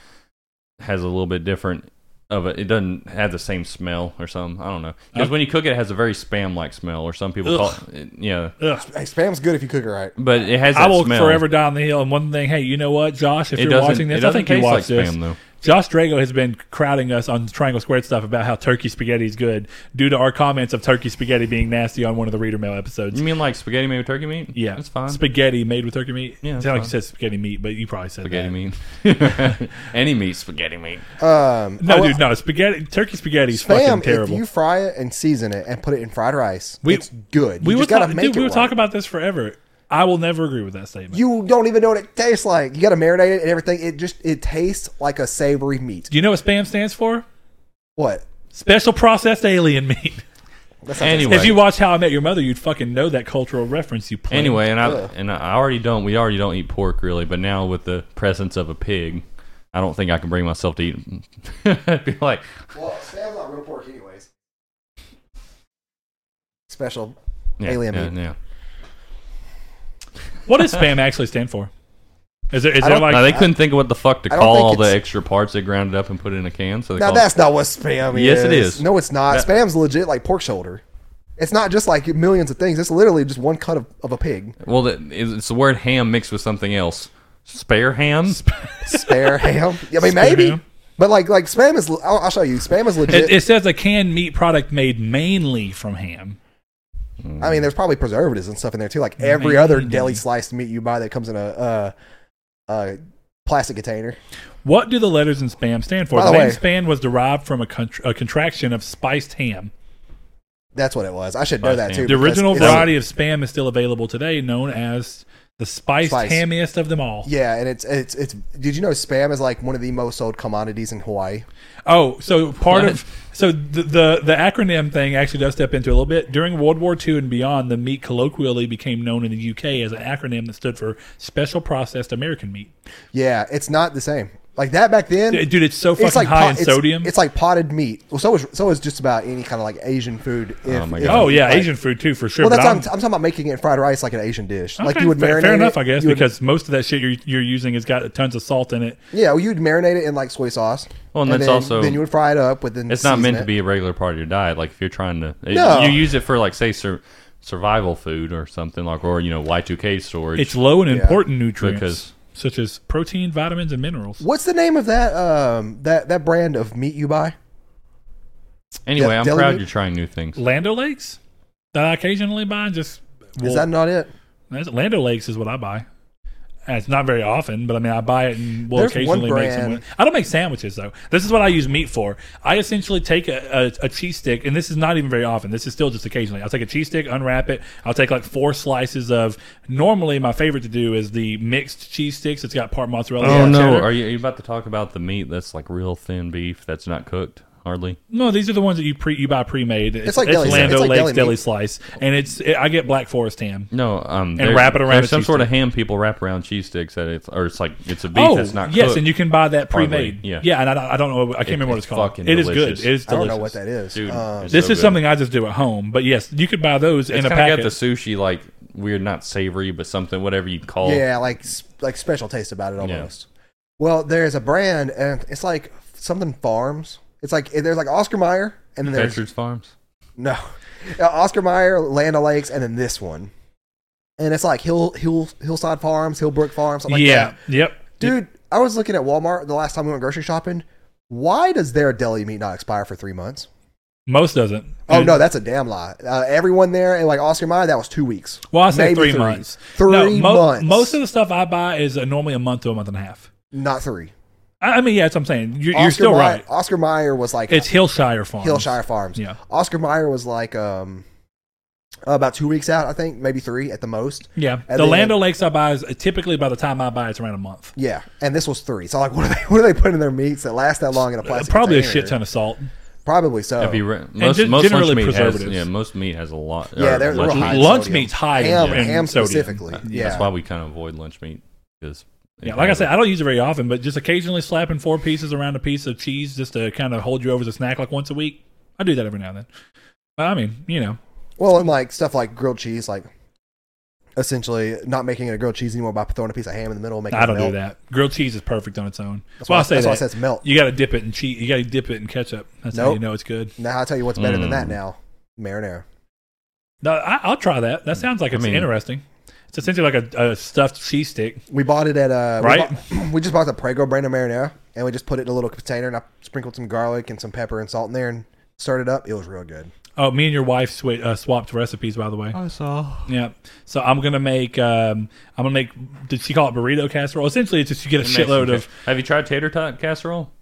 S1: has a little bit different of it. It doesn't have the same smell or something. I don't know because when you cook it, it has a very spam like smell, or some people call it, yeah.
S2: Uh, Ugh.
S3: Hey, spam's good if you cook it right.
S1: But it has. That
S2: I will
S1: smell.
S2: forever die on the hill. And one thing, hey, you know what, Josh? If
S1: It
S2: you're
S1: doesn't-
S2: watching
S1: it
S2: this, I
S1: doesn't
S2: think you
S1: taste like
S2: watched this.
S1: spam, though.
S2: Josh Drago has been crowding us on Triangle Squared stuff about how turkey spaghetti is good due to our comments of turkey spaghetti being nasty on one of the reader mail episodes.
S1: You mean like spaghetti made with turkey meat?
S2: yeah,
S1: Mm, that's fine.
S2: Spaghetti made with turkey meat.
S1: Yeah,
S2: it's
S1: that's
S2: not like you
S1: fine.
S2: said spaghetti meat, but you probably said
S1: spaghetti
S2: that.
S1: meat. Any meat, [LAUGHS] spaghetti meat.
S3: Um,
S2: No,
S3: oh,
S2: dude, no spaghetti. Turkey spaghetti is fucking
S3: Spam, if
S2: terrible.
S3: you fry it and season it and put it in fried rice,
S2: We-
S3: it's good. You
S2: we were
S3: just gotta
S2: talk-
S3: make
S2: dude,
S3: it
S2: we were
S3: right.
S2: talking about this forever. I will never agree with that statement.
S3: You don't even know what it tastes like. You gotta marinate it and everything. It just it tastes like a savory meat.
S2: Do you know what spam stands for?
S3: What?
S2: Special processed alien meat. [LAUGHS]
S3: That's not
S1: Anyway,
S2: If you watch How I Met Your Mother, you'd fucking know that cultural reference. You play.
S1: Anyway, and I
S3: Ugh.
S1: and I already don't. We already don't eat pork really, but now with the presence of a pig, I don't think I can bring myself to eat. [LAUGHS] be like,
S3: Well, spam's not real pork, anyways. Special
S1: yeah,
S3: Alien
S1: yeah,
S3: meat.
S1: yeah.
S2: what does spam actually stand for? Is there is
S3: I
S2: there
S3: don't-
S2: like
S1: Now they couldn't think of what the fuck to
S3: I don't
S1: call
S3: think
S1: all the
S3: it's-
S1: extra parts they ground it up and put it in a can. So they
S3: Now
S1: call
S3: that's not what spam is.
S1: Yes, it is.
S3: No, it's not.
S1: That-
S3: Spam's legit like pork shoulder. It's not just like millions of things. It's literally just one cut of, of a pig.
S1: it, well, the, it's it's the word ham mixed with something else. Spare ham. [LAUGHS]
S3: Spare ham. I mean,
S2: Spare
S3: maybe.
S2: ham.
S3: But like, like spam is. I'll, I'll show you. Spam is legit.
S2: it, it says a canned meat product made mainly from ham.
S3: I mean, there's probably preservatives and stuff in there too. Like every other deli sliced meat you buy that comes in a uh, uh, plastic container.
S2: What do the letters in spam stand for?
S3: By
S2: The,
S3: the
S2: name
S3: way-
S2: spam was derived from a, contr a contraction of spiced ham.
S3: That's what it was. I should know that
S1: Plastic.
S3: too.
S2: The
S3: because
S2: original
S3: it's-
S2: variety of spam is still available today, known as the spiced
S3: Spice.
S2: hammiest of them all.
S3: Yeah, and it's it's it's. Did you know spam is like one of the most sold commodities in Hawaii?
S2: Oh,
S3: [LAUGHS]
S2: so part
S1: What?
S2: of so the, the the acronym thing actually does step into a little bit. During World War II and beyond, the meat colloquially became known in the UK as an acronym that stood for Special Processed American Meat.
S3: Yeah, it's not the same. Like that back then,
S2: Dude, dude, it's so fucking high
S3: pot-
S2: in
S3: it's-
S2: sodium.
S3: It's, like potted meat. Well, so is so is just about any kind of like Asian food. If,
S1: Oh my
S3: if-
S1: God.
S2: oh yeah,
S3: like-
S2: Asian food too for sure.
S3: Well, that's
S2: but
S3: I'm, I'm
S2: I'm-
S3: talking about making it in fried rice like an Asian dish. Like
S2: okay,
S3: you would
S2: fair,
S3: marinate.
S2: fair enough,
S3: it,
S2: I guess,
S3: you would-
S2: because most of that shit you're, you're using has got tons of salt in it.
S3: yeah, well, you'd marinate it in like soy sauce.
S1: Well, and that's
S3: then,
S1: also-
S3: then you would fry it up with. Then
S1: It's not meant
S3: season
S1: to
S3: it.
S1: be a regular part of your diet. Like if you're trying to, it-
S3: No.
S1: you use it for like say sur- survival food or something like, or you know Y two K storage.
S2: It's low in important nutrients
S1: Because-
S2: such as protein, vitamins, and minerals.
S3: What's the name of that um that that brand of meat you buy?
S1: anyway,
S3: yeah,
S1: I'm
S3: deli
S1: proud
S3: meat?
S1: you're trying new things.
S2: Lando Lakes that I occasionally buy and just
S3: Is that not it?
S2: There's- Lando Lakes is what I buy. And it's not very often, but I mean, I buy it and will
S3: There's one
S2: occasionally make some.
S3: brand-
S2: I don't make sandwiches though. This is what I use meat for. I essentially take a, a, a cheese stick, and this is not even very often. This is still just occasionally. I'll take a cheese stick, unwrap it. I'll take like four slices of. Normally, my favorite to do is the mixed cheese sticks. It's got part mozzarella.
S1: Oh
S2: part
S1: no!
S2: cheddar.
S1: Are you, are you about to talk about the meat that's like real thin beef that's not cooked hardly?
S2: No, these are the ones that you pre you buy pre made. It's,
S3: like deli-
S2: Lando
S3: it's like
S2: Lakes
S3: deli meat.
S2: deli slice, and it's it, I get Black Forest ham.
S1: No, um, and
S2: wrap it around a
S1: There's some
S2: cheese
S1: sort of
S2: stick.
S1: ham people wrap around cheese sticks that it's or it's like it's a beef
S2: oh,
S1: that's not
S2: yes,
S1: cooked.
S2: and you can buy that pre made.
S1: Hardly, yeah.
S2: yeah, and I, I don't know. I can't
S1: It-
S2: remember what
S1: it's
S2: it's called.
S1: fucking
S2: It is good.
S1: delicious.
S2: It is delicious.
S3: I don't know what that is.
S1: dude.
S3: Um,
S1: it's
S2: This
S1: so
S2: is
S1: good.
S2: something I just do at home, but yes, you could buy those in
S1: It's
S2: a
S1: kind of got
S2: packet.
S1: the sushi like weird, not savory, but something whatever you
S2: Oh.
S1: call.
S3: yeah, like s- like special taste about it
S1: Yeah.
S3: almost. Well, there's a brand, and it's like something farms. It's like there's like Oscar Mayer, and then there's
S1: Petrus Farms.
S3: No, [LAUGHS] Uh, Oscar Mayer, Land O'Lakes, and then this one, and it's like Hill Hill Hillside Farms, Hillbrook Farms, something like
S2: yeah,
S3: that.
S2: yep.
S3: Dude, I was looking at Walmart the last time we went grocery shopping. Why does their deli meat not expire for three months?
S2: Most doesn't.
S3: Oh no, that's a damn lie. Uh, everyone there, and like Oscar Mayer, that was two weeks.
S2: Well, I say
S3: Maybe
S2: three, months.
S3: Three
S2: No, mo-
S3: months.
S2: Most of the stuff I buy is uh, normally a month to a month and a half.
S3: not three.
S2: I, I mean, yeah, that's what I'm saying. You're,
S3: Oscar
S2: you're still
S3: Mayer,
S2: right.
S3: Oscar Mayer was like
S2: It's Hillshire Farm.
S3: Hillshire Farms.
S2: Yeah.
S3: Oscar Mayer was like um about two weeks out, I think, maybe three at the most.
S2: Yeah,
S3: And
S2: the
S3: then-
S2: Land O'Lakes I buy is uh, typically by the time I buy it's around a month.
S3: Yeah, and this was three. So like, [LAUGHS] what are they? What are they putting in their meats that last that long in a plastic?
S2: Uh, Probably a
S3: container?
S2: shit ton of salt.
S3: Probably so.
S1: If you re- most
S2: gen-
S1: most lunch
S2: generally
S1: meat has
S2: preservatives.
S1: yeah most meat has a lot.
S3: yeah,
S1: or
S3: they're
S1: uh, lunch
S3: real high.
S1: meat.
S3: in
S2: Lunch
S3: sodium.
S2: meat's high in-
S3: Ham,
S2: in
S3: ham
S2: sodium.
S3: specifically. Yeah,
S1: That's why we kind of avoid lunch meat because
S2: Yeah, like I said, I don't use it very often, but just occasionally slapping four pieces around a piece of cheese just to kind of hold you over as a snack, like once a week. I do that every now and then. But I mean, you know,
S3: Well, and like stuff like grilled cheese, like essentially not making it a grilled cheese anymore by throwing a piece of ham in the middle. and Making
S2: I don't
S3: it melt.
S2: do that. Grilled cheese is perfect on its own. That's
S3: why
S2: why
S3: I-
S2: I say
S3: that's
S2: that.
S3: why I said it's melt.
S2: You got to dip it in cheese. You got to dip it in ketchup. That's how you
S3: Nope.
S2: know it's good.
S3: Now I tell you what's better than that.
S1: Mm.
S3: Now marinara.
S2: No, I, I'll try that.
S3: Mm.
S2: That sounds like
S1: I
S2: it's
S1: mean-
S2: interesting. It's essentially like a, a stuffed cheese stick.
S3: We bought it at uh we
S2: Right.
S3: bought- [CLEARS THROAT] We, just bought the Prego brand of marinara, and we just put it in a little container, and I sprinkled some garlic and some pepper and salt in there, and started up. It was real good.
S2: Oh, me and your wife swi uh, swapped recipes, by the way.
S1: I saw
S2: Yeah. So I'm gonna make um I'm gonna make did she call it burrito casserole? Essentially it's just you get a shitload of
S1: Have you tried tater tot casserole?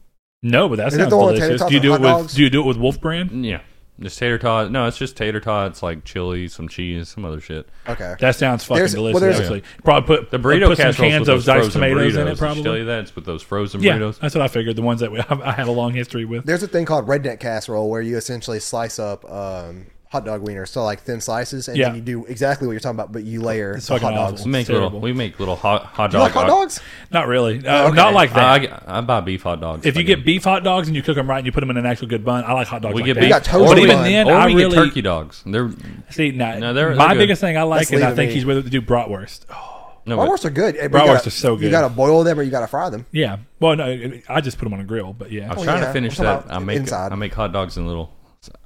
S2: no, but that
S3: Is it
S2: sounds
S3: the one with
S2: delicious.
S3: tater tots
S2: Do you
S3: and
S2: do
S3: hot
S2: it with
S3: dogs?
S2: do you do it with Wolf Brand?
S1: Yeah, just tater tot. No, it's just tater tots like chili, some cheese, some other shit.
S3: Okay.
S2: That sounds fucking
S3: There's- well,
S2: delicious.
S3: there's-
S2: actually, probably put
S1: The burrito
S2: put some
S1: casseroles with
S2: cans of
S1: those
S2: diced
S1: frozen
S2: tomatoes
S1: burritos.
S2: in it,
S1: Did you tell
S2: probably.
S1: you that it's with those frozen
S2: Yeah,
S1: burritos.
S2: that's what I figured. The ones that we, [LAUGHS] I, I had a long history with.
S3: There's a thing called redneck casserole where you essentially slice up um, hot dog wieners, so like thin slices, and
S2: Yeah.
S3: then you do exactly what you're talking about, but you layer
S2: It's
S3: the
S2: fucking
S3: hot dogs.
S2: awful.
S1: We make
S2: Terrible.
S1: little. We make little hot hot
S3: You
S1: dog.
S3: like hot dogs?
S2: Not really. Uh,
S3: Oh, okay.
S2: Not like that.
S1: I, I buy beef hot dogs.
S2: if you
S1: I
S2: get
S1: do.
S2: beef hot dogs and you cook them right and you put them in an actual good bun, I like hot dogs.
S1: we
S2: like
S1: get
S2: that.
S1: beef.
S3: got toast
S1: or
S2: but
S1: we
S2: even
S3: bun.
S2: then,
S1: or
S2: I
S1: we
S2: really
S1: get turkey dogs. They're
S2: see. Nah,
S1: No, they're-
S2: my
S1: they're good.
S2: biggest thing I like,
S3: That's
S2: and I
S3: leaving
S2: think
S3: me.
S2: he's with it to do bratwurst.
S1: no. but-
S3: Bratwursts are good. but you
S2: Bratwursts
S3: gotta-
S2: are so good.
S3: You gotta boil them or you gotta fry them.
S2: Yeah. Well, no, I just put them on a grill, but yeah.
S1: I was
S3: Oh,
S1: trying
S3: yeah.
S1: to finish
S3: We're talking
S1: that.
S3: about
S1: I make
S3: inside.
S1: I make hot dogs in little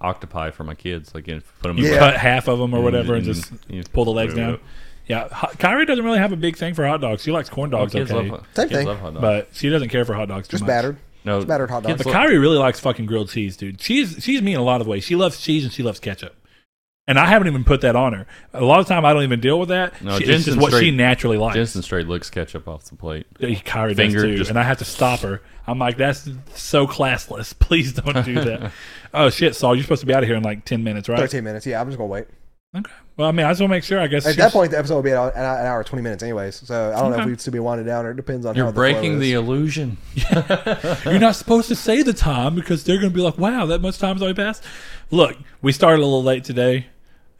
S1: octopi for my kids. Like you put them.
S2: you
S3: Yeah.
S2: cut half of them or whatever and just
S1: Mm-hmm. Yeah.
S2: pull the legs down. Yeah, hot, Kyrie doesn't really have a big thing for hot dogs. She likes corn dogs,
S1: Oh, Kids
S2: okay,
S1: love,
S3: Same
S1: kids
S3: thing.
S1: love hot dogs.
S2: but she doesn't care for hot dogs. Too
S3: Just
S2: much.
S3: battered.
S1: no,
S3: Just battered hot
S1: kids
S3: dogs.
S2: But
S1: love-
S2: Kyrie really likes fucking grilled cheese, dude. She's she's me in a lot of ways. She loves cheese and she loves ketchup. And I haven't even put that on her. A lot of time I don't even deal with that.
S1: No,
S2: she, it's
S1: Jensen's
S2: just what she
S1: straight-
S2: naturally likes.
S1: Jensen straight licks ketchup off the plate.
S2: Yeah, Kyrie
S1: Finger,
S2: does too,
S1: just-
S2: and I have to stop her. I'm like, that's so classless. [LAUGHS] Please don't
S1: [LAUGHS]
S2: do that. oh shit, Saul, you're supposed to be out of here in like ten minutes, right?
S3: 13 minutes. Yeah, I'm just gonna wait.
S2: Okay. Well, I mean, I just want to make sure. I guess
S3: At
S2: she's-
S3: that point, the episode will be an hour, an hour 20 minutes, anyways. So I don't know if
S2: Okay.
S3: we'd still be winding down or it depends on how
S1: You're
S3: flow
S1: breaking the
S3: is.
S1: illusion.
S2: You're not supposed to say the time because they're going to be like, wow, that much time's already passed. Look, we started a little late today,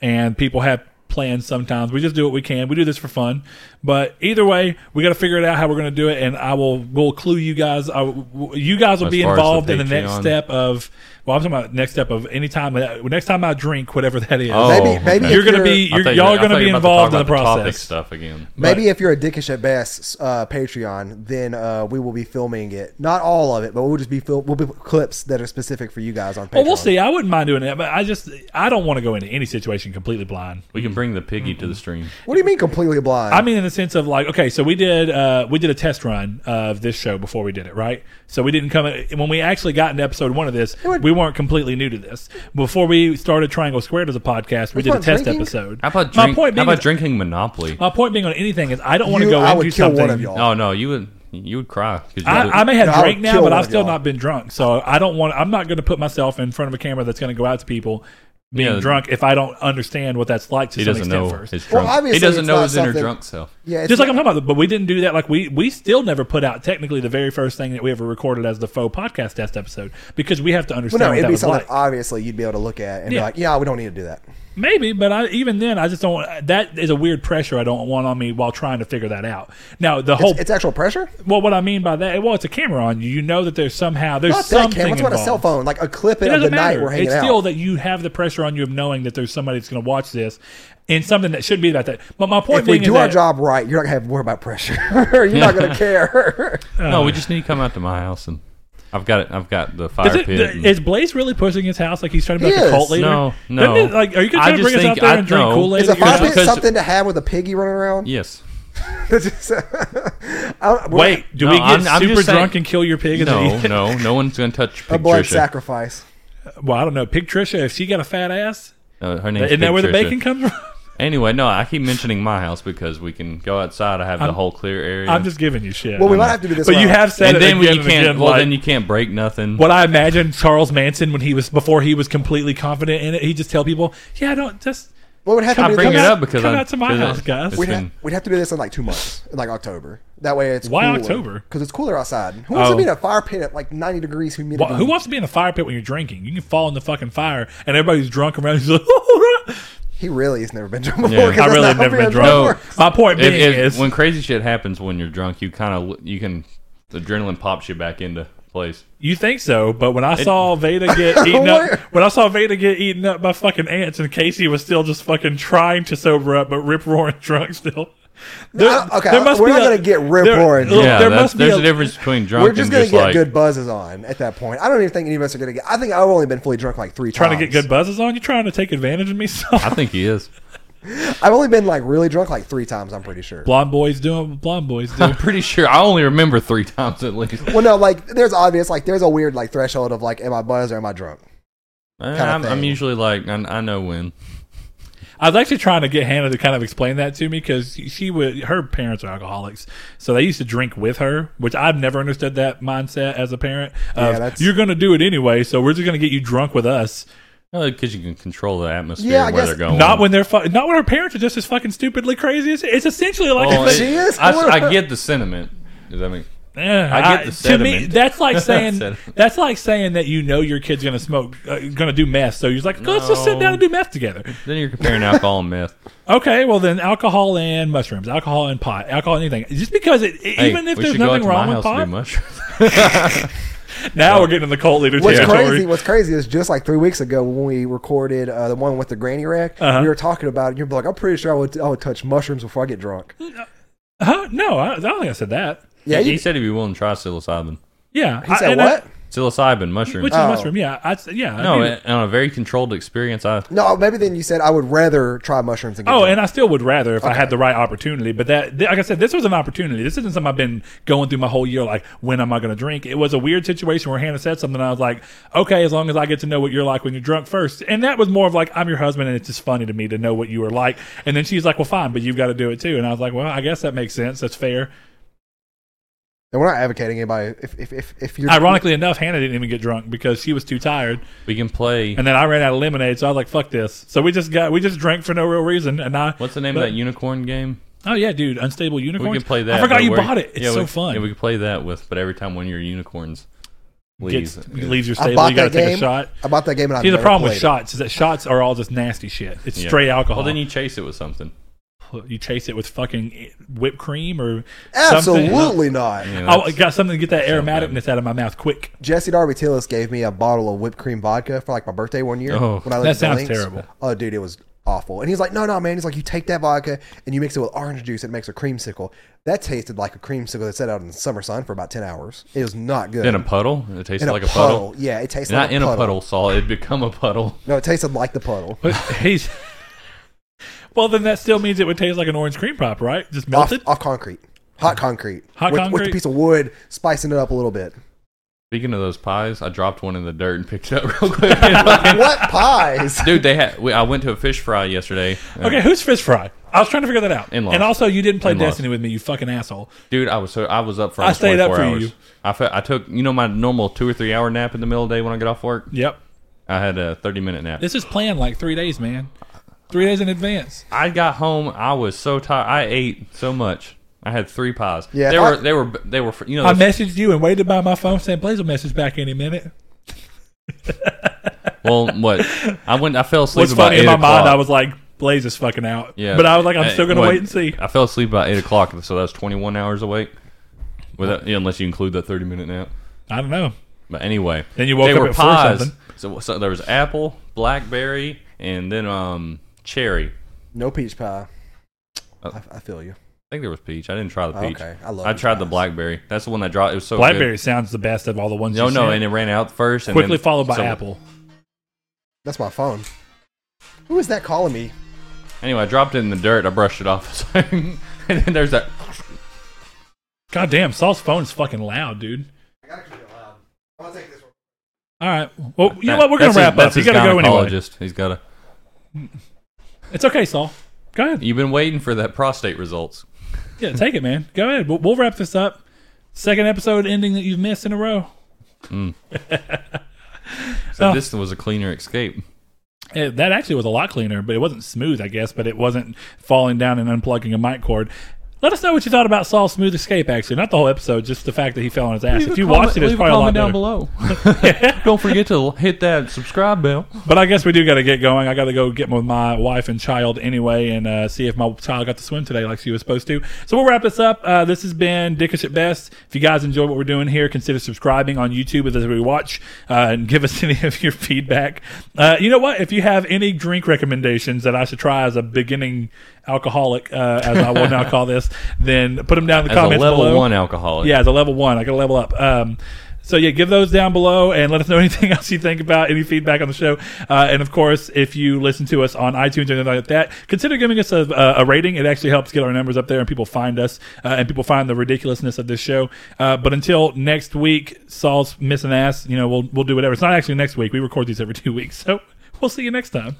S2: and people have plans sometimes. We just do what we can. We do this for fun. But either way, we got to figure it out how we're going to do it, and I will we'll clue you guys. I, w- w- you guys will
S1: As
S2: be
S1: far as the
S2: involved in the next
S1: Patreon.
S2: step of, well, I'm talking about next step of any time, that- next time I drink, whatever that is.
S1: Oh,
S3: Maybe,
S1: okay.
S3: maybe if
S2: You're gonna be,
S1: I
S2: you're,
S1: thought you-
S2: y'all are
S1: I
S2: going to
S1: thought
S2: be
S1: you were about
S2: involved in
S1: talk
S2: the
S1: about
S2: process.
S1: topic stuff again.
S3: Maybe if you're a dickish at best uh, Patreon, then uh, we will be filming it. Not all of it, but we'll just be fil- we'll be clips that
S2: Oh,
S3: are specific for you guys on Patreon.
S2: Well, we'll see. I wouldn't mind doing that, but I just I don't want to go into any situation completely blind.
S1: We can bring the piggy to the
S2: Mm-hmm.
S1: stream.
S3: What do you mean completely blind?
S2: I mean, in the sense of like, okay, so we did uh, we did a test run of this show before we did it, right? So we didn't come when we actually got into episode one of this.
S3: would-
S2: we weren't completely new to this before we started Triangle Squared as a podcast. We
S3: We're
S2: did a
S3: not
S2: test
S3: drinking?
S2: episode.
S1: How about
S2: my
S1: drink,
S2: point
S1: How
S2: being?
S1: about
S2: is-
S1: drinking Monopoly?
S2: my point being on anything is I don't want
S3: You-
S2: to go
S3: I
S2: into
S3: would kill
S2: something. Oh.
S3: one of y'all.
S1: No, no, you would you would cry because you
S2: I, I may have
S3: No, I would
S2: drank now,
S3: kill
S2: but
S3: one
S2: I've
S3: of
S2: still
S3: y'all.
S2: not been drunk. So I don't want. I'm not going to put myself in front of a camera that's going to go out to people being
S1: Yeah.
S2: drunk if I don't understand what that's like to
S1: he
S2: some
S1: doesn't
S2: extent
S1: know
S2: first.
S1: his
S3: Well,
S1: drunk.
S3: obviously
S1: he doesn't
S3: it's
S1: know
S3: not
S1: his inner
S3: something-
S1: drunk self.
S3: yeah, it's
S2: Just like
S3: not-
S2: I'm talking about, but we didn't do that. Like we we still never put out technically the very first thing that we ever recorded as the faux podcast test episode because we have to understand
S3: well, no,
S2: what
S3: it'd
S2: that
S3: be
S2: was
S3: something uh,
S2: like.
S3: obviously you'd be able to look at and
S2: Yeah.
S3: be like, yeah, we don't need to do that.
S2: Maybe, but I, even then, I just don't. want- That is a weird pressure I don't want on me while trying to figure that out. Now the whole
S3: It's actual pressure.
S2: well, what I mean by that, well, it's a camera on you. You know that there's somehow there's
S3: Not that
S2: something
S3: camera. It's about a
S2: involved.
S3: cell phone, like a clip in
S2: It
S3: of the
S2: doesn't
S3: night
S2: matter.
S3: we're hanging
S2: it's
S3: out.
S2: still that you have the pressure on you of knowing that there's somebody that's going to watch this and something that should be about that. But my point
S3: if we
S2: being is
S3: do our
S2: that-
S3: job right, you're not gonna have to worry about pressure. [LAUGHS] you're not
S2: [LAUGHS]
S3: gonna care.
S2: Uh,
S1: no, we just need to come out to my house and I've got it. I've got the fire
S2: Is, it,
S1: pit.
S2: th-
S1: and-
S2: is Blaze really pushing his house like he's trying to be
S3: He
S2: like a
S3: is.
S2: cult leader?
S1: No, no.
S2: Doesn't It, like, are you
S1: I
S2: trying to
S1: just
S2: bring us out
S1: think-
S2: there
S1: I-
S2: and drink
S1: no.
S2: Kool Aid?
S1: It's
S3: Is a five
S1: because-
S3: bit
S1: because-
S3: something to have with a piggy running around?
S1: yes.
S3: [LAUGHS] That's just- I don't-
S2: Wait, do
S1: No,
S2: we get
S1: I'm- I'm
S2: super
S1: just saying-
S2: drunk and kill your pig? and
S1: No,
S2: then eat
S1: no, no one's gonna touch
S3: a
S1: Pig
S3: blood
S1: Trisha.
S3: sacrifice.
S2: it? [LAUGHS] Well, I don't know. Pig Trisha, if she got a fat ass,
S1: Uh, her name
S2: isn't that where the bacon comes from?
S1: Anyway, no, I keep mentioning my house because we can go outside. I have the whole clear area.
S2: I'm just giving you shit.
S3: Well, we might have to do this.
S2: But you
S3: round.
S2: have said
S1: and
S2: it
S1: then we
S2: again
S1: you
S2: and
S1: can't.
S2: again,
S1: well,
S2: like-
S1: then you can't break nothing.
S2: what I imagine Charles Manson when he was before he was completely confident in it, he just tell people, "Yeah, don't just
S3: What would have
S2: Can
S3: to
S1: I
S3: do
S1: bring
S2: Come
S1: it
S3: this?
S2: out-
S1: up because
S2: come
S1: I
S2: out to my
S1: because
S2: house,
S1: it-
S2: guys.
S1: it's
S3: We'd,
S1: been-
S2: [LAUGHS]
S3: ha- we'd have to do this in like two months, in like October. That way it's
S2: Why October?
S3: Because it's cooler outside. Who wants
S2: Oh.
S3: to be in a fire pit at like 90 degrees humidity?
S2: Wha- who wants to be in a fire pit when you're drinking? You can fall in the fucking fire, and everybody's drunk around. [LAUGHS] He's like,
S3: He really has never been drunk before.
S1: Yeah.
S3: 'cause
S1: I
S2: I
S3: that's
S2: really
S3: not
S2: have
S3: how
S2: never
S3: being
S2: been drunk.
S3: works.
S2: My point
S1: It-
S2: being
S1: it-
S2: is,
S1: when crazy shit happens when you're drunk, you kind of you can the adrenaline pops you back into place.
S2: you think so, but when I saw Veda
S3: [LAUGHS]
S2: get eaten up,
S3: Where?
S2: when I saw Veda get eaten up by fucking ants, and Casey was still just fucking trying to sober up, but rip roaring [LAUGHS] drunk still. There,
S3: I- okay, we're not gonna get rip
S2: there-
S3: roaring
S2: look,
S3: drunk.
S1: Yeah,
S2: there
S1: that's-
S2: must be
S1: there's
S2: a,
S1: a, difference between drunk.
S3: We're just
S1: and
S3: going to
S1: just
S3: get
S1: like,
S3: good buzzes on at that point. I don't even think any of us are going to get. I think I've only been fully drunk like three
S2: trying to
S3: times.
S2: get good buzzes on. You trying to take advantage of me? So
S1: [LAUGHS] I think he
S2: [LAUGHS]
S1: is.
S3: I've only been like really drunk like three times, I'm pretty sure.
S2: blonde boys doing what blonde boys do.
S1: I'm pretty sure. I only remember three times at
S2: [LAUGHS]
S1: least.
S3: Well, no, like there's obvious, like there's a weird like threshold of like, am I buzzed or am I drunk?
S1: Eh, I'm, I'm
S3: thing.
S1: usually like I, I know when.
S2: I was actually trying to get Hannah to kind of explain that to me because she would her parents are alcoholics, so they used to drink with her, which I've never understood that mindset as a parent. Of,
S3: Yeah, that's-
S2: You're going to do it anyway, so we're just going to get you drunk with us.
S1: Because you can control the atmosphere
S3: Yeah, I
S1: and where
S3: guess-
S1: they're going.
S2: Not when they're fu- not when her parents are just as fucking stupidly crazy. as It's essentially like [LAUGHS]
S1: Well,
S2: a
S1: Oh, it-
S3: She is?
S1: I, I get the sentiment. Does that mean?
S2: Eh,
S1: I get the
S2: to me,
S1: sentiment. [LAUGHS]
S2: that's like saying
S1: Sentiment.
S2: that's like saying that you know your kid's gonna smoke, uh, gonna do meth. So you're just like, let's just sit
S1: No.
S2: down and do meth together.
S1: Then you're comparing alcohol and
S2: [LAUGHS]
S1: meth.
S2: Okay, well then, alcohol and mushrooms, alcohol and pot, alcohol and anything. Just because it, it-
S1: Hey,
S2: even if
S1: we
S2: there's
S1: should go out
S2: nothing
S1: to
S2: wrong
S1: my
S2: with
S1: house and
S2: pot,
S1: do mushrooms.
S2: now we're getting in the cult leader
S3: What's
S2: territory.
S3: crazy? What's crazy is just like three weeks ago when we recorded uh, the one with the granny wreck,
S2: Uh-huh.
S3: we were talking about it. You're like, I'm pretty sure I would I would touch mushrooms before I get drunk.
S2: Huh? No, I, I don't think I said that.
S1: [LAUGHS]
S3: Yeah,
S1: he
S3: you,
S1: said he'd be willing to try psilocybin.
S2: Yeah,
S3: he
S2: I-
S3: said
S2: and I-
S3: what?
S1: Psilocybin mushroom.
S2: which
S3: Oh.
S2: is mushroom? Yeah, I, yeah. I
S1: no,
S2: mean-
S1: on a very controlled experience. I
S3: no, maybe then you said I would rather try mushrooms. And get
S2: Oh,
S3: drunk.
S2: and I still would rather if I had the right opportunity. But that, th- like I said, this was an opportunity. This isn't something I've been going through my whole year. Like, when am I going to drink? It was a weird situation where Hannah said something. And I was like, okay, as long as I get to know what you're like when you're drunk first. And that was more of like, I'm your husband, and it's just funny to me to know what you were like. And then she's like, well, fine, but you've got to do it too. And I was like, well, I guess that makes sense. That's fair.
S3: And we're not advocating anybody. If if if, if you're
S2: Ironically enough, Hannah didn't even get drunk because she was too tired.
S1: we can play.
S2: And then I ran out of lemonade, so I was like, fuck this. So we just got we just drank for no real reason. And I
S1: What's the name
S2: but-
S1: of that unicorn game?
S2: Oh yeah, dude, unstable unicorn.
S1: We can play that.
S2: I forgot
S1: but
S2: you
S1: we're-
S2: bought it. It's
S1: yeah,
S2: so
S1: we,
S2: fun.
S1: Yeah, we can play that with. But every time one of your unicorns leaves,
S2: gets,
S1: it-
S2: leaves your
S3: I
S2: stable,
S3: bought
S2: you got to
S3: that
S2: take
S3: game.
S2: a shot.
S3: I bought that game and I.
S2: See, the problem with
S3: shot.
S2: shots is that shots are all just nasty shit. It's
S1: yeah.
S2: straight alcohol.
S1: Well, then you chase it with something.
S2: you, chase it with fucking whipped cream or Something.
S3: Absolutely not.
S1: You know,
S2: Oh, I
S1: that's-
S2: got something to get that aromaticness out of my mouth quick.
S3: Jesse Darbitillis gave me a bottle of whipped cream vodka for like my birthday one year.
S1: Oh.
S3: I lived
S2: That
S3: in
S2: sounds
S3: Billings.
S2: terrible.
S3: Oh, dude, it was awful. And he's like, no, no, man. He's like, you take that vodka and you mix it with orange juice. It makes a creamsicle. That tasted like a creamsicle that sat out in the summer sun for about 10 hours. It was not good.
S1: in a puddle. It tastes
S3: In
S1: like a puddle.
S3: Yeah, it tasted
S1: Not
S3: like
S1: in
S3: a puddle.
S1: a puddle, Saul. It'd become a puddle.
S2: [LAUGHS]
S3: No, it tasted like the puddle.
S2: But he's Well, then that still means it would taste like an orange cream pop, right? Just
S3: off,
S2: melted.
S3: off concrete, hot concrete,
S2: Hot
S3: with, with
S2: concrete?
S3: a piece of wood, spicing it up a little bit.
S1: Speaking of those pies, I dropped one in the dirt and picked it up [LAUGHS] real
S2: [LAUGHS]
S1: quick.
S3: What pies?
S1: Dude, they had. We, I went to a fish fry yesterday.
S2: Okay, who's fish fry? I was trying to figure that out.
S1: And lost.
S2: and also, you didn't play
S1: And lost.
S2: Destiny with me, you fucking asshole.
S1: Dude, I was so I was up for.
S2: I
S1: almost
S2: stayed up
S1: 24
S2: for
S1: hours.
S2: you.
S1: I fe- I took you know my normal two or three hour nap in the middle of the day when I get off work.
S2: Yep.
S1: I had a thirty minute nap.
S2: This is planned like three days, man. Three days in advance.
S1: I got home. I was so tired. I ate so much. I had three pies.
S3: Yeah,
S1: they
S3: I-
S1: were they were they were you know
S2: I
S1: those-
S2: messaged you and waited by my phone saying, please will message back any minute.
S1: well what I went I fell asleep.
S2: What's
S1: about
S2: funny in
S1: 8
S2: my mind,
S1: o'clock.
S2: I was like, Blaze is fucking out.
S1: Yeah,
S2: But I was like, I'm
S1: Uh,
S2: still going to
S1: what-
S2: wait and see.
S1: I fell asleep about eight o'clock, so that's twenty one hours awake. Without, yeah, unless you include that thirty minute nap.
S2: I don't know.
S1: But anyway,
S2: Then you woke
S1: they
S2: up
S1: were
S2: at four
S1: pies.
S2: something.
S1: So, so there was apple, blackberry, and then um cherry.
S3: No peach pie.
S1: Uh,
S3: I, I feel you.
S1: I think there was peach. I didn't try the
S3: Oh,
S1: peach.
S3: okay. I love
S1: I
S3: peach
S1: tried the
S3: pies.
S1: blackberry. That's the one I dropped. It was so
S2: Blackberry sounds the best of all the ones
S1: Good. No,
S2: you
S1: no,
S2: sent.
S1: and it ran out first. And
S2: Quickly
S1: then-
S2: followed by
S1: so-
S2: Apple.
S3: That's my phone. Who is that calling me?
S1: Anyway, I dropped it in the dirt. I brushed it off, [LAUGHS] and then there's that.
S2: God damn, Saul's phone is fucking loud, dude.
S3: I gotta keep it loud. I'm gonna take this one.
S2: All right. Well, you know
S1: that-
S2: what? We're going
S1: that's
S2: to
S1: his-
S2: wrap
S1: that's
S2: up. You
S1: his
S2: got to go anyway.
S1: gynecologist. He's got a.
S2: It's okay, Saul. Go ahead.
S1: You've been waiting for that prostate results.
S2: Yeah, take it, man. Go ahead. We'll, we'll wrap this up. Second episode ending that you've missed in a row.
S1: So
S2: Oh.
S1: this was a cleaner escape.
S2: Eh, that actually was a lot cleaner, but it wasn't smooth, I guess. But it wasn't falling down and unplugging a mic cord. Let us know what you thought about Saul's smooth escape. Actually, not the whole episode, just the fact that he fell on his ass. if you watched it, it's probably a lot better.
S1: below. [LAUGHS]
S2: [LAUGHS]
S1: Don't forget to hit that subscribe bell.
S2: But I guess we do got to get going. I got to go get with my wife and child anyway, and uh, see if my child got to swim today like she was supposed to. So we'll wrap this up. Uh, this has been Dickish at Best. If you guys enjoy what we're doing here, consider subscribing on YouTube as we watch, uh, and give us [LAUGHS] any of your feedback. Uh, you know what? If you have any drink recommendations that I should try as a beginning alcoholic, uh, as I will
S1: [LAUGHS]
S2: now call this, then put them down in the
S1: As a
S2: comments
S1: level
S2: below.
S1: one alcoholic.
S2: Yeah, as a level one, I got to level up. Um, so yeah, give those down below and let us know [LAUGHS] anything else you think about any feedback on the show. Uh, and of course, if you listen to us on iTunes or anything like that, consider giving us a, a rating. It actually helps get our numbers up there and people find us uh, and people find the ridiculousness of this show. Uh, but until next week, Saul's missing ass. You know, we'll we'll do whatever. It's not actually next week. We record these every two weeks, so we'll see you next time.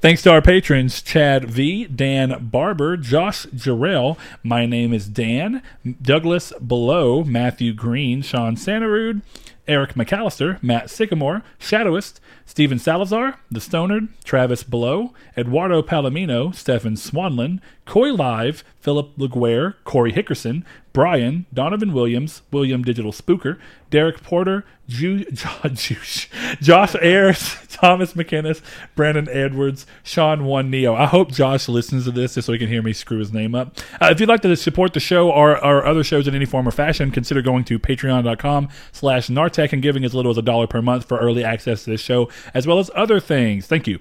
S2: Thanks to our patrons, Chad V, Dan Barber, Josh Jarrell. My name is Dan, Douglas Below, Matthew Green, Sean Santarud, Eric McAllister, Matt Sycamore, Shadowist, Steven Salazar, The Stonard, Travis Below, Eduardo Palomino, Stefan Swanlin, Coy Live, Philip LaGuerre, Corey Hickerson, Brian, Donovan Williams, William Digital Spooker, Derek Porter, Ju- [LAUGHS] Jo- Juice, Josh Ayers, [LAUGHS] Thomas McInnes, Brandon Edwards, Sean One Neo. I hope Josh listens to this just so he can hear me screw his name up. Uh, if you'd like to support the show or our other shows in any form or fashion, consider going to patreon.com slash nartech and giving as little as a dollar per month for early access to this show, as well as other things. Thank you.